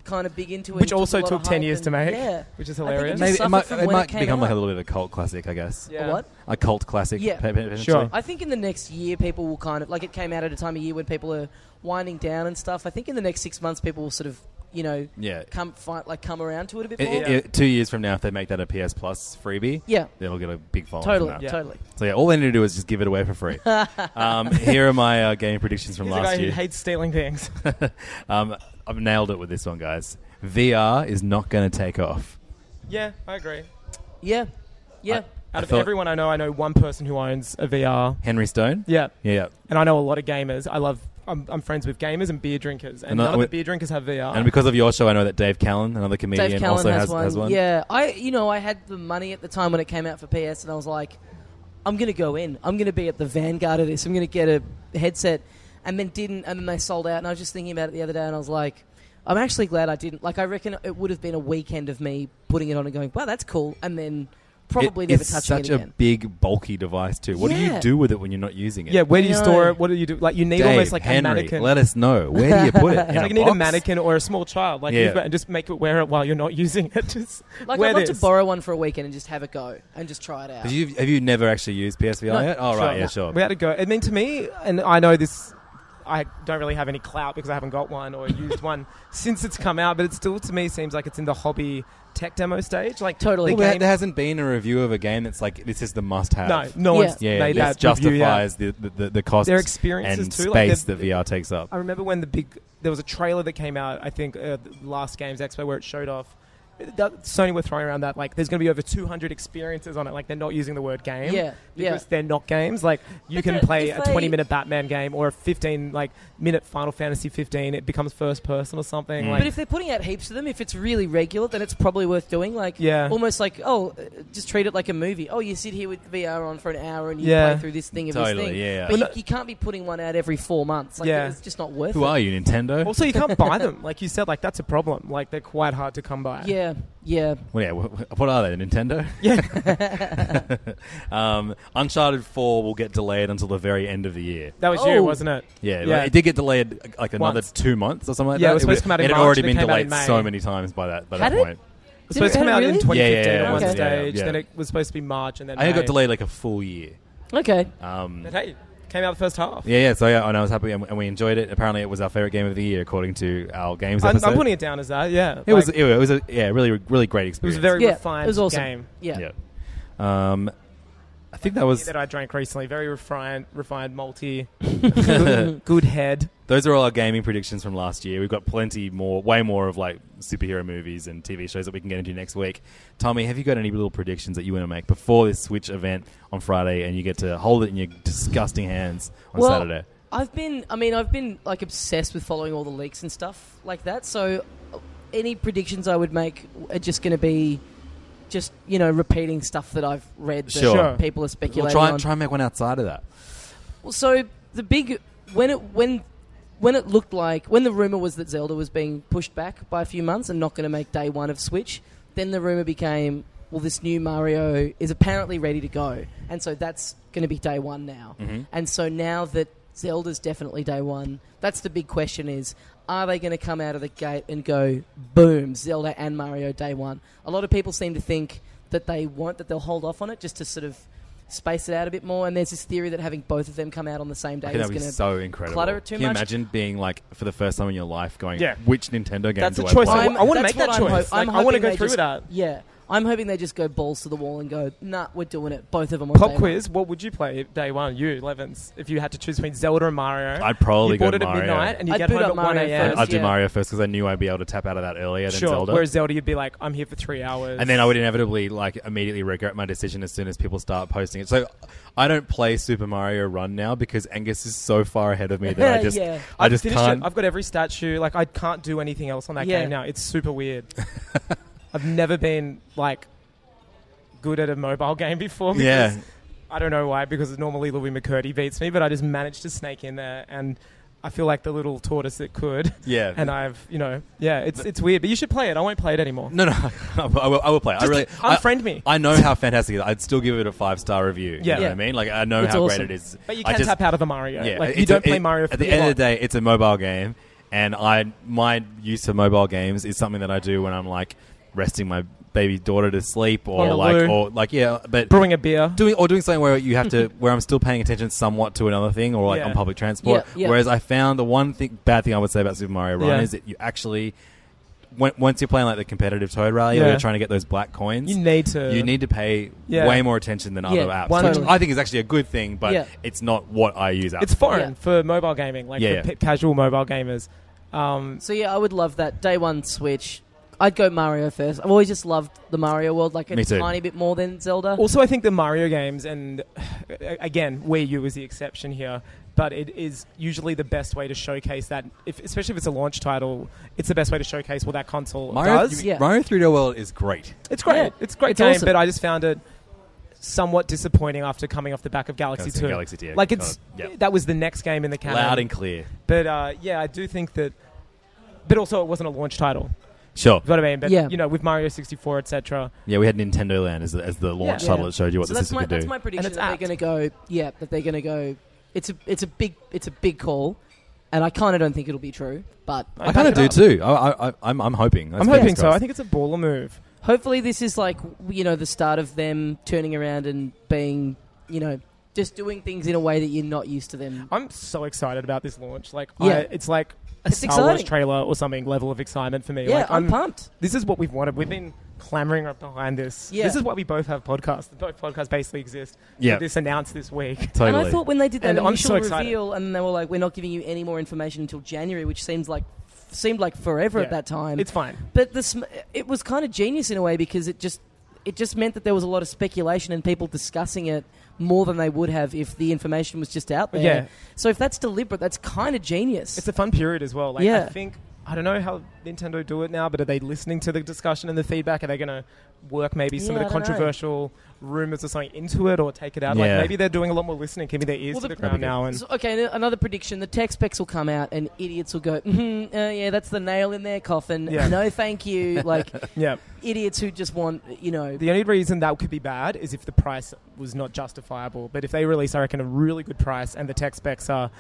[SPEAKER 5] kind of big into. and
[SPEAKER 6] Which
[SPEAKER 5] took a
[SPEAKER 6] also
[SPEAKER 5] lot
[SPEAKER 6] took
[SPEAKER 5] of
[SPEAKER 6] 10
[SPEAKER 5] hype
[SPEAKER 6] years
[SPEAKER 5] and-
[SPEAKER 6] to make,
[SPEAKER 5] Yeah,
[SPEAKER 6] which is
[SPEAKER 5] I think it
[SPEAKER 6] hilarious.
[SPEAKER 5] just
[SPEAKER 4] Maybe it
[SPEAKER 5] suffered
[SPEAKER 4] might,
[SPEAKER 5] from
[SPEAKER 4] it
[SPEAKER 5] when
[SPEAKER 4] might
[SPEAKER 5] came
[SPEAKER 4] become like a
[SPEAKER 5] out.
[SPEAKER 4] little bit of a cult classic, I guess.
[SPEAKER 5] A what?
[SPEAKER 4] A cult classic.
[SPEAKER 5] Yeah.
[SPEAKER 4] pe- pe-
[SPEAKER 6] Sure.
[SPEAKER 5] I think in the next year, people will kind of like it came out at a time of year when people are winding down and stuff. I think in the next six months, people will sort of you know
[SPEAKER 4] Yeah.
[SPEAKER 5] come fight like come around to it a bit
[SPEAKER 4] It-
[SPEAKER 5] more.
[SPEAKER 4] it- it- two years from now, if they make that a PS Plus freebie,
[SPEAKER 5] Yeah.
[SPEAKER 4] it'll get a big following. from
[SPEAKER 5] Totally,
[SPEAKER 4] that.
[SPEAKER 5] totally.
[SPEAKER 4] So yeah, all they need to do is just give it away for free. um, here are my uh, game predictions from
[SPEAKER 6] He's a
[SPEAKER 4] last
[SPEAKER 6] guy who
[SPEAKER 4] year.
[SPEAKER 6] hates stealing things.
[SPEAKER 4] um, I've nailed it with this one, guys. VR is not going to take off. Uh,
[SPEAKER 6] yeah, I agree.
[SPEAKER 5] Yeah, yeah.
[SPEAKER 4] I
[SPEAKER 6] Out of
[SPEAKER 4] thought-
[SPEAKER 6] everyone I know, I know one person who owns a VR.
[SPEAKER 4] Henry Stone.
[SPEAKER 6] Yeah.
[SPEAKER 4] Yeah. yeah.
[SPEAKER 6] And I know a lot of gamers. I love. I'm, I'm friends with gamers and beer drinkers, and,
[SPEAKER 4] And I-
[SPEAKER 6] none of
[SPEAKER 4] we-
[SPEAKER 6] the beer drinkers have VR.
[SPEAKER 4] And because of your show, I know that Dave Callan, another comedian,
[SPEAKER 5] Dave Callan
[SPEAKER 4] also
[SPEAKER 5] has,
[SPEAKER 4] has,
[SPEAKER 5] one.
[SPEAKER 4] has one.
[SPEAKER 5] Yeah, I you know I had the money at the time when it came out for PS, and I was like, I'm gonna go in. I'm gonna be at the vanguard of this. I'm gonna get a headset, and then didn't, and then they sold out. And I was just thinking about it the other day, and I was like. I'm actually glad I didn't. Like, I reckon it would have been a weekend of me putting it on and going, "Wow, that's cool," and then probably
[SPEAKER 4] It-
[SPEAKER 5] never
[SPEAKER 4] it's
[SPEAKER 5] touching
[SPEAKER 4] such
[SPEAKER 5] it again.
[SPEAKER 4] a big, bulky device too. What do
[SPEAKER 5] Yeah.
[SPEAKER 4] you do with it when you're not using it?
[SPEAKER 6] yeah, where do you
[SPEAKER 5] No.
[SPEAKER 6] store it? What do you do? Like you need
[SPEAKER 4] Dave,
[SPEAKER 6] almost like
[SPEAKER 4] Henry,
[SPEAKER 6] a mannequin.
[SPEAKER 4] let us know. Where do you put it? In
[SPEAKER 6] It's
[SPEAKER 4] a
[SPEAKER 6] like you need a
[SPEAKER 4] box?
[SPEAKER 6] mannequin or a small child. Like
[SPEAKER 4] Yeah.
[SPEAKER 6] you've got- and just make it wear it while you're not using it. Just
[SPEAKER 5] Like
[SPEAKER 6] wear
[SPEAKER 5] I'd love
[SPEAKER 6] this.
[SPEAKER 5] to borrow one for a weekend and just have a go and just try it out.
[SPEAKER 4] Have you, have you never actually used PSVR
[SPEAKER 5] No.
[SPEAKER 4] yet? Oh, right, yeah, sure.
[SPEAKER 6] We had to go. I mean, to me, and I know this. I don't really have any clout because I haven't got one or used one since it's come out. But it still, to me, seems like it's in the hobby tech demo stage. Like
[SPEAKER 5] Totally.
[SPEAKER 6] the
[SPEAKER 4] Well, there
[SPEAKER 6] game-
[SPEAKER 4] there hasn't been a review of a game that's like, this is the must have.
[SPEAKER 6] no, no
[SPEAKER 5] Yeah.
[SPEAKER 6] one's
[SPEAKER 4] Yeah,
[SPEAKER 6] made
[SPEAKER 4] this
[SPEAKER 6] that review yet.
[SPEAKER 4] justifies the, the, the, the cost
[SPEAKER 6] Their experiences
[SPEAKER 4] and
[SPEAKER 6] too, like
[SPEAKER 4] space
[SPEAKER 6] they're-
[SPEAKER 4] that VR takes up.
[SPEAKER 6] I remember when the big there was a trailer that came out. I think uh, the last Games Expo where it showed off. That, Sony were throwing around that like there's going to be over 200 experiences on it. Like they're not using the word game
[SPEAKER 5] Yeah, yeah.
[SPEAKER 6] because they're not games. Like you
[SPEAKER 5] But
[SPEAKER 6] can
[SPEAKER 5] that-
[SPEAKER 6] play
[SPEAKER 5] if
[SPEAKER 6] a
[SPEAKER 5] they-
[SPEAKER 6] 20 minute Batman game or a 15 like minute Final Fantasy 15. It becomes first person or something.
[SPEAKER 4] Mm.
[SPEAKER 6] Like
[SPEAKER 5] But if they're putting out heaps of them, if it's really regular, then it's probably worth doing. Like,
[SPEAKER 6] Yeah.
[SPEAKER 5] almost like, oh, uh, just treat it like a movie. Oh, you sit here with VR on for an hour and you
[SPEAKER 6] Yeah.
[SPEAKER 5] play through this thing of
[SPEAKER 4] Totally,
[SPEAKER 5] this thing.
[SPEAKER 4] yeah.
[SPEAKER 5] But
[SPEAKER 4] Well,
[SPEAKER 5] you,
[SPEAKER 4] no-
[SPEAKER 5] you can't be putting one out every four months. Like,
[SPEAKER 6] Yeah.
[SPEAKER 5] it's just not worth
[SPEAKER 4] Who
[SPEAKER 5] it.
[SPEAKER 4] are you, Nintendo?
[SPEAKER 6] also you can't buy them. Like you said, like that's a problem. Like they're quite hard to come by.
[SPEAKER 5] Yeah, yeah.
[SPEAKER 4] Well, yeah, wh- wh- what are they, Nintendo?
[SPEAKER 6] yeah.
[SPEAKER 4] um, Uncharted 4 will get delayed until the very end of the year.
[SPEAKER 6] That was
[SPEAKER 5] Oh.
[SPEAKER 6] you, wasn't it?
[SPEAKER 4] Yeah,
[SPEAKER 6] Yeah.
[SPEAKER 4] like, it did get delayed uh, like another
[SPEAKER 6] Once.
[SPEAKER 4] two months or something like
[SPEAKER 6] Yeah,
[SPEAKER 4] that.
[SPEAKER 6] it was supposed
[SPEAKER 4] wa-
[SPEAKER 6] to come out in
[SPEAKER 4] it had
[SPEAKER 6] March,
[SPEAKER 4] already
[SPEAKER 6] and it
[SPEAKER 4] been
[SPEAKER 6] came out
[SPEAKER 4] delayed
[SPEAKER 6] in May.
[SPEAKER 4] so many times by that, by
[SPEAKER 5] Had
[SPEAKER 4] that
[SPEAKER 5] it?
[SPEAKER 4] point.
[SPEAKER 6] It was supposed to come out in 2015
[SPEAKER 4] Yeah, yeah, yeah,
[SPEAKER 6] at one
[SPEAKER 5] okay.
[SPEAKER 6] stage.
[SPEAKER 4] yeah, yeah.
[SPEAKER 6] Then it was supposed to be March, and then
[SPEAKER 4] I think it
[SPEAKER 6] May.
[SPEAKER 4] got delayed like a full year.
[SPEAKER 5] Okay.
[SPEAKER 4] Um,
[SPEAKER 6] But hey, came out the first half.
[SPEAKER 4] yeah, yeah. So yeah, and I was happy, and and we enjoyed it. Apparently, it was our favorite game of the year, according to our games
[SPEAKER 6] I'm,
[SPEAKER 4] episode.
[SPEAKER 6] I'm putting it down as that. Yeah,
[SPEAKER 4] It was
[SPEAKER 6] Like,
[SPEAKER 4] it was a yeah really really great
[SPEAKER 6] it was
[SPEAKER 4] experience.
[SPEAKER 6] a very
[SPEAKER 5] yeah,
[SPEAKER 6] refined
[SPEAKER 5] it was awesome.
[SPEAKER 6] game
[SPEAKER 5] Yeah.
[SPEAKER 4] yeah. Um, I think that was
[SPEAKER 6] that I drank recently. Very refined, refined multi, good, good head.
[SPEAKER 4] those are all our gaming predictions from last year. We've got plenty more, way more of like superhero movies and TV shows that we can get into next week. Tommy, have you got any little predictions that you want to make before this Switch event on Friday, and you get to hold it in your disgusting hands on
[SPEAKER 5] well,
[SPEAKER 4] Saturday?
[SPEAKER 5] I've been, I mean, I've been like obsessed with following all the leaks and stuff like that. So, uh, any predictions I would make are just going to be just, you know, repeating stuff that I've read that
[SPEAKER 4] Sure. Sure.
[SPEAKER 5] people are speculating
[SPEAKER 4] Well, try
[SPEAKER 5] on.
[SPEAKER 4] and try and make one outside of that.
[SPEAKER 5] Well, so the big when it when when it looked like when the rumor was that Zelda was being pushed back by a few months and not going to make day one of Switch, then the rumor became well, this new Mario is apparently ready to go, and so that's going to be day one now.
[SPEAKER 4] Mm-hmm.
[SPEAKER 5] And so now that Zelda's definitely day one, that's the big question: is are they going to come out of the gate and go boom, Zelda and Mario day one? A lot of people seem to think that they won't, that they'll hold off on it just to sort of space it out a bit more. And there's this theory that having both of them come out on the same day
[SPEAKER 4] Okay,
[SPEAKER 5] is
[SPEAKER 4] that'd be
[SPEAKER 5] going to
[SPEAKER 4] so incredible.
[SPEAKER 5] clutter it too
[SPEAKER 4] Can you
[SPEAKER 5] much.
[SPEAKER 4] imagine being like for the first time in your life going,
[SPEAKER 6] Yeah.
[SPEAKER 4] which Nintendo game
[SPEAKER 6] That's
[SPEAKER 4] do
[SPEAKER 6] a
[SPEAKER 4] I
[SPEAKER 6] choice
[SPEAKER 4] play?
[SPEAKER 6] I want- I wanna
[SPEAKER 5] that's
[SPEAKER 6] make that
[SPEAKER 5] what I'm
[SPEAKER 6] choice.
[SPEAKER 5] I'm
[SPEAKER 6] Like, I wanna
[SPEAKER 5] hoping
[SPEAKER 6] go
[SPEAKER 5] they
[SPEAKER 6] through
[SPEAKER 5] just-
[SPEAKER 6] with that.
[SPEAKER 5] Yeah, I'm hoping they just go balls to the wall and go, nah, we're doing it. Both of them. On day
[SPEAKER 6] Pop
[SPEAKER 5] one."
[SPEAKER 6] quiz: What would you play day one? You, Levens, if you had to choose between Zelda and Mario,
[SPEAKER 4] I'd probably
[SPEAKER 6] you bought
[SPEAKER 4] go
[SPEAKER 6] it at
[SPEAKER 4] Mario.
[SPEAKER 6] midnight and you
[SPEAKER 5] I'd
[SPEAKER 6] get
[SPEAKER 5] boot
[SPEAKER 6] home
[SPEAKER 5] up
[SPEAKER 6] at one
[SPEAKER 5] Mario
[SPEAKER 6] a.m.
[SPEAKER 5] first,
[SPEAKER 4] I'd do
[SPEAKER 5] yeah.
[SPEAKER 4] Mario first because I knew I'd be able to tap out of that earlier than
[SPEAKER 6] Sure.
[SPEAKER 4] Zelda.
[SPEAKER 6] Whereas Zelda, you'd be like, I'm here for three hours,
[SPEAKER 4] and then I would inevitably like immediately regret my decision as soon as people start posting it. So I don't play Super Mario Run now because Angus is so far ahead of me that I just
[SPEAKER 5] Yeah.
[SPEAKER 4] I
[SPEAKER 6] I've
[SPEAKER 4] just
[SPEAKER 6] finished
[SPEAKER 4] can't.
[SPEAKER 6] It. I've got every statue. Like I can't do anything else on that
[SPEAKER 5] Yeah.
[SPEAKER 6] game now. It's super weird. I've never been like good at a mobile game before. Because
[SPEAKER 4] Yeah.
[SPEAKER 6] I don't know why, because normally Louis McCurdy beats me, but I just managed to snake in there, and I feel like the little tortoise that could.
[SPEAKER 4] Yeah.
[SPEAKER 6] And I've, you know, yeah, it's it's weird, but you should play it. I won't play it anymore.
[SPEAKER 4] No, no, I will, I will play. it. I
[SPEAKER 6] Just
[SPEAKER 4] really
[SPEAKER 6] unfriend
[SPEAKER 4] I,
[SPEAKER 6] me.
[SPEAKER 4] I know how fantastic it is. I'd still give it a five star
[SPEAKER 6] Yeah.
[SPEAKER 4] review. You know what
[SPEAKER 6] Yeah.
[SPEAKER 4] I mean? Like I know
[SPEAKER 6] It's
[SPEAKER 4] how
[SPEAKER 6] awesome.
[SPEAKER 4] great it is.
[SPEAKER 6] But you
[SPEAKER 4] I
[SPEAKER 6] can
[SPEAKER 4] just-
[SPEAKER 6] tap out of the Mario. Like, you
[SPEAKER 4] it's
[SPEAKER 6] don't
[SPEAKER 4] a-
[SPEAKER 6] play
[SPEAKER 4] it-
[SPEAKER 6] Mario
[SPEAKER 4] At the
[SPEAKER 6] a
[SPEAKER 4] end
[SPEAKER 6] lot.
[SPEAKER 4] of the day, it's a mobile game, and I my use of mobile games is something that I do when I'm like resting my baby daughter to sleep,
[SPEAKER 6] On
[SPEAKER 4] or
[SPEAKER 6] the
[SPEAKER 4] like,
[SPEAKER 6] loo.
[SPEAKER 4] or like, yeah, but
[SPEAKER 6] Brewing a beer.
[SPEAKER 4] doing or doing something where you have to where I'm still paying attention somewhat to another thing, or like
[SPEAKER 6] Yeah.
[SPEAKER 4] on public transport.
[SPEAKER 5] Yeah, yeah.
[SPEAKER 4] Whereas I found the one thing bad thing I would say about Super Mario Run
[SPEAKER 6] Yeah.
[SPEAKER 4] is that you actually. when- Once you're playing like the competitive Toad Rally, where
[SPEAKER 6] Yeah.
[SPEAKER 4] you're trying to get those black coins,
[SPEAKER 6] You need to.
[SPEAKER 4] you need to pay
[SPEAKER 6] Yeah.
[SPEAKER 4] way more attention than other
[SPEAKER 5] Yeah,
[SPEAKER 4] apps,
[SPEAKER 5] one-
[SPEAKER 4] which I think is actually a good thing, but
[SPEAKER 5] Yeah.
[SPEAKER 4] it's not what I use apps.
[SPEAKER 6] It's
[SPEAKER 4] for.
[SPEAKER 6] foreign
[SPEAKER 5] Yeah.
[SPEAKER 6] for mobile gaming, like
[SPEAKER 4] Yeah,
[SPEAKER 6] for
[SPEAKER 4] yeah.
[SPEAKER 6] pe- casual mobile gamers. Um,
[SPEAKER 5] So yeah, I would love that day one Switch. I'd go Mario first. I've always just loved the Mario world, like a
[SPEAKER 4] Me too.
[SPEAKER 5] tiny bit more than Zelda.
[SPEAKER 6] also, I think the Mario games, and again, Wii U is the exception here, but it is usually the best way to showcase that, if, especially if it's a launch title, it's the best way to showcase what that console
[SPEAKER 4] Mario,
[SPEAKER 6] does.
[SPEAKER 5] Yeah.
[SPEAKER 4] Mario 3D World is great.
[SPEAKER 6] It's great.
[SPEAKER 5] Yeah.
[SPEAKER 6] It's a great
[SPEAKER 5] It's
[SPEAKER 6] game,
[SPEAKER 5] awesome.
[SPEAKER 6] but I just found it somewhat disappointing after coming off the back of Galaxy
[SPEAKER 4] Galaxy-
[SPEAKER 6] 2.
[SPEAKER 4] Galaxy 2, yeah.
[SPEAKER 6] Like it's
[SPEAKER 4] God, yeah.
[SPEAKER 6] that was the next game in the canon.
[SPEAKER 4] Loud and clear.
[SPEAKER 6] but uh, yeah, I do think that. But also, it wasn't a launch title.
[SPEAKER 4] Sure.
[SPEAKER 6] You know what I mean? But
[SPEAKER 5] Yeah.
[SPEAKER 6] you know, with Mario 64, etc.
[SPEAKER 4] Yeah, we had Nintendo Land as the, as the launch
[SPEAKER 6] Yeah.
[SPEAKER 4] title that showed you what
[SPEAKER 5] so
[SPEAKER 4] the
[SPEAKER 5] that's
[SPEAKER 4] system
[SPEAKER 5] my
[SPEAKER 4] could
[SPEAKER 5] that's
[SPEAKER 4] do.
[SPEAKER 5] my prediction
[SPEAKER 6] it's
[SPEAKER 5] that
[SPEAKER 6] apt.
[SPEAKER 5] they're going to go. Yeah, that they're going to go. It's a it's a big it's a big call, and I kind of don't think it'll be true, but
[SPEAKER 4] I kind of do too. I, I, I, I'm, I'm hoping. Let's
[SPEAKER 6] I'm
[SPEAKER 4] fingers
[SPEAKER 6] hoping so.
[SPEAKER 4] crossed.
[SPEAKER 6] I think it's a baller move.
[SPEAKER 5] hopefully this is like you know the start of them turning around and being you know just doing things in a way that you're not used to them.
[SPEAKER 6] I'm so excited about this launch. Like, I,
[SPEAKER 5] Yeah.
[SPEAKER 6] it's like a
[SPEAKER 5] It's
[SPEAKER 6] Star Wars
[SPEAKER 5] exciting.
[SPEAKER 6] trailer or something. Level of excitement for me.
[SPEAKER 5] yeah,
[SPEAKER 6] like,
[SPEAKER 5] I'm, pumped.
[SPEAKER 6] This is what we've wanted. We've been clamoring up behind this.
[SPEAKER 5] Yeah.
[SPEAKER 6] This is what we both have podcasts. Both podcasts basically exist.
[SPEAKER 4] Yeah.
[SPEAKER 6] This announced this week.
[SPEAKER 4] totally.
[SPEAKER 5] And I thought when they did that
[SPEAKER 6] And I'm
[SPEAKER 5] initial
[SPEAKER 6] so excited.
[SPEAKER 5] reveal, and they were like, "We're not giving you any more information until January," which seems like seemed like forever
[SPEAKER 6] Yeah.
[SPEAKER 5] at that time.
[SPEAKER 6] It's fine.
[SPEAKER 5] but the sm- it was kind of genius in a way because it just it just meant that there was a lot of speculation and people discussing it more than they would have if the information was just out there.
[SPEAKER 6] Yeah.
[SPEAKER 5] So if that's deliberate, that's kind of genius.
[SPEAKER 6] It's a fun period as well. Like I
[SPEAKER 5] Yeah.
[SPEAKER 6] think I don't know how Nintendo do it now, but are they listening to the discussion and the feedback? Are they going to work maybe some
[SPEAKER 5] Yeah,
[SPEAKER 6] of the
[SPEAKER 5] I don't know.
[SPEAKER 6] controversial rumors or something into it, or take it out?
[SPEAKER 4] Yeah.
[SPEAKER 6] Like maybe they're doing a lot more listening, keeping their ears
[SPEAKER 5] Well,
[SPEAKER 6] to
[SPEAKER 5] the-
[SPEAKER 6] the ground
[SPEAKER 4] That'd be
[SPEAKER 6] now. And
[SPEAKER 5] So, okay, n- another prediction: the tech specs will come out, and idiots will go, mm uh, "Yeah, that's the nail in their coffin."
[SPEAKER 6] Yeah.
[SPEAKER 5] No, thank you. Like
[SPEAKER 6] yeah,
[SPEAKER 5] idiots who just want, you know,
[SPEAKER 6] the only reason that could be bad is if the price was not justifiable. But if they release, I reckon, a really good price and the tech specs are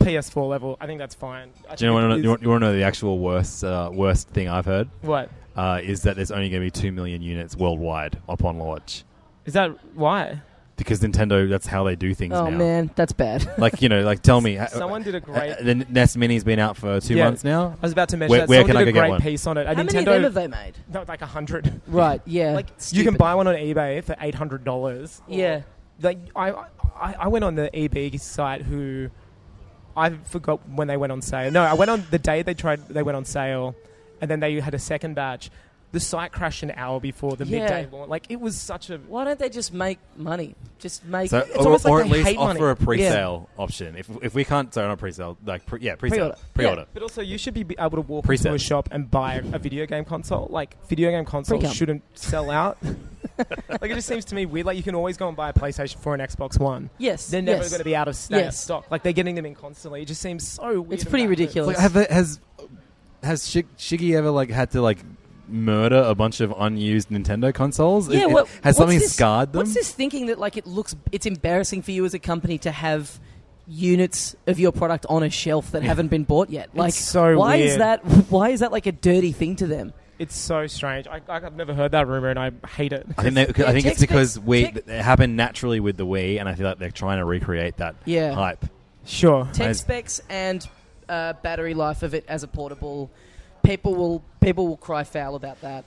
[SPEAKER 6] PS4 level, I think that's fine. I
[SPEAKER 4] do you,
[SPEAKER 6] think
[SPEAKER 4] want to know,
[SPEAKER 6] it
[SPEAKER 4] you,
[SPEAKER 6] is-
[SPEAKER 4] want, you want to know the actual worst uh, worst thing I've heard?
[SPEAKER 6] what
[SPEAKER 4] Uh, is that there's only going to be 2 million units worldwide upon launch.
[SPEAKER 6] is that? Why?
[SPEAKER 4] Because Nintendo, that's how they do things
[SPEAKER 5] oh
[SPEAKER 4] now.
[SPEAKER 5] man, that's bad.
[SPEAKER 4] Like, you know, like tell me. uh,
[SPEAKER 6] Someone did a great.
[SPEAKER 4] uh, the NES Mini's been out for two
[SPEAKER 6] Yeah.
[SPEAKER 4] months now.
[SPEAKER 6] I was about to mention
[SPEAKER 4] Where-
[SPEAKER 6] that
[SPEAKER 4] where
[SPEAKER 6] someone
[SPEAKER 4] can
[SPEAKER 6] did
[SPEAKER 4] I
[SPEAKER 6] a
[SPEAKER 4] go get
[SPEAKER 6] great
[SPEAKER 4] one?
[SPEAKER 6] piece on it.
[SPEAKER 5] How
[SPEAKER 6] And
[SPEAKER 5] many of them
[SPEAKER 6] Nintendo,
[SPEAKER 5] have they made?
[SPEAKER 6] no, like a hundred.
[SPEAKER 5] Right? Yeah.
[SPEAKER 6] Like you can
[SPEAKER 5] stupid.
[SPEAKER 6] buy one on eBay for eight hundred dollars.
[SPEAKER 5] Yeah.
[SPEAKER 6] Like I, I, I went on the eBay site who, I forgot when they went on sale. No, I went on the day they tried. They went on sale, and then they had a second batch. The site crashed an hour before the
[SPEAKER 5] Yeah.
[SPEAKER 6] midday launch. Like it was such a.
[SPEAKER 5] Why don't they just make money? Just make
[SPEAKER 4] So,
[SPEAKER 6] It's
[SPEAKER 4] or,
[SPEAKER 6] almost like
[SPEAKER 4] or
[SPEAKER 6] they
[SPEAKER 4] at least
[SPEAKER 6] hate
[SPEAKER 4] offer
[SPEAKER 6] money.
[SPEAKER 4] a pre-sale option. If, if we can't, sorry, not pre-sale, like pre, yeah, pre-sale,
[SPEAKER 5] Pre-order.
[SPEAKER 4] pre-order.
[SPEAKER 5] Yeah.
[SPEAKER 6] But also, you should be able to walk
[SPEAKER 4] Preset.
[SPEAKER 6] into a shop and buy a video game console. Like video game consoles
[SPEAKER 5] Pre-cum.
[SPEAKER 6] shouldn't sell out. like it just seems to me weird. Like you can always go and buy a PlayStation for an Xbox One.
[SPEAKER 5] yes.
[SPEAKER 6] They're never
[SPEAKER 5] yes.
[SPEAKER 6] going to be out of, stay out of
[SPEAKER 5] Yes.
[SPEAKER 6] stock. Like they're getting them in constantly. It just seems so weird.
[SPEAKER 5] It's
[SPEAKER 6] and
[SPEAKER 5] pretty
[SPEAKER 6] backwards.
[SPEAKER 5] ridiculous.
[SPEAKER 4] Like, have they, has has Shig, Shiggy ever like had to like murder a bunch of unused Nintendo consoles? It-
[SPEAKER 5] yeah,
[SPEAKER 4] it-
[SPEAKER 5] what,
[SPEAKER 4] has
[SPEAKER 5] what's
[SPEAKER 4] something
[SPEAKER 5] this-
[SPEAKER 4] scarred them?
[SPEAKER 5] What's this thinking that like it looks? It's embarrassing for you as a company to have units of your product on a shelf that haven't been bought yet. Like,
[SPEAKER 6] so
[SPEAKER 5] why is
[SPEAKER 6] weird.
[SPEAKER 5] that? Why is that like a dirty thing to them?
[SPEAKER 6] It's so strange. I, I, I've never heard that rumor, and I hate it.
[SPEAKER 4] I think, they, 'cause
[SPEAKER 5] yeah,
[SPEAKER 4] I think it's
[SPEAKER 5] tech-
[SPEAKER 4] because we
[SPEAKER 5] tech-
[SPEAKER 4] it happened naturally with the Wii, and I feel like they're trying to recreate that
[SPEAKER 5] Yeah.
[SPEAKER 4] hype.
[SPEAKER 6] Sure.
[SPEAKER 5] Tech
[SPEAKER 4] As-
[SPEAKER 5] specs and uh, battery life of it as a portable. People will people will cry foul about that.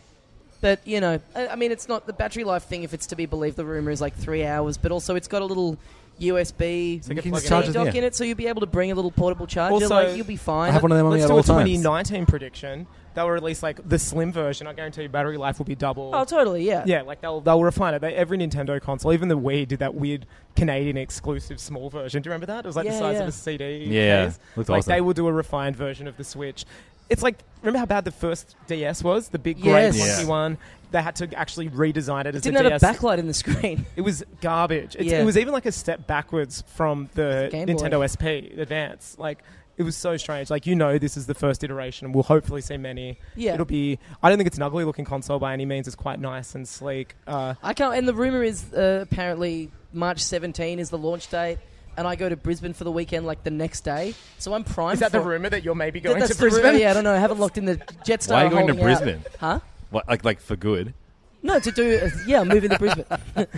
[SPEAKER 5] But you know, I, I mean, it's not the battery life thing. If it's to be believed, the rumor is like three hours. But also, it's got a little USB
[SPEAKER 4] you can
[SPEAKER 6] plug
[SPEAKER 4] just
[SPEAKER 6] it
[SPEAKER 4] charge
[SPEAKER 6] in.
[SPEAKER 4] it.
[SPEAKER 5] dock
[SPEAKER 4] yeah.
[SPEAKER 5] in it, so you'll be able to bring a little portable charger.
[SPEAKER 6] Also-
[SPEAKER 5] like you'll be
[SPEAKER 4] I
[SPEAKER 5] fine.
[SPEAKER 4] have one of them on me
[SPEAKER 6] Let's do
[SPEAKER 4] at all
[SPEAKER 6] a
[SPEAKER 4] times.
[SPEAKER 6] 2019 prediction. They'll release like the slim version. I guarantee you, battery life will be double.
[SPEAKER 5] Oh, totally. Yeah.
[SPEAKER 6] yeah, like they'll they'll refine it. They, every Nintendo console, even the Wii, did that weird Canadian exclusive small version. Do you remember that? It was like the
[SPEAKER 5] Yeah,
[SPEAKER 6] size
[SPEAKER 5] yeah.
[SPEAKER 6] of a CD.
[SPEAKER 4] Yeah,
[SPEAKER 6] case.
[SPEAKER 4] looked
[SPEAKER 6] like
[SPEAKER 4] awesome.
[SPEAKER 6] they will do a refined version of the Switch. it's like remember how bad the first DS was, the big grey
[SPEAKER 5] Yes.
[SPEAKER 6] clunky
[SPEAKER 5] Yeah.
[SPEAKER 6] one. They had to actually redesign it as
[SPEAKER 5] It didn't
[SPEAKER 6] the
[SPEAKER 5] have
[SPEAKER 6] DS.
[SPEAKER 5] a backlight in the screen.
[SPEAKER 6] It was garbage. It's,
[SPEAKER 5] Yeah.
[SPEAKER 6] It was even like a step backwards from the
[SPEAKER 5] Game Boy.
[SPEAKER 6] Nintendo SP Advance. Like it was so strange. Like you know, this is the first iteration. We'll hopefully see many.
[SPEAKER 5] Yeah.
[SPEAKER 6] it'll be. I don't think it's an ugly looking console by any means. It's quite nice and sleek. Uh,
[SPEAKER 5] I can't. And the rumor is uh, apparently March 17 is the launch date, and I go to Brisbane for the weekend, like the next day. So I'm primed.
[SPEAKER 6] is that the
[SPEAKER 5] for-
[SPEAKER 6] rumor that you're maybe
[SPEAKER 5] Th-
[SPEAKER 6] going
[SPEAKER 5] that's
[SPEAKER 6] to
[SPEAKER 5] the rumor.
[SPEAKER 6] Brisbane?
[SPEAKER 5] Yeah, I don't know. I haven't locked in the Jetstar.
[SPEAKER 4] Why are you going to
[SPEAKER 5] holding out.
[SPEAKER 4] Brisbane?
[SPEAKER 5] Huh?
[SPEAKER 4] What, like, like for good.
[SPEAKER 5] No, to do. uh, Yeah, I'm moving to Brisbane. and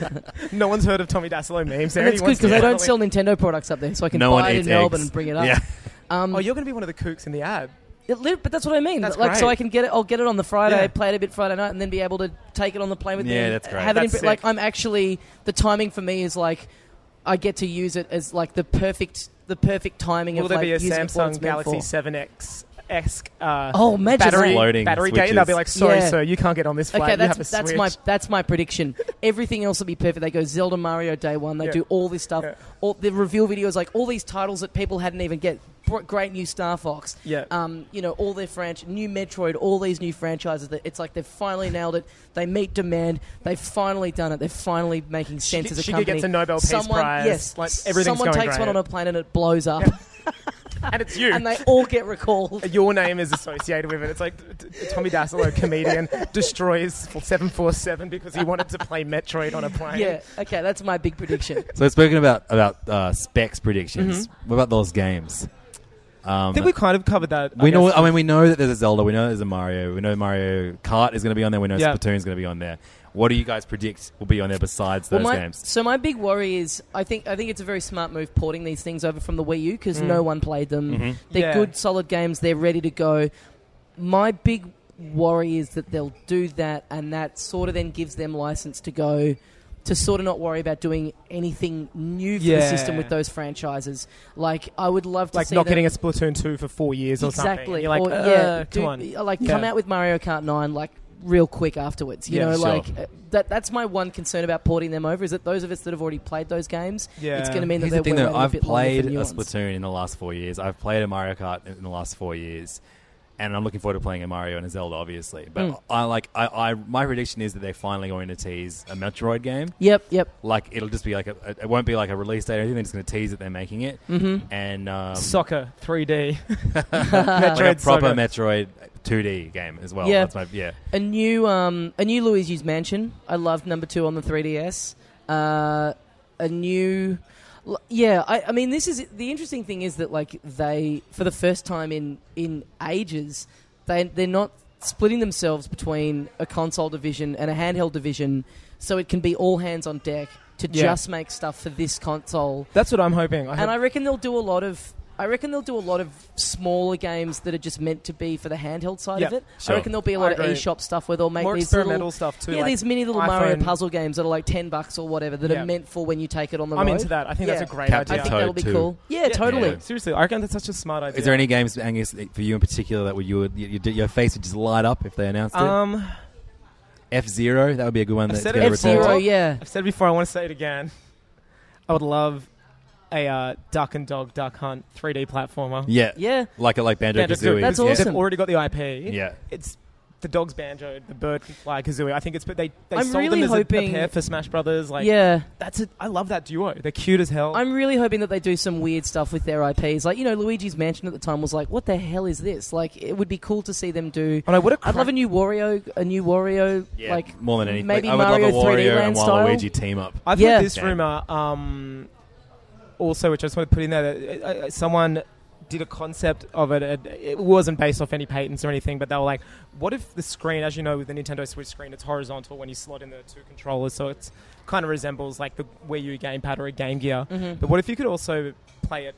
[SPEAKER 6] No one's heard of Tommy Dasilo memes. there.
[SPEAKER 5] that's good
[SPEAKER 6] Anyone's
[SPEAKER 5] because
[SPEAKER 6] definitely-
[SPEAKER 5] they don't sell Nintendo products up there, so I can
[SPEAKER 4] No one
[SPEAKER 5] buy it
[SPEAKER 4] eats
[SPEAKER 5] in Melbourne
[SPEAKER 4] eggs.
[SPEAKER 5] and bring it up.
[SPEAKER 4] Yeah.
[SPEAKER 5] Um,
[SPEAKER 6] Oh, you're going to be one of the kooks in the ad.
[SPEAKER 5] It lit, but that's what I mean.
[SPEAKER 6] That's
[SPEAKER 5] like, so
[SPEAKER 6] great.
[SPEAKER 5] I can get it. I'll get it on the Friday,
[SPEAKER 6] Yeah.
[SPEAKER 5] play it a bit Friday night, and then be able to take it on the plane with me.
[SPEAKER 4] Yeah,
[SPEAKER 5] and
[SPEAKER 4] that's great.
[SPEAKER 5] Have it in,
[SPEAKER 6] That's
[SPEAKER 5] bit- like
[SPEAKER 6] sick.
[SPEAKER 5] I'm actually the timing for me is like I get to use it as like the perfect the perfect timing
[SPEAKER 6] Will
[SPEAKER 5] of
[SPEAKER 6] there
[SPEAKER 5] like
[SPEAKER 6] be a
[SPEAKER 5] using it for what it's
[SPEAKER 6] Samsung
[SPEAKER 5] meant
[SPEAKER 6] Galaxy
[SPEAKER 5] for.
[SPEAKER 6] 7X esque uh,
[SPEAKER 5] Oh, imagine
[SPEAKER 6] battery,
[SPEAKER 5] that.
[SPEAKER 4] Loading
[SPEAKER 6] battery
[SPEAKER 4] switches.
[SPEAKER 6] gate? And they'll be like, sorry,
[SPEAKER 5] Yeah.
[SPEAKER 6] sir, you can't get on this flight.
[SPEAKER 5] Okay,
[SPEAKER 6] you have
[SPEAKER 5] that's
[SPEAKER 6] a
[SPEAKER 5] that's
[SPEAKER 6] switch."
[SPEAKER 5] my that's my prediction. Everything else will be perfect. They go Zelda, Mario, Day One. They
[SPEAKER 6] Yeah.
[SPEAKER 5] do all this stuff.
[SPEAKER 6] Yeah.
[SPEAKER 5] All the reveal videos, like all these titles that people hadn't even get. Br- Great new Star Fox.
[SPEAKER 6] Yeah.
[SPEAKER 5] Um, you know all their franch, new Metroid, all these new franchises. That it's like they've finally nailed it. They meet demand. They've finally done it. They're finally making sense
[SPEAKER 6] Shige-
[SPEAKER 5] as a
[SPEAKER 6] Shige
[SPEAKER 5] company.
[SPEAKER 6] gets a Nobel Peace
[SPEAKER 5] someone,
[SPEAKER 6] Prize.
[SPEAKER 5] Yes.
[SPEAKER 6] Like, everything's
[SPEAKER 5] someone
[SPEAKER 6] going
[SPEAKER 5] takes
[SPEAKER 6] great.
[SPEAKER 5] one on a plane and it blows up,
[SPEAKER 6] and it's you.
[SPEAKER 5] and they all get recalled.
[SPEAKER 6] Your name is associated with it. It's like t- t- Tommy Dasilo, comedian, destroys 747 because he wanted to play Metroid on a plane.
[SPEAKER 5] yeah. Okay, that's my big prediction.
[SPEAKER 4] So we've spoken about about uh, specs predictions. What about those games? Um,
[SPEAKER 6] I think Mm-hmm. we kind of covered that.
[SPEAKER 4] we
[SPEAKER 6] I
[SPEAKER 4] know.
[SPEAKER 6] guess.
[SPEAKER 4] I mean, we know that there's a Zelda. We know there's a Mario. We know Mario Kart is going to be on there. We know
[SPEAKER 6] Yeah.
[SPEAKER 4] Splatoon's going to be on there. What do you guys predict will be on there besides those
[SPEAKER 5] my,
[SPEAKER 4] games?
[SPEAKER 5] So my big worry is, I think I think it's a very smart move porting these things over from the Wii U because no one played them.
[SPEAKER 4] Mm-hmm.
[SPEAKER 5] They're
[SPEAKER 6] Mm. Yeah.
[SPEAKER 5] good, solid games. They're ready to go. My big worry is that they'll do that, and that sort of then gives them license to go to sort of not worry about doing anything new for the
[SPEAKER 6] Yeah.
[SPEAKER 5] system with those franchises. Like I would love to
[SPEAKER 6] like
[SPEAKER 5] see
[SPEAKER 6] not
[SPEAKER 5] them-
[SPEAKER 6] getting a Splatoon 2 for four years or something.
[SPEAKER 5] exactly.
[SPEAKER 6] You're like,
[SPEAKER 5] or,
[SPEAKER 6] "Uh,
[SPEAKER 5] yeah,
[SPEAKER 6] come
[SPEAKER 5] do-
[SPEAKER 6] on.
[SPEAKER 5] uh, like
[SPEAKER 6] Yeah.
[SPEAKER 5] come out with Mario Kart Nine like real quick afterwards. You
[SPEAKER 6] Yeah,
[SPEAKER 5] know,
[SPEAKER 4] sure.
[SPEAKER 5] like uh, that. That's my one concern about porting them over is that those of us that have already played those games,
[SPEAKER 6] Yeah.
[SPEAKER 5] it's going to mean
[SPEAKER 4] Here's
[SPEAKER 5] that
[SPEAKER 4] the thing,
[SPEAKER 5] they're
[SPEAKER 4] though.
[SPEAKER 5] waiting a
[SPEAKER 4] I've
[SPEAKER 5] bit longer
[SPEAKER 4] played
[SPEAKER 5] for
[SPEAKER 4] a
[SPEAKER 5] new ones.
[SPEAKER 4] Splatoon in the last four years. I've played a Mario Kart in the last four years, and I'm looking forward to playing a Mario and a Zelda, obviously. But
[SPEAKER 5] Hmm.
[SPEAKER 4] I like. I, I my prediction is that they're finally going to tease a Metroid game.
[SPEAKER 5] Yep, yep.
[SPEAKER 4] Like it'll just be like a, it won't be like a release date or anything. They're just going to tease that they're making it, mm-hmm. and um,
[SPEAKER 6] Soccer 3D.
[SPEAKER 4] like a
[SPEAKER 6] Metroid
[SPEAKER 4] proper
[SPEAKER 6] Soccer.
[SPEAKER 4] Metroid 2D game as well.
[SPEAKER 5] Yeah.
[SPEAKER 4] That's my, yeah.
[SPEAKER 5] A new, um, a new Luigi's Mansion. I loved number two on the 3DS. Uh, a new, l- yeah. I, I mean, this is the interesting thing is that like they, for the first time in in ages, they they're not splitting themselves between a console division and a handheld division, so it can be all hands on deck to
[SPEAKER 6] Yeah.
[SPEAKER 5] just make stuff for this console
[SPEAKER 6] That's what I'm hoping. I
[SPEAKER 5] and
[SPEAKER 6] hope-
[SPEAKER 5] I reckon they'll do a lot of. I reckon they'll do a lot of smaller games that are just meant to be for the handheld side of
[SPEAKER 6] Yeah,
[SPEAKER 5] it.
[SPEAKER 4] sure.
[SPEAKER 5] I reckon there'll be a
[SPEAKER 6] I
[SPEAKER 5] lot of
[SPEAKER 6] agree.
[SPEAKER 5] eShop stuff where they'll make
[SPEAKER 6] More
[SPEAKER 5] these
[SPEAKER 6] experimental
[SPEAKER 5] little,
[SPEAKER 6] stuff too,
[SPEAKER 5] Yeah,
[SPEAKER 6] like
[SPEAKER 5] these mini little Mario
[SPEAKER 6] iPhone-
[SPEAKER 5] puzzle games that are like ten bucks or whatever that
[SPEAKER 6] Yeah.
[SPEAKER 5] are meant for when you take it on the
[SPEAKER 6] I'm
[SPEAKER 5] road.
[SPEAKER 6] into that. I think that's
[SPEAKER 5] Yeah.
[SPEAKER 6] a great
[SPEAKER 5] I
[SPEAKER 4] Captain
[SPEAKER 6] idea.
[SPEAKER 5] think
[SPEAKER 4] Toad
[SPEAKER 5] that'll be
[SPEAKER 4] too.
[SPEAKER 5] cool. Yeah, totally.
[SPEAKER 4] Yeah.
[SPEAKER 6] Seriously, I reckon that's such a smart idea.
[SPEAKER 4] Is there any games, Angus, for you in particular that would you would, you, you- your face would just light up if they announced
[SPEAKER 6] Um,
[SPEAKER 4] it? F Zero, that would be a good one.
[SPEAKER 6] I've
[SPEAKER 4] That's
[SPEAKER 6] said
[SPEAKER 4] gonna
[SPEAKER 6] it
[SPEAKER 5] F Zero,
[SPEAKER 6] before.
[SPEAKER 4] return.
[SPEAKER 5] yeah.
[SPEAKER 6] I've said it before. I want to say it again. I would love a uh, duck and dog duck hunt 3D platformer.
[SPEAKER 4] yeah,
[SPEAKER 5] Yeah.
[SPEAKER 4] like a, like Banjo Kazooie.
[SPEAKER 5] That's
[SPEAKER 4] yeah.
[SPEAKER 5] awesome.
[SPEAKER 6] They've already got the IP.
[SPEAKER 4] Yeah.
[SPEAKER 6] It's the dog's banjo, the bird can fly kazooie. I think it's but they they
[SPEAKER 5] I'm
[SPEAKER 6] sold
[SPEAKER 5] really
[SPEAKER 6] them as a-
[SPEAKER 5] hoping-
[SPEAKER 6] a, pair for Smash Brothers. Like
[SPEAKER 5] yeah,
[SPEAKER 6] that's it. I love that duo. They're cute as hell.
[SPEAKER 5] I'm really hoping that they do some weird stuff with their IPs. Like you know, Luigi's Mansion at the time was like, "What the hell is this?" Like, it would be cool to see them do.
[SPEAKER 6] and I would have.
[SPEAKER 5] I'd love a new Wario, a new Wario,
[SPEAKER 4] Yeah,
[SPEAKER 5] like
[SPEAKER 4] more than anything.
[SPEAKER 5] maybe
[SPEAKER 4] I would
[SPEAKER 5] Mario
[SPEAKER 4] love a
[SPEAKER 5] 3D
[SPEAKER 4] Wario and
[SPEAKER 5] Land style.
[SPEAKER 4] Waluigi team up.
[SPEAKER 6] I've
[SPEAKER 5] Yeah.
[SPEAKER 6] heard this
[SPEAKER 4] Yeah.
[SPEAKER 6] rumor. Um, also, which I just want to put in there, that uh, uh, someone did a concept of it. and It wasn't based off any patents or anything, but they were like, "What if the screen, as you know, with the Nintendo Switch screen, it's horizontal when you slot in the two controllers, so it's kind of resembles like the Wii U gamepad or a Game Gear.
[SPEAKER 5] Mm-hmm.
[SPEAKER 6] But what if you could also play it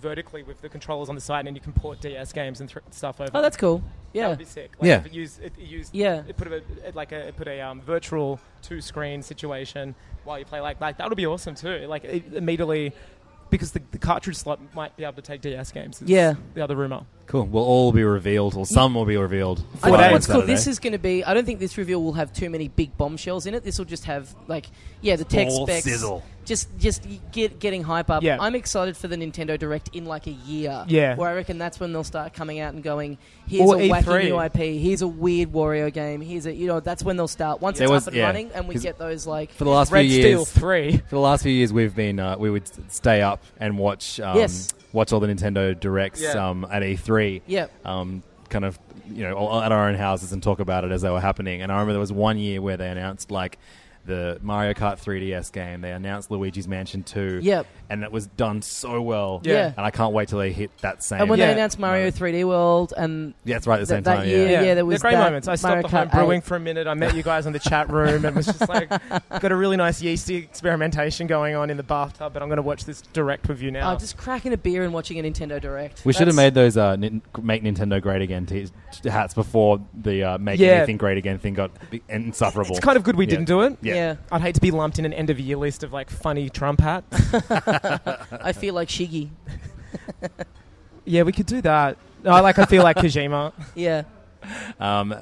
[SPEAKER 6] vertically with the controllers on the side, and you can port DS games and thr stuff over?
[SPEAKER 5] Oh, that's cool. Yeah.
[SPEAKER 6] That would be sick. Like
[SPEAKER 4] Yeah.
[SPEAKER 6] If it used, it used,
[SPEAKER 5] Yeah.
[SPEAKER 6] It put a, it like a, it put a um, virtual two screen situation while you play like like that would be awesome too. Like it, immediately because the, the cartridge slot might be able to take DS games. is
[SPEAKER 5] Yeah.
[SPEAKER 6] The other rumor.
[SPEAKER 4] Cool. We'll all be revealed, or some will be revealed.
[SPEAKER 5] I
[SPEAKER 4] Friday
[SPEAKER 5] think
[SPEAKER 4] and
[SPEAKER 5] what's cool.
[SPEAKER 4] Saturday.
[SPEAKER 5] This is going to be. I don't think this reveal will have too many big bombshells in it. This will just have like, yeah, the tech
[SPEAKER 4] Full
[SPEAKER 5] specs.
[SPEAKER 4] sizzle.
[SPEAKER 5] Just, just get getting hype up.
[SPEAKER 6] Yeah.
[SPEAKER 5] I'm excited for the Nintendo Direct in like a year.
[SPEAKER 6] Yeah.
[SPEAKER 5] Where I reckon that's when they'll start coming out and going, here's
[SPEAKER 6] Or E
[SPEAKER 5] a
[SPEAKER 6] E3.
[SPEAKER 5] wacky new IP. Here's a weird Wario game. Here's a, you know, that's when they'll start. Once
[SPEAKER 4] There
[SPEAKER 5] it's
[SPEAKER 4] was-
[SPEAKER 5] up and
[SPEAKER 4] yeah.
[SPEAKER 5] running, and we
[SPEAKER 4] 'Cause
[SPEAKER 5] get those like.
[SPEAKER 4] for the last
[SPEAKER 6] Red
[SPEAKER 4] few
[SPEAKER 6] Steel
[SPEAKER 4] years.
[SPEAKER 6] 3.
[SPEAKER 4] For the last few years, we've been uh, we would s- stay up and watch um,
[SPEAKER 5] Yes.
[SPEAKER 4] watch all the Nintendo directs
[SPEAKER 2] Yeah.
[SPEAKER 4] um, at E3.
[SPEAKER 5] Yeah.
[SPEAKER 4] Um, kind of you know all at our own houses and talk about it as they were happening. And I remember there was one year where they announced like the Mario Kart 3DS game. They announced Luigi's Mansion 2.
[SPEAKER 5] Yep.
[SPEAKER 4] And it was done so well.
[SPEAKER 5] Yeah. Yeah.
[SPEAKER 4] And I can't wait till they hit that same.
[SPEAKER 5] And when
[SPEAKER 6] Yeah.
[SPEAKER 5] they announced Mario
[SPEAKER 4] Right.
[SPEAKER 5] 3D World and
[SPEAKER 4] yeah, that's right. At the same
[SPEAKER 5] that
[SPEAKER 4] time.
[SPEAKER 5] year,
[SPEAKER 4] yeah.
[SPEAKER 5] yeah, there was
[SPEAKER 6] They're great
[SPEAKER 5] that
[SPEAKER 6] moments. I stopped
[SPEAKER 5] Mario
[SPEAKER 6] behind
[SPEAKER 5] Kart
[SPEAKER 6] brewing
[SPEAKER 5] 8.
[SPEAKER 6] for a minute. I met you guys in the chat room and was just like, got a really nice yeasty experimentation going on in the bathtub, but I'm going to watch this direct with you now.
[SPEAKER 5] oh, just cracking a beer and watching a Nintendo Direct.
[SPEAKER 4] We should have
[SPEAKER 5] That's-
[SPEAKER 4] made those uh, nin- make Nintendo great again t- hats before the uh, make
[SPEAKER 6] Yeah.
[SPEAKER 4] anything great again thing got b- insufferable.
[SPEAKER 6] it's kind of good we
[SPEAKER 4] Yeah.
[SPEAKER 6] didn't do it.
[SPEAKER 4] Yeah.
[SPEAKER 5] yeah.
[SPEAKER 6] I'd hate to be lumped in an end of year list of like funny Trump hat.
[SPEAKER 5] I feel like Shiggy.
[SPEAKER 6] yeah, we could do that. No, I like I feel like Kojima.
[SPEAKER 5] Yeah.
[SPEAKER 4] Um,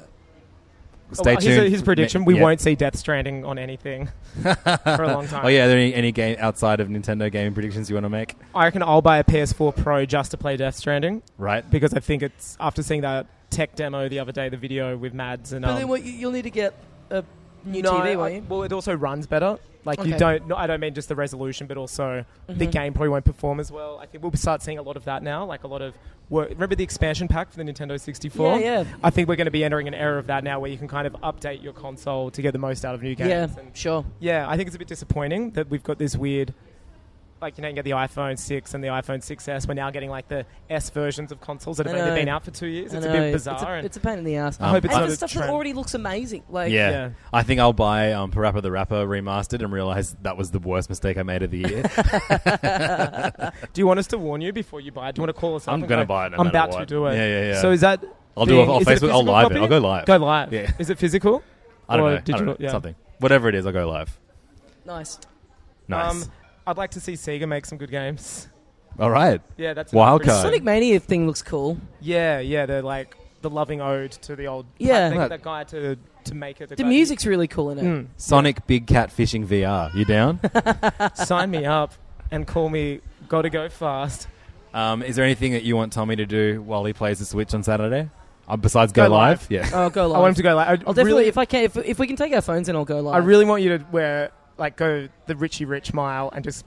[SPEAKER 4] stay
[SPEAKER 6] Oh, Well,
[SPEAKER 4] tuned.
[SPEAKER 6] here's a- his prediction: we
[SPEAKER 4] Yeah.
[SPEAKER 6] won't see Death Stranding on anything for a long time.
[SPEAKER 4] Oh yeah, are there any, any game outside of Nintendo gaming predictions you want to make?
[SPEAKER 6] I reckon I'll buy a PS4 Pro just to play Death Stranding
[SPEAKER 4] Right.
[SPEAKER 6] because I think it's after seeing that tech demo the other day, the video with Mads and.
[SPEAKER 5] But
[SPEAKER 6] um,
[SPEAKER 5] then what, you- you'll need to get a new
[SPEAKER 6] No,
[SPEAKER 5] TV, won't
[SPEAKER 6] I-
[SPEAKER 5] you?
[SPEAKER 6] Well, it also runs better. Like you
[SPEAKER 5] Okay.
[SPEAKER 6] don't. No, I don't mean just the resolution, but also the
[SPEAKER 5] Mhm.
[SPEAKER 6] game probably won't perform as well. I think we'll start seeing a lot of that now. Like a lot of work. Remember the expansion pack for the Nintendo 64?
[SPEAKER 5] Yeah, yeah.
[SPEAKER 6] I think we're going to be entering an era of that now, where you can kind of update your console to get the most out of new games.
[SPEAKER 5] Yeah,
[SPEAKER 6] And
[SPEAKER 5] sure.
[SPEAKER 6] yeah, I think it's a bit disappointing that we've got this weird. Like you know, you get the iPhone 6 and the iPhone 6s. We're now getting like the S versions of consoles that have
[SPEAKER 5] I
[SPEAKER 6] only
[SPEAKER 5] know.
[SPEAKER 6] been out for two years.
[SPEAKER 5] I
[SPEAKER 6] It's a
[SPEAKER 5] know,
[SPEAKER 6] bit bizarre.
[SPEAKER 5] It's a,
[SPEAKER 6] and-
[SPEAKER 5] it's a pain in the ass.
[SPEAKER 4] I hope it's
[SPEAKER 5] and
[SPEAKER 4] not
[SPEAKER 5] the
[SPEAKER 6] a
[SPEAKER 5] stuff
[SPEAKER 6] trend.
[SPEAKER 5] that already looks amazing. Like,
[SPEAKER 4] yeah.
[SPEAKER 6] yeah.
[SPEAKER 4] I think I'll buy um, Parappa the Rapper remastered and realize that was the worst mistake I made of the year.
[SPEAKER 6] Do you want us to warn you before you buy it? Do you want to call us up?
[SPEAKER 4] I'm
[SPEAKER 6] and
[SPEAKER 4] gonna
[SPEAKER 6] go,
[SPEAKER 4] buy it no
[SPEAKER 6] I'm
[SPEAKER 4] matter
[SPEAKER 6] about
[SPEAKER 4] what."
[SPEAKER 6] to do it.
[SPEAKER 4] Yeah, yeah, yeah.
[SPEAKER 6] So is that?
[SPEAKER 4] I'll do it
[SPEAKER 6] being-
[SPEAKER 4] on
[SPEAKER 6] is it a
[SPEAKER 4] Facebook. I'll
[SPEAKER 6] physical
[SPEAKER 4] live
[SPEAKER 6] copy?
[SPEAKER 4] it. I'll go live.
[SPEAKER 6] Go live.
[SPEAKER 4] Yeah.
[SPEAKER 6] Is it physical?
[SPEAKER 4] I don't
[SPEAKER 6] or
[SPEAKER 4] know. I
[SPEAKER 6] Digital?
[SPEAKER 4] don't know.
[SPEAKER 6] Yeah.
[SPEAKER 4] Something. Whatever it is, I'll go live.
[SPEAKER 5] nice.
[SPEAKER 4] Nice.
[SPEAKER 6] Um, I'd like to see Sega make some good games.
[SPEAKER 4] All right.
[SPEAKER 6] Yeah, that's
[SPEAKER 4] Wild
[SPEAKER 6] pretty-
[SPEAKER 4] card.
[SPEAKER 5] Sonic Mania thing looks cool.
[SPEAKER 6] Yeah, yeah. They're like the loving ode to the old.
[SPEAKER 5] Yeah.
[SPEAKER 6] They got
[SPEAKER 4] Right.
[SPEAKER 6] that guy to to make it.
[SPEAKER 5] The
[SPEAKER 6] guy-
[SPEAKER 5] music's really cool in it.
[SPEAKER 6] Mm.
[SPEAKER 4] Sonic Big Cat Fishing VR. You down?
[SPEAKER 6] Sign me up and call me. Got to go fast.
[SPEAKER 4] um, is there anything that you want Tommy to do while he plays the Switch on Saturday? Uh, besides go,
[SPEAKER 6] Go
[SPEAKER 4] live?
[SPEAKER 6] live.
[SPEAKER 4] Yeah.
[SPEAKER 5] Oh, go live.
[SPEAKER 6] I want him to go live. I
[SPEAKER 5] I'll definitely,
[SPEAKER 6] really,
[SPEAKER 5] if I can, if, if we can take our phones in, I'll go live.
[SPEAKER 6] I really want you to wear like go the Richie Rich mile and just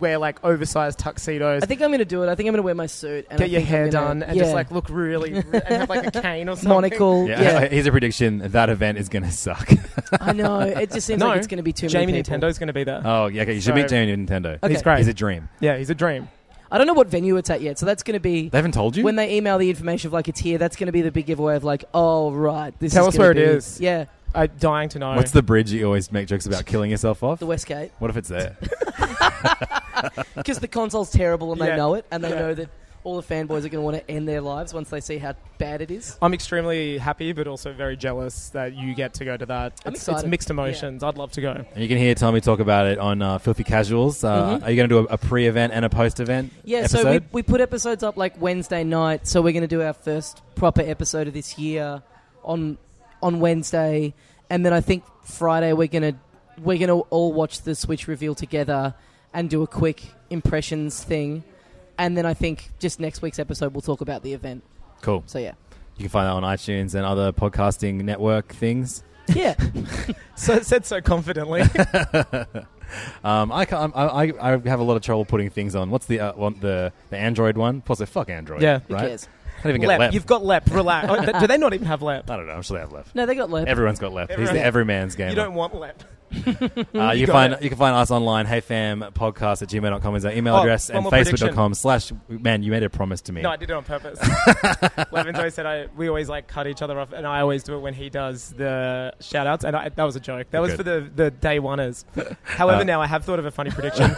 [SPEAKER 6] wear like oversized tuxedos.
[SPEAKER 5] I think I'm going to do it. I think I'm going to wear my suit. And I
[SPEAKER 6] get your
[SPEAKER 5] think
[SPEAKER 6] hair
[SPEAKER 5] I'm gonna-
[SPEAKER 6] done and
[SPEAKER 5] yeah.
[SPEAKER 6] just like look really and have like a cane or something.
[SPEAKER 5] monocle.
[SPEAKER 4] Yeah.
[SPEAKER 5] Yeah,
[SPEAKER 4] Here's a prediction. That event is going to suck.
[SPEAKER 5] I know. It just seems
[SPEAKER 6] No.
[SPEAKER 5] like it's going to be too
[SPEAKER 6] Jamie
[SPEAKER 5] many people.
[SPEAKER 6] Nintendo's going to be there.
[SPEAKER 4] oh, yeah. Okay. You should meet
[SPEAKER 6] So-
[SPEAKER 4] Jamie Nintendo.
[SPEAKER 5] Okay.
[SPEAKER 6] He's great.
[SPEAKER 4] He's a dream.
[SPEAKER 6] yeah, he's a dream.
[SPEAKER 5] I don't know what venue it's at yet, so that's going to be
[SPEAKER 4] They haven't told you?
[SPEAKER 5] when they email the information of like it's here. That's going to be the big giveaway of like, oh right, this
[SPEAKER 6] Tell
[SPEAKER 5] is
[SPEAKER 6] us
[SPEAKER 5] gonna
[SPEAKER 6] where it
[SPEAKER 5] be-
[SPEAKER 6] is.
[SPEAKER 5] Yeah,
[SPEAKER 6] I'm dying to know.
[SPEAKER 4] What's the bridge that you always make jokes about killing yourself off?
[SPEAKER 5] the Westgate.
[SPEAKER 4] What if it's there?
[SPEAKER 5] Because the console's terrible and
[SPEAKER 6] Yeah.
[SPEAKER 5] they know it, and they
[SPEAKER 6] Yeah.
[SPEAKER 5] know that all the fanboys are going to want to end their lives once they see how bad it is.
[SPEAKER 6] I'm extremely happy, but also very jealous that you get to go to that.
[SPEAKER 5] I'm
[SPEAKER 6] it's, it's
[SPEAKER 5] excited.
[SPEAKER 6] mixed emotions. I'd love to go.
[SPEAKER 4] and you can hear Tommy talk about it on uh, Filthy Casuals. Uh,
[SPEAKER 5] Mhm.
[SPEAKER 4] Are you going to do a, a pre-event and a post-event
[SPEAKER 5] Yeah,
[SPEAKER 4] episode?
[SPEAKER 5] so we, we put episodes up like Wednesday night, so we're going to do our first proper episode of this year on on Wednesday, and then I think Friday we're going to we're going to all watch the Switch reveal together and do a quick impressions thing. And then I think just next week's episode we'll talk about the event.
[SPEAKER 4] cool.
[SPEAKER 5] So yeah.
[SPEAKER 4] You can find that on iTunes and other podcasting network things.
[SPEAKER 5] Yeah.
[SPEAKER 6] So said so confidently.
[SPEAKER 4] Um, I, can't, I, I, I have a lot of trouble putting things on. What's the uh, one, the the Android one? Plus, fuck Android.
[SPEAKER 6] Yeah. Who
[SPEAKER 4] right.
[SPEAKER 5] cares?
[SPEAKER 4] Can't even get
[SPEAKER 6] Lep,
[SPEAKER 4] left.
[SPEAKER 6] you've got Lep. Relax. Oh, th- do they not even have Lep?
[SPEAKER 4] I don't know. I'm sure they have left.
[SPEAKER 5] No, they got left.
[SPEAKER 4] Everyone's got left. He's the
[SPEAKER 6] Everyone-
[SPEAKER 4] everyman's game.
[SPEAKER 6] You don't want Lep.
[SPEAKER 4] Uh, you,
[SPEAKER 6] You
[SPEAKER 4] can
[SPEAKER 6] got
[SPEAKER 4] find
[SPEAKER 6] it.
[SPEAKER 4] you can find us online, heyfampodcast at gmail.com is our email
[SPEAKER 6] Oh,
[SPEAKER 4] address
[SPEAKER 6] one
[SPEAKER 4] and
[SPEAKER 6] more prediction.
[SPEAKER 4] facebook.com slash man, you made a promise to me.
[SPEAKER 6] No, I did it on purpose. Levin's always said I, we always like cut each other off, and I always do it when he does the shout outs. And I, that was a joke. That was
[SPEAKER 4] Good. Uh,
[SPEAKER 6] for the, the day oneers. However, now I have thought of a funny prediction.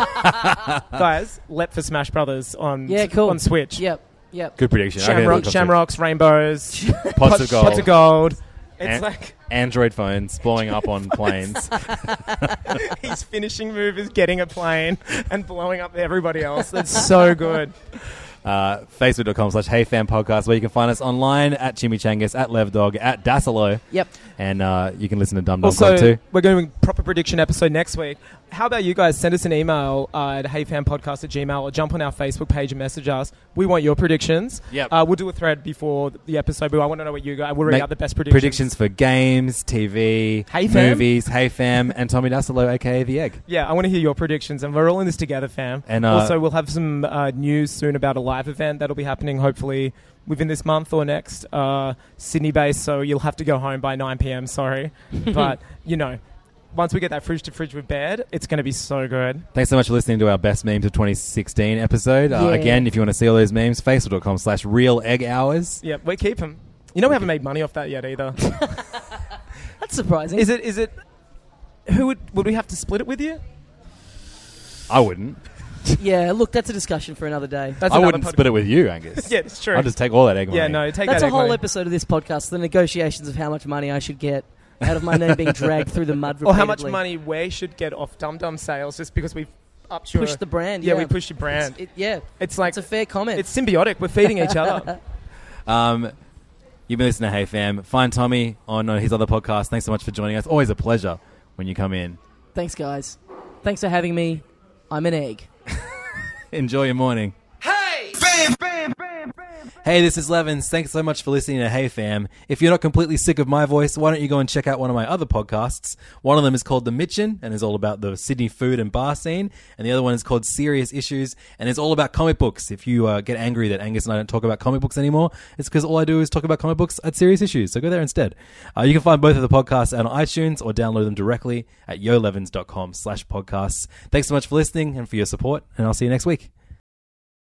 [SPEAKER 6] Guys, let for Smash Brothers on,
[SPEAKER 5] Yeah, cool.
[SPEAKER 6] on Switch.
[SPEAKER 5] Yep. Yep.
[SPEAKER 4] Good prediction. I reckon
[SPEAKER 6] Shamrock,
[SPEAKER 4] it'll come
[SPEAKER 6] shamrocks, rainbows,
[SPEAKER 4] through. pots, of gold, Eh?
[SPEAKER 6] Pots of gold. It's
[SPEAKER 4] An-
[SPEAKER 6] like
[SPEAKER 4] Android phones blowing up on planes.
[SPEAKER 6] his finishing move is getting a plane and blowing up everybody else. That's so good.
[SPEAKER 4] uh, facebook.com slash heyfanpodcast, where you can find us online at Chimichangas, at Levdog, at Dasilo.
[SPEAKER 5] Yep.
[SPEAKER 4] And uh, you can listen to Dum Dum
[SPEAKER 6] Also,
[SPEAKER 4] Club too.
[SPEAKER 6] we're going to proper prediction episode next week. How about you guys send us an email uh, at heyfanpodcast at gmail or jump on our Facebook page and message us. We want your predictions.
[SPEAKER 4] Yep.
[SPEAKER 6] Uh, we'll do a thread before the episode, but I want to know what you guys, we'll read
[SPEAKER 4] Make
[SPEAKER 6] out the best predictions.
[SPEAKER 4] for games, TV,
[SPEAKER 6] Hey Fam.
[SPEAKER 4] movies, Hey Fam, and Tommy Dasilo, aka The Egg.
[SPEAKER 6] Yeah, I want to hear your predictions, and we're all in this together, fam.
[SPEAKER 4] And, uh,
[SPEAKER 6] also, we'll have some uh, news soon about a live event that'll be happening hopefully within this month or next, uh, Sydney-based. So you'll have to go home by 9 p.m. Sorry, but you know, once we get that fridge to fridge with bed, it's going to be so good.
[SPEAKER 4] Thanks so much for listening to our best memes of 2016 episode. Uh,
[SPEAKER 5] Yeah.
[SPEAKER 4] Again, if you want to see all those memes, facebook.com slash real egg hours.
[SPEAKER 6] Yeah, we keep them. You know, we haven't made money off that yet either.
[SPEAKER 5] That's surprising.
[SPEAKER 6] is it? Is it? Who would would we have to split it with you?
[SPEAKER 4] I wouldn't.
[SPEAKER 5] Yeah, look, that's a discussion for another day.
[SPEAKER 6] That's
[SPEAKER 4] I
[SPEAKER 6] another
[SPEAKER 4] wouldn't
[SPEAKER 6] podcast.
[SPEAKER 4] split it with you, Angus.
[SPEAKER 6] Yeah, it's true.
[SPEAKER 4] I'll just take all that egg money.
[SPEAKER 6] yeah, no, take
[SPEAKER 5] That's
[SPEAKER 6] that.
[SPEAKER 5] a whole
[SPEAKER 6] episode.
[SPEAKER 5] episode of this podcast, the negotiations of how much money I should get out of my name being dragged through the mud
[SPEAKER 6] Or how much
[SPEAKER 5] repeatedly.
[SPEAKER 6] money we should get off Dum Dum sales just because we've upped your
[SPEAKER 5] Push the brand.
[SPEAKER 6] Yeah,
[SPEAKER 5] Yeah,
[SPEAKER 6] we push your brand.
[SPEAKER 5] It's, it, yeah,
[SPEAKER 6] It's like
[SPEAKER 5] it's a fair comment.
[SPEAKER 6] it's symbiotic. We're feeding each other.
[SPEAKER 4] Um, you've been listening to Hey Fam. Find Tommy on uh, his other podcast. Thanks so much for joining us. Always a pleasure when you come in.
[SPEAKER 5] Thanks, guys. Thanks for having me. I'm an egg.
[SPEAKER 4] Enjoy your morning. Hey, this is Levins. Thanks so much for listening to Hey Fam. If you're not completely sick of my voice, why don't you go and check out one of my other podcasts? One of them is called The Mitchin and is all about the Sydney food and bar scene, and the other one is called Serious Issues and is all about comic books. If you uh, get angry that Angus and I don't talk about comic books anymore, it's because all I do is talk about comic books at Serious Issues. So go there instead. Uh, you can find both of the podcasts on iTunes or download them directly at yolevins.com slash podcasts. Thanks so much for listening and for your support, and I'll see you next week.